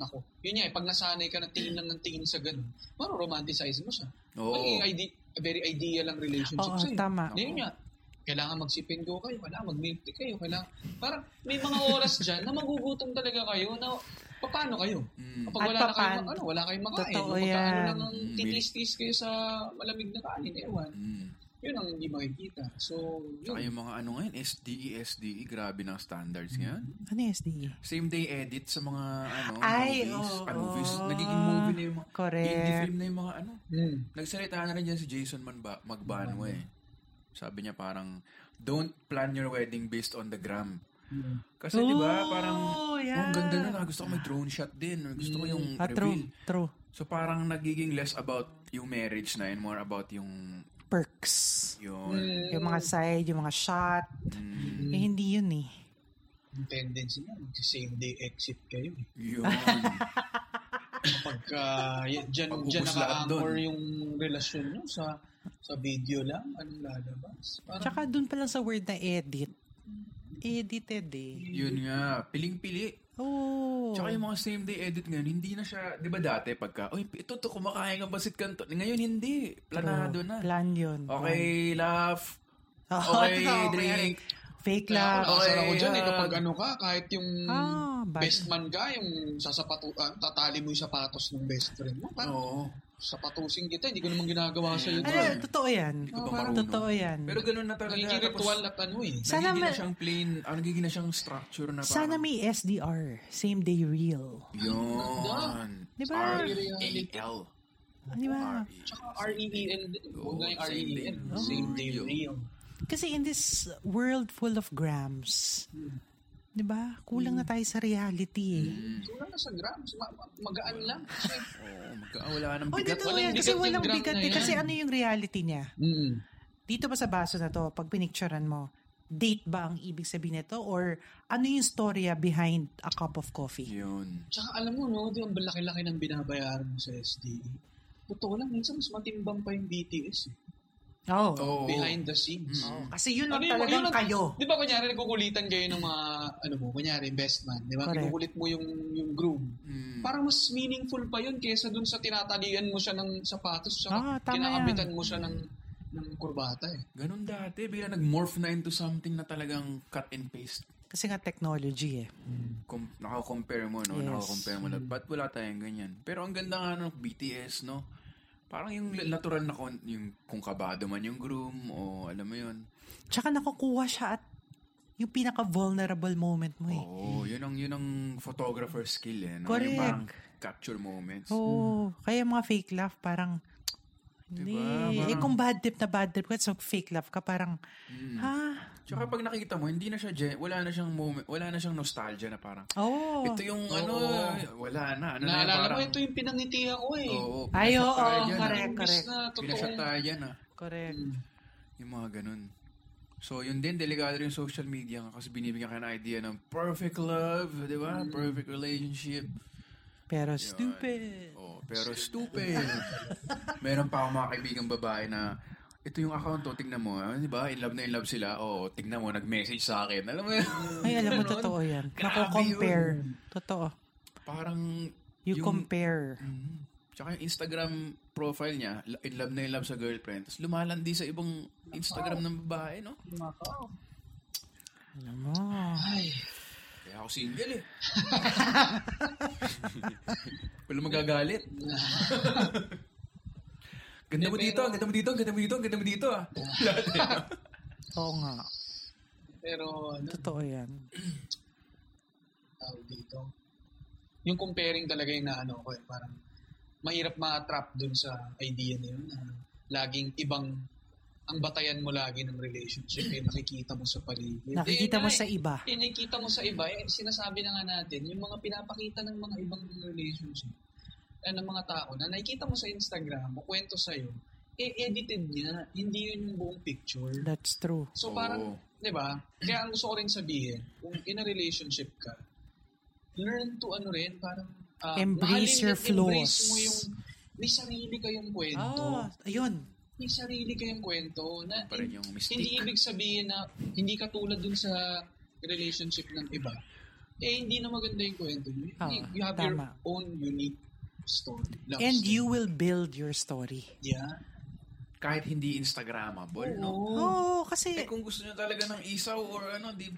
[SPEAKER 2] nako, yun yan, eh, pag nasanay ka na tingin lang ng tingin sa ganun, parang romanticize mo siya.
[SPEAKER 1] Oo.
[SPEAKER 2] Magiging ide- a very ideal ang relationship
[SPEAKER 3] Oo,
[SPEAKER 2] sa'yo.
[SPEAKER 3] tama.
[SPEAKER 2] Yun nga, kailangan magsipin go kayo, kailangan mag-milk tea kayo, kailangan, parang may mga oras dyan na magugutom talaga kayo na paano kayo?
[SPEAKER 1] Mm.
[SPEAKER 2] Kapag
[SPEAKER 3] At
[SPEAKER 2] wala na
[SPEAKER 3] papan-
[SPEAKER 2] kayong, ano, wala kayong makain,
[SPEAKER 3] Totoo
[SPEAKER 2] magkaano
[SPEAKER 3] yan.
[SPEAKER 2] lang ang
[SPEAKER 1] Mm,
[SPEAKER 2] titis-tis kayo sa malamig na kanin, ewan.
[SPEAKER 1] Mm.
[SPEAKER 2] Yun ang hindi makikita. So,
[SPEAKER 1] Tsaka
[SPEAKER 2] yun.
[SPEAKER 1] yung mga ano ngayon, SDE, SDE, E, grabe na ang standards ngayon.
[SPEAKER 3] Ano yung SDE?
[SPEAKER 1] Same day edit sa mga ano,
[SPEAKER 3] Ay,
[SPEAKER 1] movies.
[SPEAKER 3] oo.
[SPEAKER 1] Ah, movies. Nagiging movie na yung mga, indie
[SPEAKER 3] Correct.
[SPEAKER 1] film na yung mga ano.
[SPEAKER 2] Mm.
[SPEAKER 1] Nagsalita na rin yan si Jason Manba- Magbanwa eh. Sabi niya parang, don't plan your wedding based on the gram.
[SPEAKER 2] Mm.
[SPEAKER 1] Kasi di ba,
[SPEAKER 3] Oh,
[SPEAKER 1] parang, oh,
[SPEAKER 3] yeah.
[SPEAKER 1] ang ganda nun, ah, gusto ko may drone shot din, or gusto ko yung
[SPEAKER 3] Ah,
[SPEAKER 1] reveal.
[SPEAKER 3] true. True.
[SPEAKER 1] So parang nagiging less about yung marriage na and more about yung,
[SPEAKER 3] Perks.
[SPEAKER 1] yun.
[SPEAKER 2] Mm.
[SPEAKER 3] Yung mga side, yung mga shot.
[SPEAKER 1] Mm,
[SPEAKER 3] Eh, hindi yun eh.
[SPEAKER 2] Yung tendency niya, mag-same day exit kayo. eh.
[SPEAKER 1] yun.
[SPEAKER 2] Kapag uh, dyan,
[SPEAKER 1] Pag
[SPEAKER 2] dyan
[SPEAKER 1] huhuslaan
[SPEAKER 2] naka-anchor
[SPEAKER 1] dun.
[SPEAKER 2] yung relasyon niyo sa sa video lang, anong lalabas? Parang,
[SPEAKER 3] Tsaka dun pala sa word na edit. Edited eh. Oh.
[SPEAKER 1] yun nga, piling-pili.
[SPEAKER 3] Oo.
[SPEAKER 1] Tsaka yung mga same day edit ngayon, hindi na siya, di ba dati pagka, uy, ito to, kumakain ng basit kanto. Ngayon hindi, planado na.
[SPEAKER 3] Plan yun.
[SPEAKER 1] Okay, laugh.
[SPEAKER 3] Plan. Oo,
[SPEAKER 1] Okay,
[SPEAKER 3] totoo, okay,
[SPEAKER 1] drink.
[SPEAKER 3] Fake
[SPEAKER 1] Oh,
[SPEAKER 2] Kaya
[SPEAKER 3] lang.
[SPEAKER 2] ako nakasar ako dyan eh,
[SPEAKER 1] yeah.
[SPEAKER 2] kapag ano ka, kahit yung
[SPEAKER 3] Ah, bad.
[SPEAKER 2] best man ka, yung sasapato, ah, tatali mo yung sapatos ng best friend mo, parang
[SPEAKER 1] Oo.
[SPEAKER 2] sapatusin kita, hindi ko naman ginagawa
[SPEAKER 1] Mm.
[SPEAKER 2] sa iyo.
[SPEAKER 3] Ano, totoo yan.
[SPEAKER 1] oh, Hindi ko pa
[SPEAKER 2] Oo, parang
[SPEAKER 1] marunong.
[SPEAKER 3] Totoo yan.
[SPEAKER 1] Pero ganun na talaga.
[SPEAKER 2] Nagiging
[SPEAKER 1] Tapos,
[SPEAKER 2] ritual at ano eh.
[SPEAKER 3] Sana
[SPEAKER 1] nagiging na
[SPEAKER 3] ma-
[SPEAKER 1] siyang plain, ah, nagiging na siyang structure na
[SPEAKER 3] Sana
[SPEAKER 1] parang,
[SPEAKER 3] may SDR. Same day real.
[SPEAKER 1] Yun.
[SPEAKER 3] Di ba?
[SPEAKER 1] R-A-L.
[SPEAKER 3] Di ba?
[SPEAKER 1] R-E.
[SPEAKER 2] Tsaka E R-E-E-L, huwag na yung
[SPEAKER 1] Oo, same day.
[SPEAKER 2] R-E-E-L, E same day
[SPEAKER 1] Real.
[SPEAKER 2] real.
[SPEAKER 3] Kasi in this world full of grams, di ba? Kulang na tayo sa reality eh.
[SPEAKER 1] Hmm.
[SPEAKER 2] Kulang na sa grams, ma- ma- magaan lang. Kasi,
[SPEAKER 1] Oo, magka- Ah, wala ng
[SPEAKER 3] Oh,
[SPEAKER 1] bigat.
[SPEAKER 3] dito
[SPEAKER 2] walang
[SPEAKER 3] yan. Kasi
[SPEAKER 2] bigat yung
[SPEAKER 3] walang
[SPEAKER 2] graph
[SPEAKER 3] bigat
[SPEAKER 2] na
[SPEAKER 3] eh. Kasi
[SPEAKER 2] yan.
[SPEAKER 3] ano yung reality niya?
[SPEAKER 2] mm.
[SPEAKER 3] Dito ba sa baso na to, pag pinicturean mo, date ba ang ibig sabihin nito? Or ano yung storya behind a cup of coffee?
[SPEAKER 1] Yun.
[SPEAKER 2] Tsaka alam mo, no, di ang laki-laki ng binabayaran mo sa SDE. Totoo lang, minsan mas matimbang pa yung BTS. Eh.
[SPEAKER 3] Oh.
[SPEAKER 1] Oo.
[SPEAKER 2] Behind the scenes.
[SPEAKER 1] Mm.
[SPEAKER 3] Kasi yun lang
[SPEAKER 2] Ano yung-
[SPEAKER 3] talagang
[SPEAKER 2] yun ang-
[SPEAKER 3] kayo.
[SPEAKER 2] Di ba kunyari nagkukulitan kayo ng mga, ano mo, kunyari best man, di ba?
[SPEAKER 3] Correct.
[SPEAKER 2] Kinukulit mo yung, yung groom.
[SPEAKER 1] Mm.
[SPEAKER 2] Parang mas meaningful pa yun kesa dun sa tinatalian mo siya ng sapatos,
[SPEAKER 3] Ah,
[SPEAKER 2] tsaka
[SPEAKER 3] tama
[SPEAKER 2] kinakabitan mo siya ng, ng kurbata eh.
[SPEAKER 1] Ganun dati, bigla nag-morph na into something na talagang cut and paste.
[SPEAKER 3] Kasi nga technology eh.
[SPEAKER 1] Com- nakakompare mo, no?
[SPEAKER 3] Yes.
[SPEAKER 1] Nakakompare mo na. Ba't wala tayong ganyan? Pero ang ganda nga ng BTS, no? Parang yung la- natural na kon- yung kung kabado man yung groom o alam mo yun.
[SPEAKER 3] Tsaka nakukuha siya at yung pinaka-vulnerable moment mo eh.
[SPEAKER 1] Oo, yun ang, yun ang photographer skill eh. No?
[SPEAKER 3] Correct. Oh.
[SPEAKER 1] Yung parang capture moments.
[SPEAKER 3] Oo.
[SPEAKER 1] Oh.
[SPEAKER 3] Kaya yung mga fake laugh, parang, hindi.
[SPEAKER 1] Diba?
[SPEAKER 3] Eh kung bad trip na bad trip ka, so fake laugh ka, parang,
[SPEAKER 1] Mm.
[SPEAKER 3] ha?
[SPEAKER 1] Tsaka pag nakikita mo, hindi na siya, gen- wala na siyang moment, wala na siyang nostalgia na parang,
[SPEAKER 3] Oo.
[SPEAKER 1] ito yung ano, wala na. Ano na yun,
[SPEAKER 2] Naalala
[SPEAKER 1] parang,
[SPEAKER 2] mo, ito yung pinangiti ako eh.
[SPEAKER 1] Oo, oo,
[SPEAKER 3] Ay,
[SPEAKER 1] pinasyak
[SPEAKER 3] oo,
[SPEAKER 1] tayo dyan, ah.
[SPEAKER 3] correct,
[SPEAKER 2] Imbis
[SPEAKER 3] correct.
[SPEAKER 2] na
[SPEAKER 1] Pinasyak
[SPEAKER 2] totoong
[SPEAKER 1] tayo dyan, ah.
[SPEAKER 3] Correct.
[SPEAKER 1] Yung mga ganun. So, yun din, delikado rin yung social media nga kasi binibigyan ka ng idea ng perfect love, di ba? Perfect relationship.
[SPEAKER 3] Pero stupid.
[SPEAKER 1] Oh, pero stupid. Meron pa akong mga kaibigang babae na ito yung account to, tingnan mo. Ah, di ba? In love na in love sila. Oo, tingnan mo, nag-message sa akin. Alam mo yun?
[SPEAKER 3] Ay, alam mo,
[SPEAKER 1] Ganon.
[SPEAKER 3] totoo yan.
[SPEAKER 1] Grabe
[SPEAKER 3] Nako-compare. Totoo.
[SPEAKER 1] Parang...
[SPEAKER 3] You
[SPEAKER 1] yung-
[SPEAKER 3] compare.
[SPEAKER 1] Mhm. Tsaka yung Instagram profile niya, la- in love na in love sa girlfriend. Tapos lumalandi sa ibang Instagram ng babae, no?
[SPEAKER 3] Ano mo?
[SPEAKER 2] Ay,
[SPEAKER 1] Kaya ako single eh. Wala magagalit. ganda mo dito, ganda mo dito, ganda mo dito, ganda mo dito ah. Lahat eh.
[SPEAKER 3] Oo nga.
[SPEAKER 2] pero ano,
[SPEAKER 3] Totoo yan.
[SPEAKER 2] tawag dito. Yung comparing talaga yung naano ko eh, parang mahirap ma-trap dun sa idea na yun. na laging ibang, ang batayan mo lagi ng relationship eh, nakikita mo sa paligid. Eh,
[SPEAKER 3] Nakikita mo
[SPEAKER 2] nga
[SPEAKER 3] sa
[SPEAKER 2] eh,
[SPEAKER 3] iba.
[SPEAKER 2] Kinikita mo sa iba, eh, sinasabi na nga natin, yung mga pinapakita ng mga ibang relationship, eh, ng mga tao na nakikita mo sa Instagram, mo kwento sa'yo, eh, edited niya, hindi yun yung buong picture.
[SPEAKER 3] That's true.
[SPEAKER 2] So parang,
[SPEAKER 1] Oo.
[SPEAKER 2] di ba? Kaya ang gusto ko rin sabihin, kung in a relationship ka, learn to ano rin, parang ah, mahalin
[SPEAKER 3] Embrace your
[SPEAKER 2] at embrace
[SPEAKER 3] flaws.
[SPEAKER 2] mo yung, may sarili kayong kwento.
[SPEAKER 3] Ah, ayun.
[SPEAKER 2] May sarili kayong kwento na
[SPEAKER 1] Pa rin yung mystique.
[SPEAKER 2] hindi ibig sabihin na hindi ka tulad dun sa relationship ng iba. Eh, hindi na maganda yung kwento niyo.
[SPEAKER 3] Ah,
[SPEAKER 2] Eh, you have your
[SPEAKER 3] tama.
[SPEAKER 2] own unique story. love
[SPEAKER 3] And
[SPEAKER 2] story.
[SPEAKER 3] you will build your story.
[SPEAKER 2] Yeah.
[SPEAKER 1] Kahit hindi Instagrammable, no?
[SPEAKER 3] Oo, kasi,
[SPEAKER 1] Eh Oh. kung gusto niya talaga ng isaw or ano, di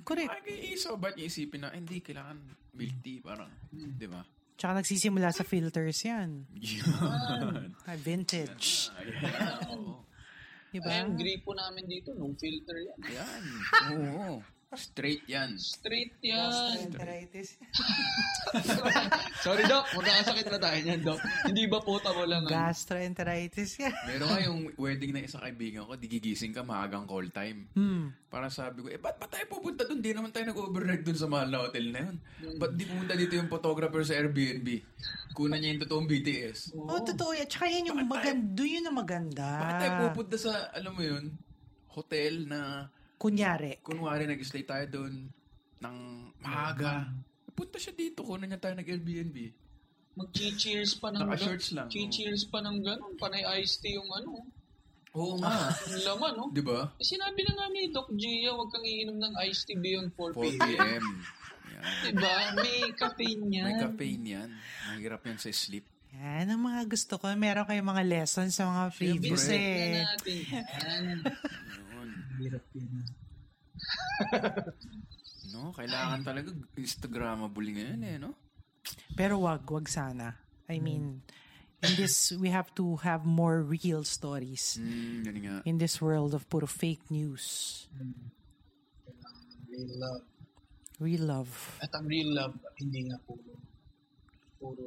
[SPEAKER 3] correct.
[SPEAKER 1] Ay, kay isaw, ba't niya isipin na, "Eh, hindi, kailangan milk tea, parang, di ba?
[SPEAKER 3] Tsaka nagsisimula sa filters yan.
[SPEAKER 1] Yun.
[SPEAKER 3] Ah, vintage.
[SPEAKER 1] Ayan, oo.
[SPEAKER 3] Diba?
[SPEAKER 2] Ay, ang gripo namin dito, no filter yan.
[SPEAKER 1] Ayan, oo. Straight yan.
[SPEAKER 2] Straight yan.
[SPEAKER 3] Arthritis.
[SPEAKER 2] Sorry, Doc. Magkakasakit na tayo niyan, Doc. Hindi ba puta mo lang? ah?
[SPEAKER 3] Gastroenteritis yan.
[SPEAKER 1] Meron nga yung wedding na isang kaibigan ko, di gigising ka, maagang call time.
[SPEAKER 3] Hmm.
[SPEAKER 1] Parang sabi ko, eh, ba't ba tayo pupunta doon? Di naman tayo nag-overnight doon sa mahal na hotel na yun. Ba't di pumunta dito yung photographer sa Airbnb? Kunan niya yung totoong BTS.
[SPEAKER 3] Oh, totoo yan. Tsaka yan yung maganda. Yun yung maganda.
[SPEAKER 1] Bakit tayo pupunta sa, alam mo yun, hotel na,
[SPEAKER 3] Kunyari.
[SPEAKER 1] kunwari nag-stay tayo doon ng maaga. Punta siya dito, kunan niya tayo nag-Airbnb.
[SPEAKER 2] Mag-cheers pa ng
[SPEAKER 1] Naka-shorts lang. oh.
[SPEAKER 2] Cheers pa ng gano'n. Panay iced tea yung ano.
[SPEAKER 1] Oo nga.
[SPEAKER 2] Yung laman, no?
[SPEAKER 1] di ba?
[SPEAKER 2] Eh, Sinabi na nga ni Doc Gia, huwag kang iinom ng iced tea beyond
[SPEAKER 1] 4
[SPEAKER 2] 4 p.m.
[SPEAKER 1] p.m. Yan.
[SPEAKER 2] Diba? May caffeine yan.
[SPEAKER 1] May caffeine yan. Mahirap yan sa sleep.
[SPEAKER 3] Yan ang mga gusto ko. Meron kayong mga lessons sa mga previous
[SPEAKER 1] Siyempre.
[SPEAKER 2] Tingnan
[SPEAKER 3] eh.
[SPEAKER 2] natin yan.
[SPEAKER 1] Yun.
[SPEAKER 2] Hirap yan. ah.
[SPEAKER 1] No, kailangan talaga Instagrammable ngayon eh, no?
[SPEAKER 3] Pero wag, wag sana.
[SPEAKER 2] Mm.
[SPEAKER 3] I mean, in this, we have to have more real stories.
[SPEAKER 1] Mm, yun nga.
[SPEAKER 3] In this world of puro fake news.
[SPEAKER 2] Real love.
[SPEAKER 3] Real love.
[SPEAKER 2] At ang real love, hindi nga puro. Puro.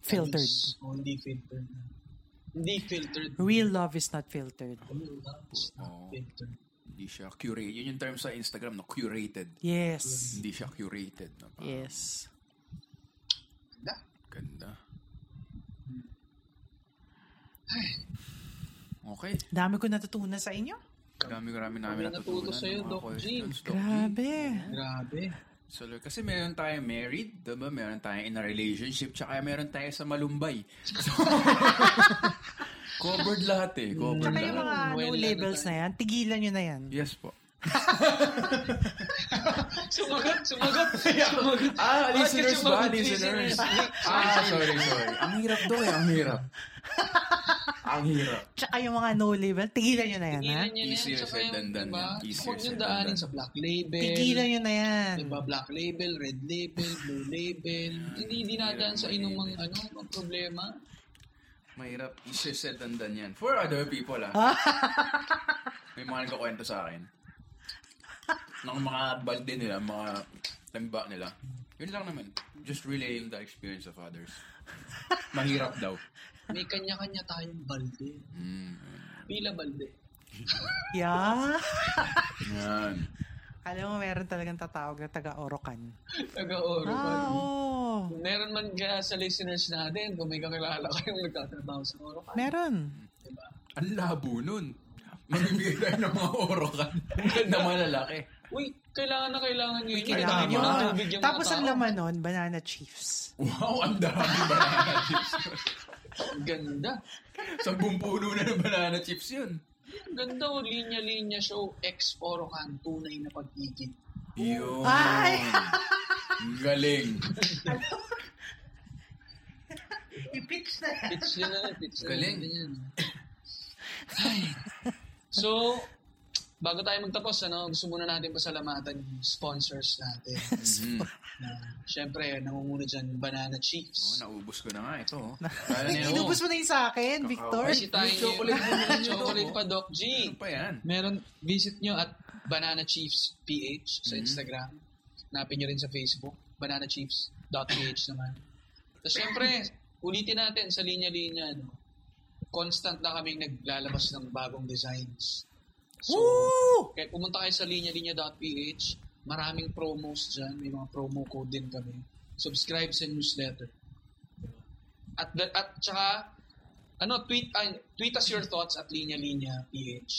[SPEAKER 3] Filtered.
[SPEAKER 2] Anis. O, hindi filtered na. Hindi filtered.
[SPEAKER 3] Real love is not filtered.
[SPEAKER 2] Real love is not
[SPEAKER 1] Oo.
[SPEAKER 2] filtered.
[SPEAKER 1] Hindi siya curated. Yun yung term sa Instagram, no? Curated.
[SPEAKER 3] Yes.
[SPEAKER 1] Hindi siya curated. No?
[SPEAKER 2] Mm.
[SPEAKER 1] Parang
[SPEAKER 3] Yes.
[SPEAKER 2] Da.
[SPEAKER 1] Ganda. Okay.
[SPEAKER 3] Dami ko natutunan sa inyo.
[SPEAKER 1] Dami-rami namin
[SPEAKER 2] Kami natuto
[SPEAKER 1] natutunan.
[SPEAKER 2] sa'yo,
[SPEAKER 1] ng mga
[SPEAKER 2] Doc G.
[SPEAKER 1] questions, Doc G.
[SPEAKER 3] Grabe.
[SPEAKER 2] Grabe.
[SPEAKER 1] So, kasi meron tayong married, diba? Meron tayong in a relationship, tsaka meron tayo sa malumbay. So, covered lahat eh. Covered
[SPEAKER 3] Tsaka yung
[SPEAKER 1] lahat.
[SPEAKER 3] mga
[SPEAKER 2] Well,
[SPEAKER 3] no
[SPEAKER 2] ano
[SPEAKER 3] labels
[SPEAKER 2] tayo?
[SPEAKER 3] na yan, tigilan nyo na yan.
[SPEAKER 1] Yes po.
[SPEAKER 2] Sumagot, sumagot. sumagot.
[SPEAKER 1] Ah,
[SPEAKER 2] Bakit
[SPEAKER 1] listeners ba?
[SPEAKER 2] sumagot,
[SPEAKER 1] Listeners. ah, sorry, sorry. Ang hirap daw eh. Ang hirap. Ang hirap.
[SPEAKER 3] Tsaka yung mga no label, tigilan nyo na yan, ha?
[SPEAKER 2] Tigilan niya na
[SPEAKER 1] Easier
[SPEAKER 2] yan. Tsaka
[SPEAKER 1] said
[SPEAKER 2] yung,
[SPEAKER 1] than done
[SPEAKER 2] diba,
[SPEAKER 1] yan. Easier
[SPEAKER 2] Huwag niyong
[SPEAKER 1] said than
[SPEAKER 2] daanin
[SPEAKER 1] done.
[SPEAKER 2] sa black label.
[SPEAKER 3] Tigilan nyo na yan.
[SPEAKER 2] Diba, black label, red label, blue label. Hindi dinadaan sa inumang ano, mga problema.
[SPEAKER 1] Mahirap. Easier said than done yan. For other people ah. May mga nagkakwento sa akin. Nang mga balde nila, mga tamba nila. Yun lang naman. Just relaying the experience of others. Mahirap daw.
[SPEAKER 2] May kanya-kanya tayong balde.
[SPEAKER 1] Mm.
[SPEAKER 2] Pila balde. Diba?
[SPEAKER 3] Yeah.
[SPEAKER 1] Yan.
[SPEAKER 3] Alam mo, meron talagang tatawag na taga-orokan.
[SPEAKER 2] Taga-oro.
[SPEAKER 3] Ah,
[SPEAKER 2] balde.
[SPEAKER 3] oo.
[SPEAKER 2] Meron man ka sa listeners natin, kung may kakilala kayong nagtatrabaho sa oro,
[SPEAKER 3] Meron.
[SPEAKER 2] diba?
[SPEAKER 1] Ang labo nun. Mamimigay tayo ng mga orokan. Ganda mga lalaki.
[SPEAKER 2] Uy, kailangan na kailangan yun.
[SPEAKER 1] kailangan
[SPEAKER 2] Kailangan yun
[SPEAKER 1] yun.
[SPEAKER 2] ang tubig yung mga
[SPEAKER 3] Tapos ang
[SPEAKER 2] tao.
[SPEAKER 3] laman nun, banana chips.
[SPEAKER 1] Wow, ang dami ba?
[SPEAKER 2] Ang ganda.
[SPEAKER 1] Sa bumpuno na ng banana chips yun.
[SPEAKER 2] Ang ganda o linya-linya show. Ex Orocan, tunay na pag-igit.
[SPEAKER 1] Yun.
[SPEAKER 3] Ay!
[SPEAKER 1] Ang Galing.
[SPEAKER 3] I-pitch na yan.
[SPEAKER 2] It's yun na, it's
[SPEAKER 1] Galing.
[SPEAKER 2] yun. Ay. So, bago tayo magtapos, ano, gusto muna natin pasalamatan yung sponsors natin.
[SPEAKER 1] Mhm.
[SPEAKER 2] Na, Siyempre, nangunguna dyan, Banana
[SPEAKER 1] Oh,
[SPEAKER 2] Chiefs.
[SPEAKER 1] naubos ko na nga ito. oh. Kala nila, oh,
[SPEAKER 3] Inubos mo na yung sa akin, Victor.
[SPEAKER 2] Kasi tayo
[SPEAKER 1] Chocolate pa yun, yun,
[SPEAKER 2] chocolate
[SPEAKER 1] oh.
[SPEAKER 2] pa, Doc G.
[SPEAKER 1] ano pa yan?
[SPEAKER 2] Meron, visit nyo at Banana Chiefs PH sa
[SPEAKER 1] Mhm.
[SPEAKER 2] Instagram. Hanapin nyo rin sa Facebook, bananachiefs.ph naman. Tapos syempre, ulitin natin sa linya-linya, no? constant na kaming naglalabas ng bagong designs. So,
[SPEAKER 3] Woo!
[SPEAKER 2] kahit pumunta kayo sa linya-linya.ph, maraming promos dyan, may mga promo code din kami. Subscribe sa newsletter. At, the- at tsaka, ano, tweet, ay, tweet us your thoughts at linya-linya PH.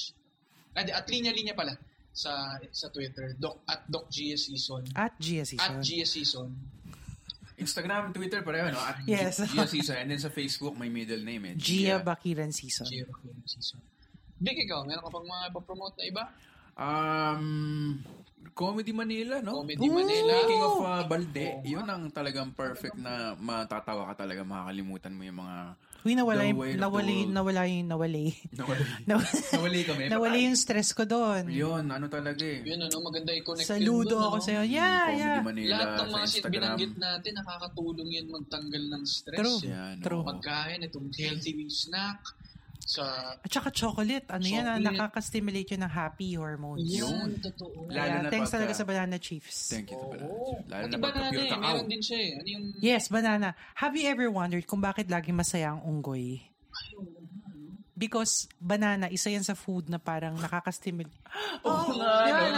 [SPEAKER 2] At, at linya-linya pala sa sa Twitter, doc, at Doc GS Season.
[SPEAKER 3] At GSC
[SPEAKER 2] At
[SPEAKER 3] siya.
[SPEAKER 2] GS Season.
[SPEAKER 1] Instagram, Twitter, pareho, no? At
[SPEAKER 3] Yes.
[SPEAKER 1] Gia Sisa. And then sa Facebook, may middle name, eh.
[SPEAKER 3] Gia Bakiran Season.
[SPEAKER 2] Gio Aquino Season. Vic, ikaw, meron ka pang mga ipapromote na iba?
[SPEAKER 1] Um, Comedy Manila, no?
[SPEAKER 2] Comedy
[SPEAKER 3] Ooh!
[SPEAKER 2] Manila.
[SPEAKER 1] Speaking of uh, Balde,
[SPEAKER 2] Oo nga.
[SPEAKER 1] yun ang talagang perfect na matatawa ka talaga, makakalimutan mo yung mga...
[SPEAKER 3] Uy, nawala
[SPEAKER 1] The
[SPEAKER 3] yung,
[SPEAKER 1] way of the
[SPEAKER 3] nawali,
[SPEAKER 1] world.
[SPEAKER 3] nawala yung, nawali.
[SPEAKER 1] Nawali, nawali kami.
[SPEAKER 3] nawala yung stress ko doon.
[SPEAKER 1] Yun, ano talaga eh.
[SPEAKER 2] Yun, ano, maganda i-connect yun
[SPEAKER 3] Saludo
[SPEAKER 2] dun,
[SPEAKER 3] ako
[SPEAKER 2] ano?
[SPEAKER 3] sa'yo. Yeah,
[SPEAKER 1] Comedy
[SPEAKER 3] yeah.
[SPEAKER 1] Manila
[SPEAKER 2] Lahat ng
[SPEAKER 1] sa
[SPEAKER 2] mga shit
[SPEAKER 1] Instagram.
[SPEAKER 2] binanggit natin, nakakatulong yan magtanggal ng stress.
[SPEAKER 3] True.
[SPEAKER 2] eh.
[SPEAKER 1] Yan,
[SPEAKER 3] True.
[SPEAKER 1] oo.
[SPEAKER 2] Pagkain, itong healthy snack, sa...
[SPEAKER 3] At saka chocolate. Ano yan? ah,
[SPEAKER 2] Chocolate.
[SPEAKER 3] Nakaka-stimulate yun ng happy hormones.
[SPEAKER 1] Yun.
[SPEAKER 2] Yan, totoo.
[SPEAKER 1] Lalo na
[SPEAKER 3] Kaya thanks
[SPEAKER 1] pagka-
[SPEAKER 3] talaga sa Banana Chiefs.
[SPEAKER 1] Thank you.
[SPEAKER 2] Oo.
[SPEAKER 1] pala. Lalo
[SPEAKER 2] Pati
[SPEAKER 1] na
[SPEAKER 2] banana
[SPEAKER 1] pagka pure
[SPEAKER 2] eh,
[SPEAKER 1] cacao.
[SPEAKER 2] Meron din siya eh. Ano yung...
[SPEAKER 3] Yes, banana. Have you ever wondered kung bakit laging masaya ang unggoy? Because banana, isa yan sa food na parang nakaka-stimulate.
[SPEAKER 1] Oo
[SPEAKER 3] Oh,
[SPEAKER 1] nga, no,
[SPEAKER 3] yan,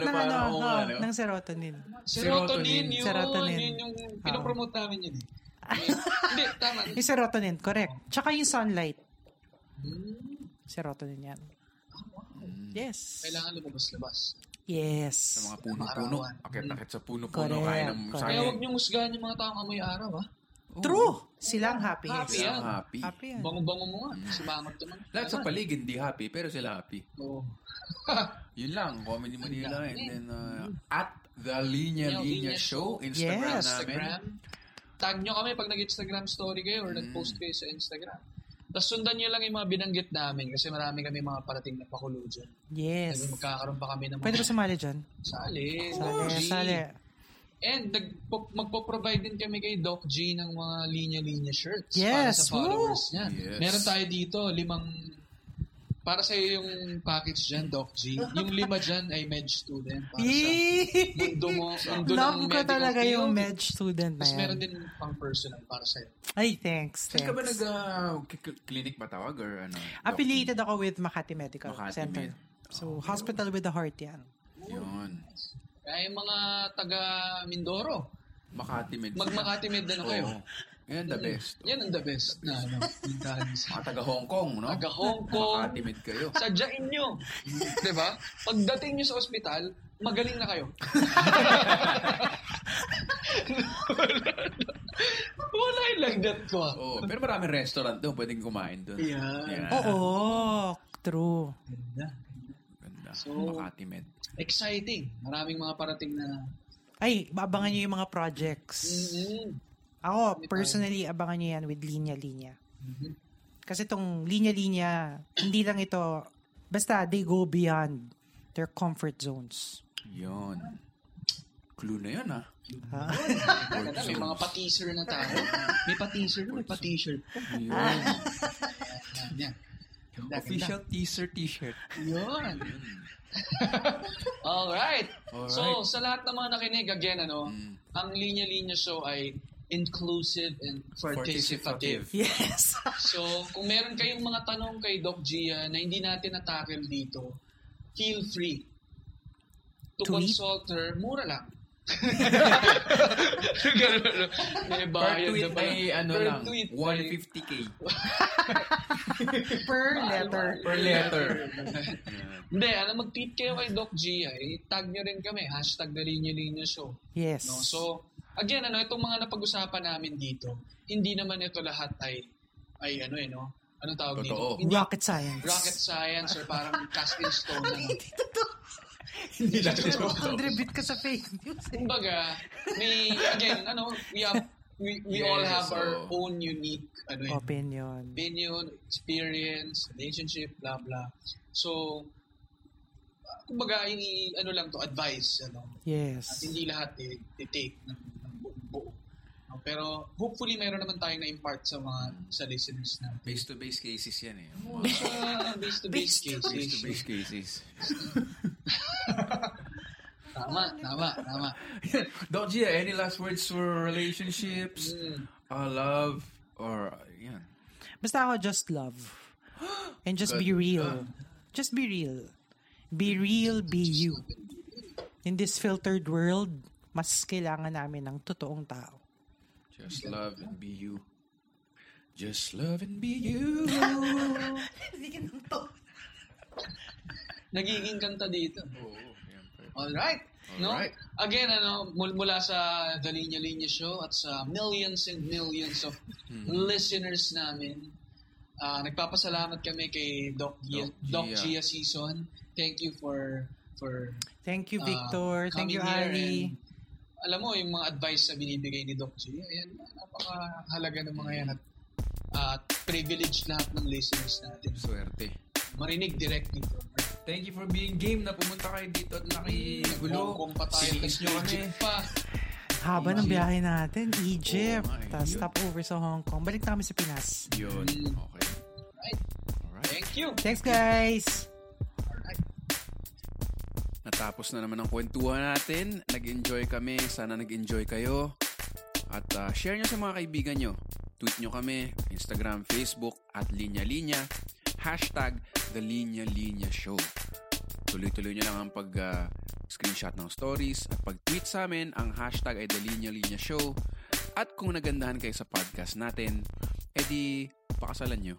[SPEAKER 1] nakaka-stimulate
[SPEAKER 3] ng, ano,
[SPEAKER 1] parang, oo
[SPEAKER 3] no,
[SPEAKER 1] nga, no?
[SPEAKER 3] ng serotonin.
[SPEAKER 2] Serotonin yun.
[SPEAKER 3] Serotonin. Ah.
[SPEAKER 2] Yun yung pinopromote namin yun eh. Hindi, tama.
[SPEAKER 3] Yung serotonin, correct. Tsaka yung sunlight.
[SPEAKER 2] Hmm,
[SPEAKER 3] Serotonin yan. Yes.
[SPEAKER 2] Kailangan lumabas-labas.
[SPEAKER 1] Sa
[SPEAKER 3] Yes.
[SPEAKER 1] mga puno-puno.
[SPEAKER 2] Maarawan.
[SPEAKER 1] Akit-akit sa puno-puno.
[SPEAKER 3] Correct,
[SPEAKER 1] Kaya ng
[SPEAKER 3] correct.
[SPEAKER 2] Kaya
[SPEAKER 1] sayang.
[SPEAKER 2] huwag niyong husgahan yung mga taong amoy araw ah.
[SPEAKER 3] True. Silang happy.
[SPEAKER 2] Happy
[SPEAKER 1] Sila
[SPEAKER 2] yan.
[SPEAKER 1] happy. ah.
[SPEAKER 3] Happy yan.
[SPEAKER 2] Bango-bango mo
[SPEAKER 1] Mm.
[SPEAKER 2] nga. Sumangot naman.
[SPEAKER 1] Lahat sa
[SPEAKER 2] Tama.
[SPEAKER 1] paligid, hindi happy, pero sila happy.
[SPEAKER 2] Oo.
[SPEAKER 1] Yun lang, Comedy Manila.
[SPEAKER 2] dami.
[SPEAKER 1] And then, uh, at the Linya
[SPEAKER 2] Yeah,
[SPEAKER 1] Linya
[SPEAKER 2] Mm-hmm. Linya
[SPEAKER 1] Show,
[SPEAKER 2] Show.
[SPEAKER 1] Instagram
[SPEAKER 3] Yes.
[SPEAKER 1] namin.
[SPEAKER 2] Instagram. Tag nyo kami pag nag-Instagram story kayo or
[SPEAKER 3] Mm.
[SPEAKER 2] nag-post kayo sa Instagram. Tapos sundan nyo lang yung mga binanggit namin kasi marami kami mga parating na pakulo dyan.
[SPEAKER 3] Yes.
[SPEAKER 2] Sabi, magkakaroon pa kami ng mga
[SPEAKER 3] Pwede ba sumali dyan?
[SPEAKER 2] sali.
[SPEAKER 3] Sali,
[SPEAKER 2] G.
[SPEAKER 3] sali.
[SPEAKER 2] And nagpo, magpo-provide din kami kay Doc G ng mga linya-linya shirts para
[SPEAKER 3] Yes,
[SPEAKER 2] sa followers
[SPEAKER 3] woo!
[SPEAKER 2] niya.
[SPEAKER 1] Yes.
[SPEAKER 2] Meron tayo dito, limang para sa yung package dyan, Doc G. Yung lima dyan ay med student para sa
[SPEAKER 3] Yee!
[SPEAKER 2] mundo mo. Mundo
[SPEAKER 3] Love
[SPEAKER 2] ng
[SPEAKER 3] ko
[SPEAKER 2] medical
[SPEAKER 3] talaga yung
[SPEAKER 2] field.
[SPEAKER 3] med student na
[SPEAKER 2] Tapos meron
[SPEAKER 3] yan.
[SPEAKER 2] din pang personal para sa'yo.
[SPEAKER 3] Ay, thanks,
[SPEAKER 1] Saan ka ba nag
[SPEAKER 3] thanks. Ah,
[SPEAKER 1] uh, k- k- clinic ba tawag or ano?
[SPEAKER 3] Affiliated ako with Makati Medical
[SPEAKER 1] Makati
[SPEAKER 3] Center.
[SPEAKER 1] Med. Oh.
[SPEAKER 3] So, hospital with the heart yan.
[SPEAKER 1] Doc? Yun.
[SPEAKER 2] Kaya yung mga taga Mindoro,
[SPEAKER 1] Makati Med.
[SPEAKER 2] magmakati med na na kayo.
[SPEAKER 1] Oo. Yan, the best.
[SPEAKER 2] Yan ang the best na ano, pintahan sa
[SPEAKER 1] Mga taga Hong Kong, no?
[SPEAKER 2] taga Hong Kong.
[SPEAKER 1] Makati Med kayo.
[SPEAKER 2] Sadyain nyo. Di ba? Pagdating nyo sa ospital, magaling na kayo. Wala yung like that ko. ah.
[SPEAKER 1] Oh, pero maraming restaurant doon, pwedeng kumain doon.
[SPEAKER 2] Yan.
[SPEAKER 1] Yan.
[SPEAKER 3] Oo, true.
[SPEAKER 2] Ganda.
[SPEAKER 1] Ganda.
[SPEAKER 2] So-
[SPEAKER 1] Makati Med.
[SPEAKER 2] Exciting. Maraming mga parating na
[SPEAKER 3] Ay, abangan nyo yung mga projects.
[SPEAKER 1] Mm-hmm.
[SPEAKER 2] mm
[SPEAKER 3] Ako, personally, abangan nyo yan with linya-linya.
[SPEAKER 1] Mm-hmm.
[SPEAKER 3] Kasi itong linya-linya, hindi lang ito, basta they go beyond their comfort zones.
[SPEAKER 1] Yun. Clue na yun, ah.
[SPEAKER 3] Ha?
[SPEAKER 1] Work
[SPEAKER 2] may
[SPEAKER 1] zone.
[SPEAKER 2] mga pa-teaser na tayo. May pa-teaser na, may pa-teaser.
[SPEAKER 1] Yun.
[SPEAKER 2] Yan, yan. Ah, Ganda,
[SPEAKER 1] Official teaser t-shirt.
[SPEAKER 2] Yun. Alright.
[SPEAKER 1] Alright.
[SPEAKER 2] So, sa lahat ng mga nakinig, again, ano,
[SPEAKER 1] Mm.
[SPEAKER 2] ang Linya Linya Show ay inclusive and participative.
[SPEAKER 3] Yes.
[SPEAKER 2] So, kung meron kayong mga tanong kay Doc Gia na hindi natin na-tackle dito, feel free to
[SPEAKER 3] Tweet?
[SPEAKER 2] consult her. Mura lang. Ganun, ano. May
[SPEAKER 1] Per
[SPEAKER 2] bayad na
[SPEAKER 1] tweet
[SPEAKER 2] pala.
[SPEAKER 1] ay ano
[SPEAKER 2] Per
[SPEAKER 1] lang,
[SPEAKER 2] tweet ay-
[SPEAKER 1] 150k.
[SPEAKER 3] Per letter.
[SPEAKER 1] Per letter.
[SPEAKER 2] Hindi, ano, mag-tweet kayo kay Doc Gia. Eh, tag nyo rin kami. Hashtag na Linya Linya Show.
[SPEAKER 3] Yes.
[SPEAKER 2] No? So, again, ano, itong mga napag-usapan namin dito, hindi naman ito lahat ay ay ano eh, no? Anong tawag dito?
[SPEAKER 1] Totoo.
[SPEAKER 2] Hindi-
[SPEAKER 3] Rocket science.
[SPEAKER 2] rocket science or parang cast in stone. na-
[SPEAKER 3] Hindi totoo.
[SPEAKER 2] Hindi na totoo.
[SPEAKER 3] Contribute ka sa fake news. eh.
[SPEAKER 2] Kumbaga, may, again, ano, we have, we, we all
[SPEAKER 1] Yes,
[SPEAKER 2] have our
[SPEAKER 1] oo.
[SPEAKER 2] own unique, ano eh,
[SPEAKER 3] Opinion.
[SPEAKER 2] opinion, experience, relationship, blah, blah. So, uh, kumbaga, ini, ano lang to, advice, ano. At
[SPEAKER 3] Yes.
[SPEAKER 2] hindi lahat eh, take ng, ng buong buo. No, Pero hopefully meron naman tayong na-impart sa mga sa listeners natin.
[SPEAKER 1] Base-to-base cases yan eh.
[SPEAKER 2] Sa base-to-base
[SPEAKER 3] Base to-
[SPEAKER 2] cases.
[SPEAKER 1] Base-to-base cases.
[SPEAKER 2] Tama, tama, tama.
[SPEAKER 1] Doc Gia, any last words for relationships,
[SPEAKER 2] Hmm.
[SPEAKER 1] uh, love, or uh, yan?
[SPEAKER 3] Basta ako, just love. And just be real. Just be real. Be real, be you. In this filtered world, mas kailangan namin ng totoong tao.
[SPEAKER 1] Just love and be you. Just love and be you.
[SPEAKER 2] Oh, Nagiging kanta dito.
[SPEAKER 1] Oo, syempre.
[SPEAKER 2] Alright. No?
[SPEAKER 1] Alright.
[SPEAKER 2] Again, ano, mul- mula sa The Linya Linya Show at sa millions and millions of listeners namin, ah, nagpapasalamat kami kay Doc Gia,
[SPEAKER 1] Doc
[SPEAKER 2] Doc
[SPEAKER 1] Gia.
[SPEAKER 2] Gia Season. Thank you for for
[SPEAKER 3] Thank you,
[SPEAKER 2] ah,
[SPEAKER 3] Victor. Thank
[SPEAKER 2] coming
[SPEAKER 3] you,
[SPEAKER 2] here
[SPEAKER 3] Ali.
[SPEAKER 2] and alam mo, yung mga advice na binibigay ni Doc Gia, ayan, napakahalaga ng mga yan at at privileged lahat ng listeners natin.
[SPEAKER 1] Swerte.
[SPEAKER 2] Marinig direct nito.
[SPEAKER 1] Thank you for being game na pumunta kayo dito at nakigulo.
[SPEAKER 2] Kung pa tayo,
[SPEAKER 1] Tinis nyo kami.
[SPEAKER 2] nag-legit pa.
[SPEAKER 3] Haba ng
[SPEAKER 2] Egypt. Oh
[SPEAKER 3] biyahe natin. Egypt.
[SPEAKER 1] Oo nga eh,
[SPEAKER 3] Tapos
[SPEAKER 1] yun.
[SPEAKER 3] stop over sa Hong Kong. Balik na kami sa Pinas.
[SPEAKER 1] Yun. Okay.
[SPEAKER 2] Alright.
[SPEAKER 1] Alright.
[SPEAKER 2] Thank you.
[SPEAKER 3] Thanks, guys!
[SPEAKER 1] Natapos na naman ang kwentuhan natin. Nag-enjoy kami. Sana nag-enjoy kayo. At ah, share nyo sa mga kaibigan nyo. Tweet nyo kami. Instagram, Facebook, at Linya Linya. Hashtag The Linya Linya Show. Tuloy-tuloy nyo lang ang pag ah, screenshot ng stories at pag-tweet sa amin. Ang hashtag ay The Linya Linya Show. At kung nagandahan kayo sa podcast natin, edi pakasalan nyo.